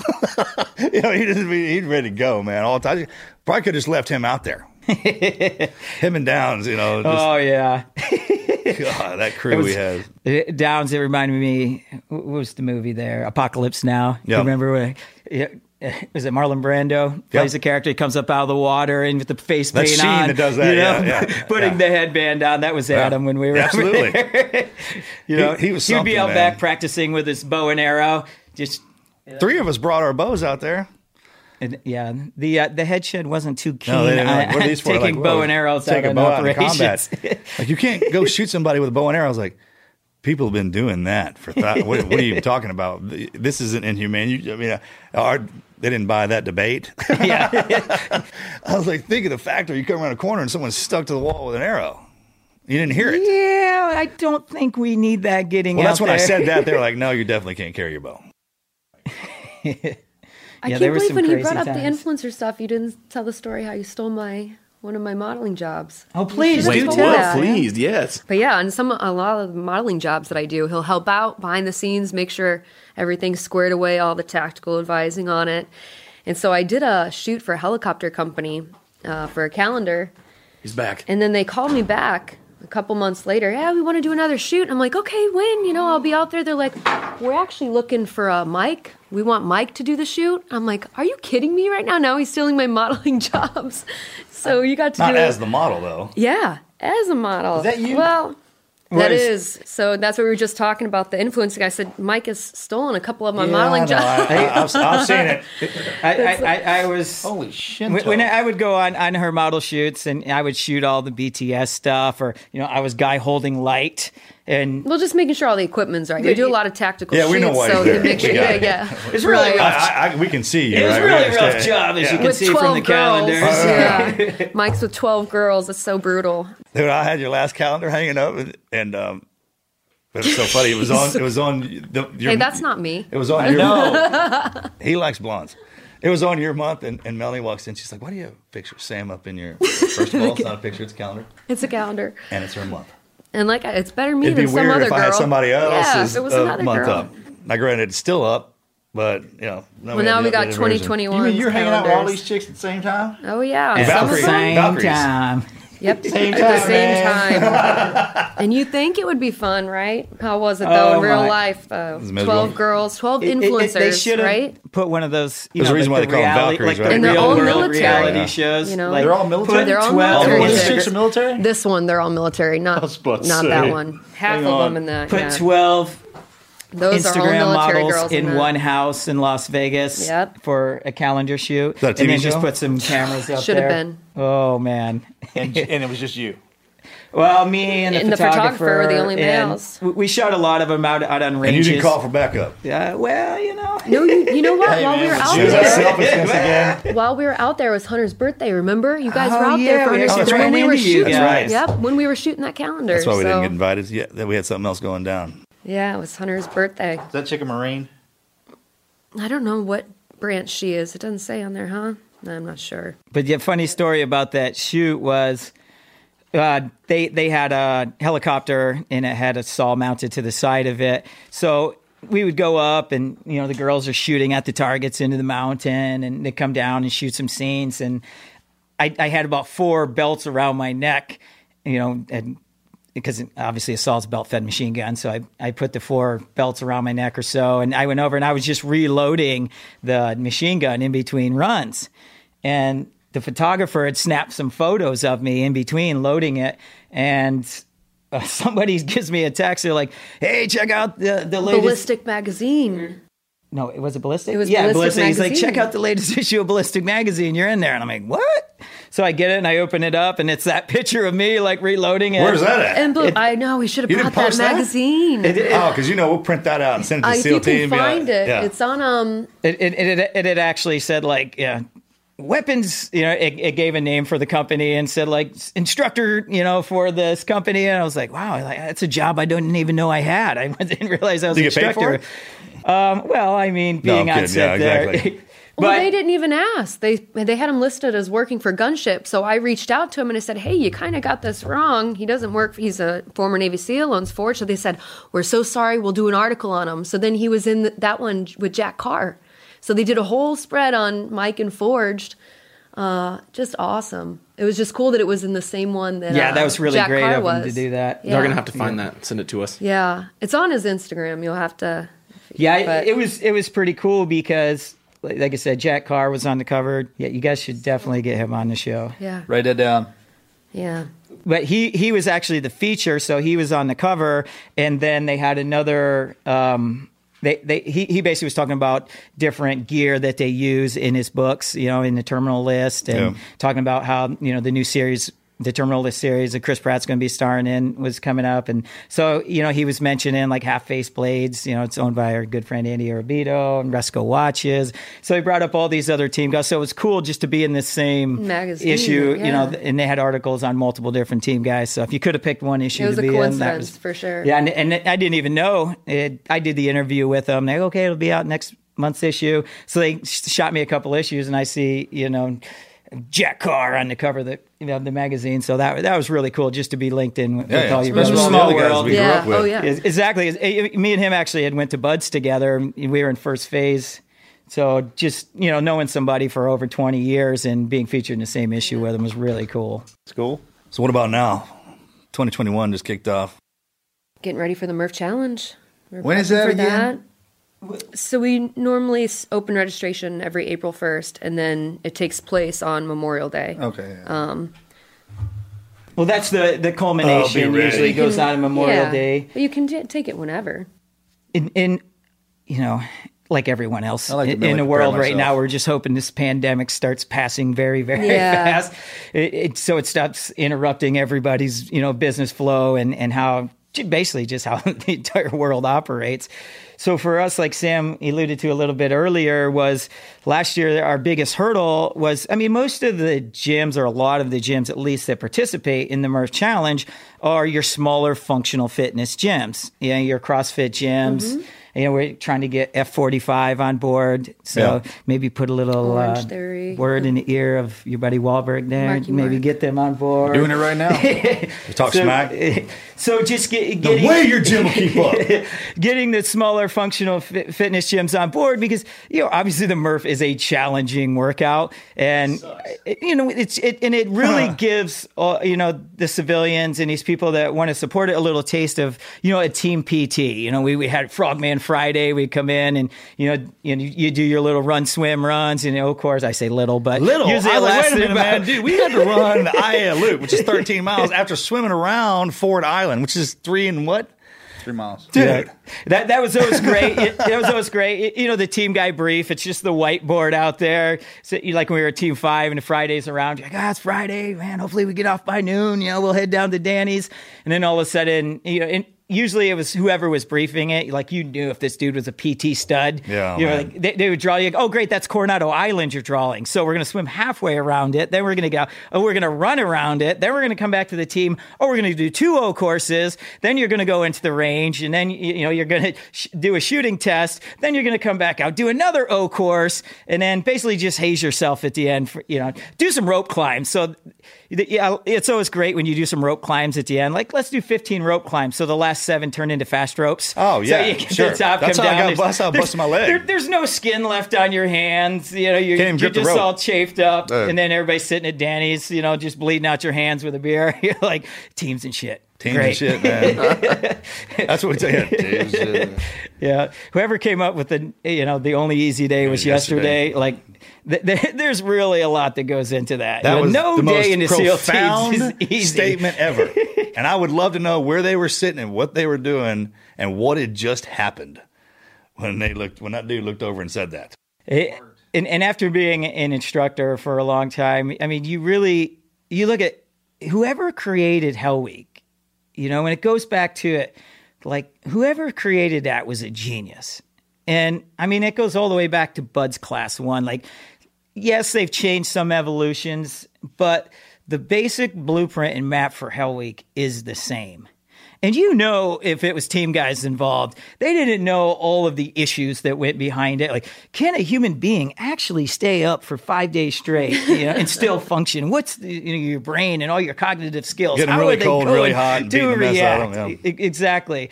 E: you know, he'd just be he'd ready to go, man. All the time. Probably could have just left him out there. him and Downs, you know, just,
D: oh yeah.
A: Uh,
E: God, that crew
D: was-
E: we had.
D: It- Downs, it reminded me, what was the movie there? Apocalypse Now. You
E: Yeah.
D: remember when, yeah, was it Marlon Brando plays
E: Yeah.
D: the character? He comes up out of the water and with the face
E: That's
D: paint
E: Sheen
D: on.
E: that does that,
D: you know,
E: yeah, yeah,
D: putting
E: yeah.
D: the headband on. That was Adam when we were
E: Absolutely.
D: You know,
E: He- he was
D: He'd be
E: something,
D: out
E: man.
D: back practicing with his bow and arrow. Just
E: Three of us brought our bows out there.
D: and, yeah, the uh, the head shed wasn't too keen
E: No, they didn't know.
D: on
E: What are these for?
D: taking
E: Like,
D: bow
E: whoa,
D: and arrows
E: take
D: out
E: a
D: on
E: bow out in
D: operations.
E: combat. like you can't go shoot somebody with a bow and arrow. I was like, people have been doing that for. Th- what, what are you talking about? This isn't inhumane. You, I mean, uh, our, they didn't buy that debate.
D: yeah,
E: I was like, think of the factor. You come around a corner and someone's stuck to the wall with an arrow. You didn't hear it.
D: yeah. I don't think we need that getting
E: Well,
D: out
E: that's when I
D: there.
E: said that. They were like, no, you definitely can't carry your bow.
G: I
D: Yeah,
G: can't
D: there were
G: believe
D: some
G: when you
D: crazy
G: brought up the
D: times.
G: influencer stuff, you didn't tell the story how you stole my one of my modeling jobs.
D: Oh, please
G: Wait,
D: do
G: what?
D: tell.
G: Yeah.
A: pleased, yes.
G: But yeah, and some a lot of the modeling jobs that I do, he'll help out behind the scenes, make sure everything's squared away, all the tactical advising on it. And so I did a shoot for a helicopter company uh, for a calendar,
A: He's back.
G: and then they called me back a couple months later. Yeah, we want to do another shoot. And I'm like, okay, when? You know, I'll be out there. They're like, we're actually looking for a Mike. We want Mike to do the shoot. I'm like, are you kidding me right now? Now he's stealing my modeling jobs. So you got to
E: Not
G: do
E: as the model though.
G: yeah, as a model. Is
D: that you?
G: Well, that
D: is-
G: is. So that's what we were just talking about the influencing. I said Mike has stolen a couple of my
E: Yeah,
G: modeling
E: I know.
G: jobs.
E: I, I, I've, I've seen it.
D: I, I, I, I was
F: Holy shit.
D: When, when I would go on, on her model shoots and I would shoot all the BTS stuff, or you know, I was guy holding light, and
G: Well, just making sure all the equipment's right. We do a lot of tactical
E: Yeah,
G: shoots,
E: we know why
G: so
E: you're
G: to
E: there.
G: make sure,
E: We
G: yeah,
E: got it.
G: yeah.
D: It's really rough.
E: I, I, we can see you.
D: it was
E: right? We
D: really a
E: understand.
D: rough job, as you can
G: With
D: see from the
G: twelve girls,
D: calendar.
G: yeah. Mike's with twelve girls. It's so brutal.
E: Dude, I had your last calendar hanging up, and, and um, it was so funny. It was on. It was on. The, your,
G: Hey, that's not me.
E: It was on your. No, he likes blondes. It was on your month, and, and Melanie walks in. She's like, "Why do you have a picture of Sam up in your?" First of all, it's not a picture; it's a calendar,
G: It's a calendar,
E: and it's her month.
G: and like it's better me
E: It'd
G: than
E: be
G: some
E: weird
G: other
E: if
G: girl.
E: I had somebody
G: yeah,
E: else's
G: if it was
E: uh,
G: another
E: month
G: girl.
E: up. Now, granted, it's still up, but you know. no,
G: Well, now
E: had the
G: we got
E: updated version.
G: twenty twenty
F: You
G: one.
F: mean you're hanging out with all these chicks at the same time?
G: Oh yeah,
E: And
G: some of
E: Valkyrie.
G: them-
D: Same
E: Valkyries.
D: time.
G: Yep.
F: Same
G: at
F: time,
G: the same
F: man.
G: time. and you think it would be fun, right? How was it though
D: Oh,
G: in real
D: my.
G: life though?
E: was miserable.
G: Twelve girls, twelve
D: It- it-
G: influencers,
D: it- they should have
G: right?
D: put one of those. You
E: There's
D: know,
E: a reason
D: like
E: why
D: the
E: they call 'em
D: reality- like
E: Valkyries, right?
D: the
E: And
G: they're
D: real
G: all
D: world
G: military,
D: reality
E: yeah.
D: shows.
G: you know?
D: like,
F: They're all military?
G: They're all
D: Twelve.
G: military.
F: All these
G: They're-
F: chicks are military?
G: This one, they're all military, not
F: was about to
G: not
F: say.
G: that one. Half
F: Hang
G: of
F: on.
G: them in that.
D: put
G: yeah.
D: twelve
G: Those are all
D: Instagram
G: military girls
D: models in,
G: that.
D: one house in Las Vegas
G: Yep.
D: for a calendar shoot,
E: that a TV
D: and then just
E: show?
D: put some cameras up
G: Should have
D: there.
G: been.
D: Oh man.
F: And, and it was just you.
D: Well, me and the,
G: And the
D: photographer,
G: photographer were the only
D: and
G: males.
D: We, we shot a lot of them out, out on
E: And
D: ranges.
E: you didn't call for backup.
D: Uh, well, you know.
G: No, you, you know what? while we were out
E: Is that
G: there,
E: selfishness again?
G: while we were out there, it was Hunter's birthday. Remember, you guys
D: Oh,
G: were out
D: yeah,
G: there for
D: we
G: Hunter's
D: actually
G: birthday
D: ran
G: when we were
D: into you
G: shooting.
E: guys.
G: Yep, when we were shooting that calendar.
E: That's why we
G: so,
E: didn't get invited. Yeah, that we had something else going down.
G: Yeah, it was Hunter's birthday.
F: Is that chick a Marine?
G: I don't know what branch she is. It doesn't say on there, huh? I'm not sure.
D: But yeah, funny story about that shoot was uh, they they had a helicopter and it had a saw mounted to the side of it. So we would go up and you know the girls are shooting at the targets into the mountain and they come down and shoot some scenes and I, I had about four belts around my neck, you know, and because obviously a Saul's belt fed machine gun. So I, I put the four belts around my neck or so. And I went over and I was just reloading the machine gun in between runs. And the photographer had snapped some photos of me in between loading it. And uh, somebody gives me a text. They're like, hey, check out the, the latest.
G: Ballistic magazine.
D: No, it was a ballistic.
G: It was
D: yeah,
G: Ballistic
D: He's like,
G: magazine.
D: check out the latest issue of Ballistic magazine. You're in there, and I'm like, what? So I get it and I open it up, and it's that picture of me like reloading it.
E: Where's that at?
G: And blue. I know we should have
E: You didn't
G: brought that
E: post that?
G: magazine.
E: oh, because you know we'll print that out and send it
G: Uh,
E: to
G: if
E: SEAL
G: you
E: team.
G: can find
E: yeah.
G: it,
E: Yeah.
G: it's on um.
D: It it it, it, it actually said like, yeah, weapons. You know, it, it gave a name for the company and said like instructor. You know, for this company, and I was like, wow, like, that's a job I didn't even know I had. I didn't realize I was
E: Did you get paid
D: instructor.
E: for
D: Um, well, I mean, being
E: I'm
D: on
E: kidding. Yeah,
D: set there.
E: exactly.
G: Well, they didn't even ask. They they had him listed as working for Gunship. So I reached out to him and I said, "Hey, you kind of got this wrong. He doesn't work. He's a former Navy SEAL, owns Forge." So they said, "We're so sorry. We'll do an article on him." So then he was in th- that one with Jack Carr. So they did a whole spread on Mike and Forged. Uh, just awesome. It was just cool that it was in the same one that
D: Yeah,
G: uh,
D: that was really
G: Jack
D: great
G: Carr
D: of him to
G: was.
D: do that.
G: Yeah.
D: They're
A: They're going to have to find that. Send it to us.
G: Yeah, it's on his Instagram. You'll have to.
D: Yeah,
G: But-
D: it was it was pretty cool because, like like I said, Jack Carr was on the cover. Yeah, you guys should definitely get him on the show.
G: Yeah,
F: Write that down.
G: yeah.
D: But he he was actually the feature, so he was on the cover, and then they had another. Um, they, they, he, he basically was talking about different gear that they use in his books, you know, in the terminal list and
E: Yeah.
D: talking about how, you know, the new series, the terminal list series that Chris Pratt's going to be starring in was coming up. And so, you know, he was mentioning like half face blades, you know, it's owned by our good friend Andy Arbido and Resco watches. So he brought up all these other team guys. So it was cool just to be in this same
G: Magazine,
D: issue, you know,
G: yeah.
D: and they had articles on multiple different team guys. So if you could have picked one issue
G: It was
D: to
G: a
D: be in, that
G: coincidence
D: was
G: for sure.
D: yeah, and, and I didn't even know. It, I did the interview with them. They okay, it'll be out next month's issue. So they sh- shot me a couple issues, and I see you know Jack Carr on the cover of the you know, the magazine. So that that was really cool just to be linked in with,
E: Yeah,
D: with
E: yeah.
D: all your
E: Especially
D: brothers.
E: all the
D: Small
E: other guys
D: world.
E: we grew up with.
G: Oh yeah.
D: Yes, exactly. It's- it- Me and him actually had went to Buds together. We were in first phase, so just you know knowing somebody for over twenty years and being featured in the same issue with him was really cool.
F: It's cool.
E: So what about now? 2021 just kicked off.
G: Getting ready for the Murph Challenge. We're
F: When is
G: prepping
F: that
G: for
F: again?
G: that. So we normally s- open registration every April 1st, and then it takes place on Memorial Day.
E: Oh.
F: Okay.
G: Um,
D: Well, that's the the
F: Oh,
D: culmination.
E: ready.
D: Usually goes on Memorial
G: Yeah.
D: Day.
G: But you can j- take it whenever.
D: in, in you know, like everyone else
F: like to
D: in,
F: be
D: in
F: able
D: the
F: to
D: world
F: prepare
D: right now,
F: myself.
D: we're just hoping this pandemic starts passing very, very
G: Yeah.
D: fast. It, it, so it stops interrupting everybody's, you know, business flow and, and how basically just how the entire world operates. So for us, like Sam alluded to a little bit earlier, was last year our biggest hurdle was, I mean, most of the gyms or a lot of the gyms at least that participate in the Murph Challenge are your smaller functional fitness gyms. You know, your CrossFit gyms.
G: Mm-hmm.
D: You know, we're trying to get F45 on board. So
E: Yeah.
D: maybe put a little
G: Orange
D: uh,
G: Theory.
D: word in the ear of your buddy Wahlberg there.
G: Marky
D: maybe
G: Mark.
D: get them on board.
F: Doing it right now.
E: We talk smack.
D: So just get,
E: The
D: getting,
E: way your gym will keep up.
D: getting the smaller functional fi- fitness gyms on board because you know obviously the Murph is a challenging workout and it- you know it's it and it really gives all, you know the civilians and these people that want to support it a little taste of you know a team PT. You know we, we had Frogman Friday. We come in and you know you, you do your little run swim runs and you know, of course I say little but
E: Little. I was
D: usually it
E: like, wait a
D: lasted
E: minute,
D: about-
E: man. Dude, we had to run the Aya Loop, which is 13 miles, after swimming around Ford Island, which is three and what?
F: Three miles.
E: Dude.
D: That that was always great. It, that was always great. It- you know, the team guy brief. It's just the whiteboard out there. So you like when we were team five and the Fridays around. You're like, ah, it's Friday, man. Hopefully we get off by noon. You know, we'll head down to Danny's, and then all of a sudden, you know. And, Usually it was whoever was briefing it. Like you knew if this dude was a PT stud.
E: Yeah,
D: You know,
E: man.
D: like they, they would draw you. Like, oh, great, that's Coronado Island you're drawing. So we're gonna swim halfway around it. Then we're gonna go. Oh, we're gonna run around it. Then we're gonna come back to the team. Oh, we're gonna do two O courses. Then you're gonna go into the range, and then you, you know you're gonna sh- do a shooting test. Then you're gonna come back out, do another O course, and then basically just haze yourself at the end. For, you know, do some rope climbs. So th- yeah, it's always great when you do some rope climbs at the end. Like let's do 15 rope climbs. So the last seven turn into fast ropes.
E: Oh, yeah,
D: so you get to
E: sure.
D: the top,
E: That's
D: come
E: how I
D: down.
E: got-
D: There's-
E: that's how I
D: there's-
E: busted my leg.
D: there- there's no skin left on your hands. You know, you're,
E: Can't even
D: you're
E: grip the
D: just
E: rope.
D: all chafed up,
E: Uh.
D: and then everybody's sitting at Danny's. You know, just bleeding out your hands with a beer. You're like teams and shit.
E: Teams
D: Great.
E: and shit, man. That's what we tell you.
B: Dave's, uh,
D: Yeah, whoever came up with the you know the only easy day was yesterday.
E: yesterday.
D: Like, th- th- there's really a lot that goes into that.
E: That
D: You know,
E: was
D: no
E: the
D: day
E: most
D: in the SEAL
E: profound
D: teams is easy.
E: statement ever. and I would love to know where they were sitting and what they were doing and what had just happened when they looked when that dude looked over and said that.
D: It- and, and after being an instructor for a long time, I mean, you really you look at whoever created Hell Week, you know, and it goes back to it, like whoever created that was a genius. And I mean, it goes all the way back to Bud's class one. Like, yes, they've changed some evolutions, but the basic blueprint and map for Hell Week is the same. And you know, if it was team guys involved, they didn't know all of the issues that went behind it. Like, can a human being actually stay up for five days straight you know, and still function? What's the, you know, your brain and all your cognitive skills?
E: Getting
D: How
E: really
D: are they
E: cold,
D: going
E: really hot, and
D: to
E: beating the mess out of
D: react?
E: them, yeah.
D: E- exactly.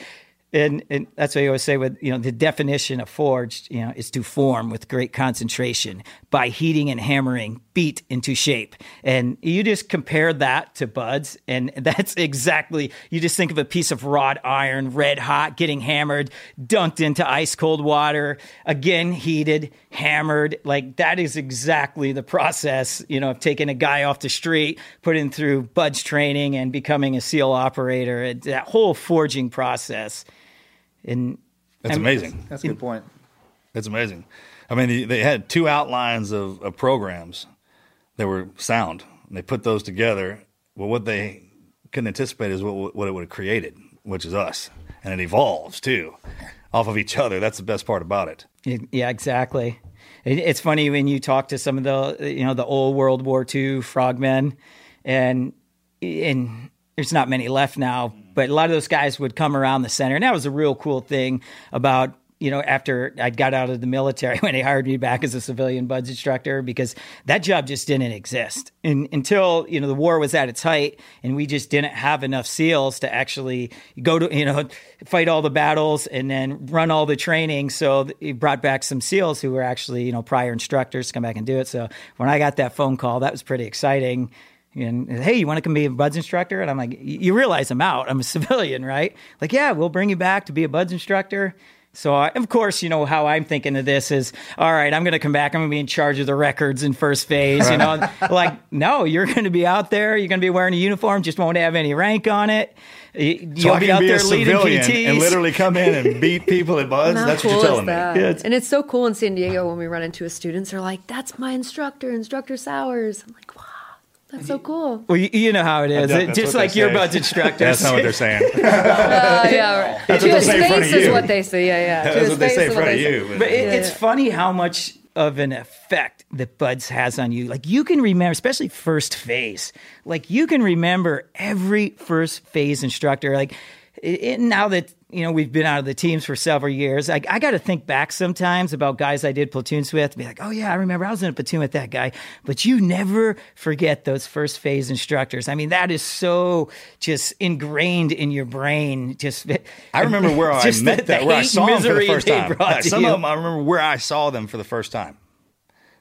D: And, and that's what you always say with you know the definition of forged you know is to form with great concentration by heating and hammering beat into shape and you just compare that to buds and that's exactly you just think of a piece of wrought iron red hot getting hammered dunked into ice cold water again heated hammered like that is exactly the process you know of taking a guy off the street putting him through buds training and becoming a seal operator it, that whole forging process and
E: That's
D: I'm-
E: amazing.
F: That's a good point.
E: That's amazing. I mean, they- they had two outlines of, of programs that were sound, and they put those together. Well, what they couldn't anticipate is what what it would have created, which is us, and it evolves too, off of each other. That's the best part about it.
D: Yeah, exactly. It, it's funny when you talk to some of the you know the old World War II frogmen, and and there's not many left now. But a lot of those guys would come around the center, and that was a real cool thing about you know, after I got out of the military when they hired me back as a civilian buds instructor because that job just didn't exist. And until, you know, the war was at its height and we just didn't have enough SEALs to actually go to, you know, fight all the battles and then run all the training. So th- it brought back some SEALs who were actually, you know, prior instructors to come back and do it. So when I got that phone call, that was pretty exciting and hey, you want to come be a buds instructor? And I'm like, you realize I'm out. I'm a civilian, right? Like, yeah, we'll bring you back to be a buds instructor. So, I, of course, you know how I'm thinking of this is, all right, I'm going to come back. I'm going to be in charge of the records in first phase. You know, like, no, you're going to be out there. You're going to be wearing a uniform, just won't have any rank on it. You-
E: So
D: You'll
E: I
D: be
E: can
D: out
E: be
D: there
E: a
D: leading
E: civilian
D: PTs.
E: and literally come in and beat people at buzz.
G: How
E: That's what
G: cool
E: you're
G: is
E: telling me.
G: that?
D: Yeah, it's-
G: and it's so cool in San Diego when we run into his students. They're like, "That's my instructor, Instructor Sowers." I'm like, "Wow, that's so cool."
D: Well, you, you know how it is.
E: That's
D: It-
E: what
D: just
E: they
D: like your
E: say.
D: buds instructor.
E: That's not what they're saying.
G: Uh, yeah, right.
E: That's
G: to
E: what
G: his
E: they say in front
G: face
E: of
G: is
E: you.
G: what they say. Yeah, yeah. To
E: That's
G: his
E: what they
G: face
E: say in
G: is what
E: front of
G: they say.
E: you. but-
D: But it,
G: Yeah,
D: it's
G: yeah.
D: funny how much of an effect that buds has on you. Like you can remember, especially first phase. Like you can remember every first phase instructor. Like it, it- now that you know we've been out of the teams for several years, like I got to think back sometimes about guys I did platoons with. Be like, oh yeah, I remember I was in a platoon with that guy. But you never forget those first phase instructors. I mean, that is so just ingrained in your brain. Just
E: I remember where I
D: Just
E: met
D: the-
E: that,
D: the
E: where I
D: hate
E: saw them for the
D: misery
E: first
D: they
E: time.
D: brought
E: Like,
D: to
E: some
D: you.
E: of them, I remember where I saw them for the first time,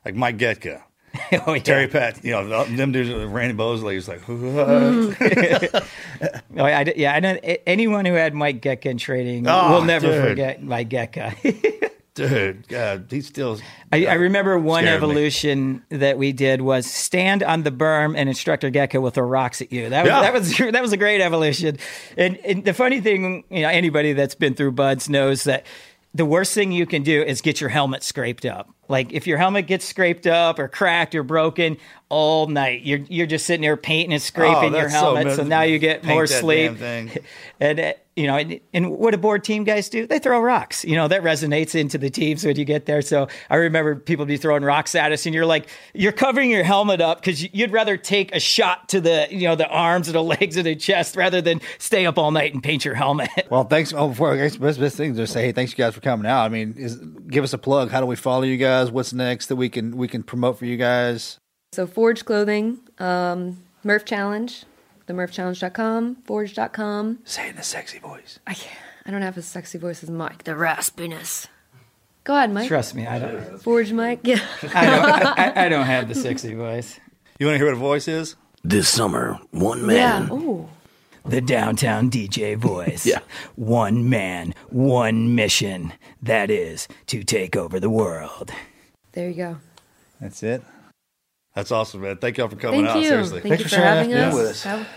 E: like Mike Getka,
D: Oh, yeah.
E: Terry Pat, you know, them dudes, uh, Randy Bosley was like,
G: Mm.
D: Oh, I, I- yeah, I know a- anyone who had Mike Gecka in trading
E: Oh,
D: will never
E: dude.
D: forget Mike Gecka.
E: dude, God, he still.
D: I, I remember one
E: Scared me.
D: evolution that we did was stand on the berm and instructor Gecko will throw rocks at you. That was
E: Yeah.
D: that was that was a great evolution. And, and the funny thing, you know, anybody that's been through buds knows that the worst thing you can do is get your helmet scraped up. Like if your helmet gets scraped up or cracked or broken all night, you're you're just sitting there painting and scraping your
E: Oh, that's so
D: helmet. So,
E: miserable.
D: now you get
E: Paint
D: more
E: that damn
D: sleep.
E: thing.
D: And uh, you know, and, and what aboard team guys do? They throw rocks. You know, that resonates into the teams when you get there. So I remember people be throwing rocks at us, and you're like, you're covering your helmet up because you'd rather take a shot to the you know the arms or the legs or the chest rather than stay up all night and paint your helmet.
F: Well, thanks. Oh, before I guess best, best thing to say, hey, thanks you guys for coming out. I mean, is, give us a plug. How do we follow you guys? What's next that we can we can promote for you guys?
G: So Forge Clothing, um, Murph Challenge, the MurphChallenge.com, Forge.com.
F: Say it in a sexy voice.
G: I can't, I don't have as sexy voice as Mike. The raspiness. Go ahead, Mike.
D: Trust me, I don't,
G: Forge Mike. Yeah.
D: I don't, I, I don't have the sexy voice.
E: You want to hear what a voice is?
A: This summer, one
G: Yeah.
A: man.
G: Ooh.
D: The downtown DJ voice.
A: Yeah.
D: One man, one mission. That is to take over the world.
G: There you go.
F: That's it.
E: That's awesome, man. Thank y'all for coming
G: Thank
E: out.
G: you.
E: Seriously,
G: Thank
F: Thanks
G: you
F: for
G: for
F: sharing that
G: having
F: thing
G: us.
F: with us.
G: That,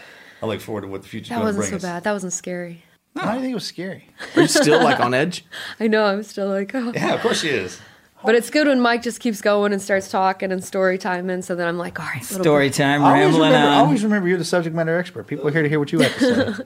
E: I look forward to what the future's
G: that
E: going to
G: wasn't
E: bring
G: so
E: us.
G: bad. That wasn't scary.
F: I didn't think it was scary.
A: Are you still like on edge?
G: I know. I'm still like, oh.
E: Yeah, of course she is.
G: But it's good when Mike just keeps going and starts talking and story time, and so then I'm like, all right, little
D: Story time,
F: I always,
D: rambling
F: remember, I
D: on.
F: always remember you're the subject matter expert. People are here to hear what you have to say.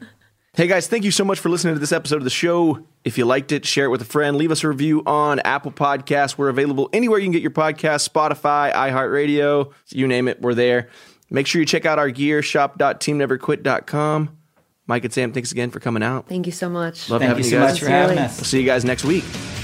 A: Hey guys, thank you so much for listening to this episode of the show. If you liked it, share it with a friend. Leave us a review on Apple Podcasts. We're available anywhere you can get your podcast Spotify, iHeartRadio, you name it, we're there. Make sure you check out our gear, shop.teamneverquit.com. Mike and Sam, thanks again for coming out.
G: Thank you so much.
A: Love
D: Thank
A: having
D: you
A: you
D: so
A: guys.
D: much for having
G: Really.
D: us.
A: We'll see you guys next week.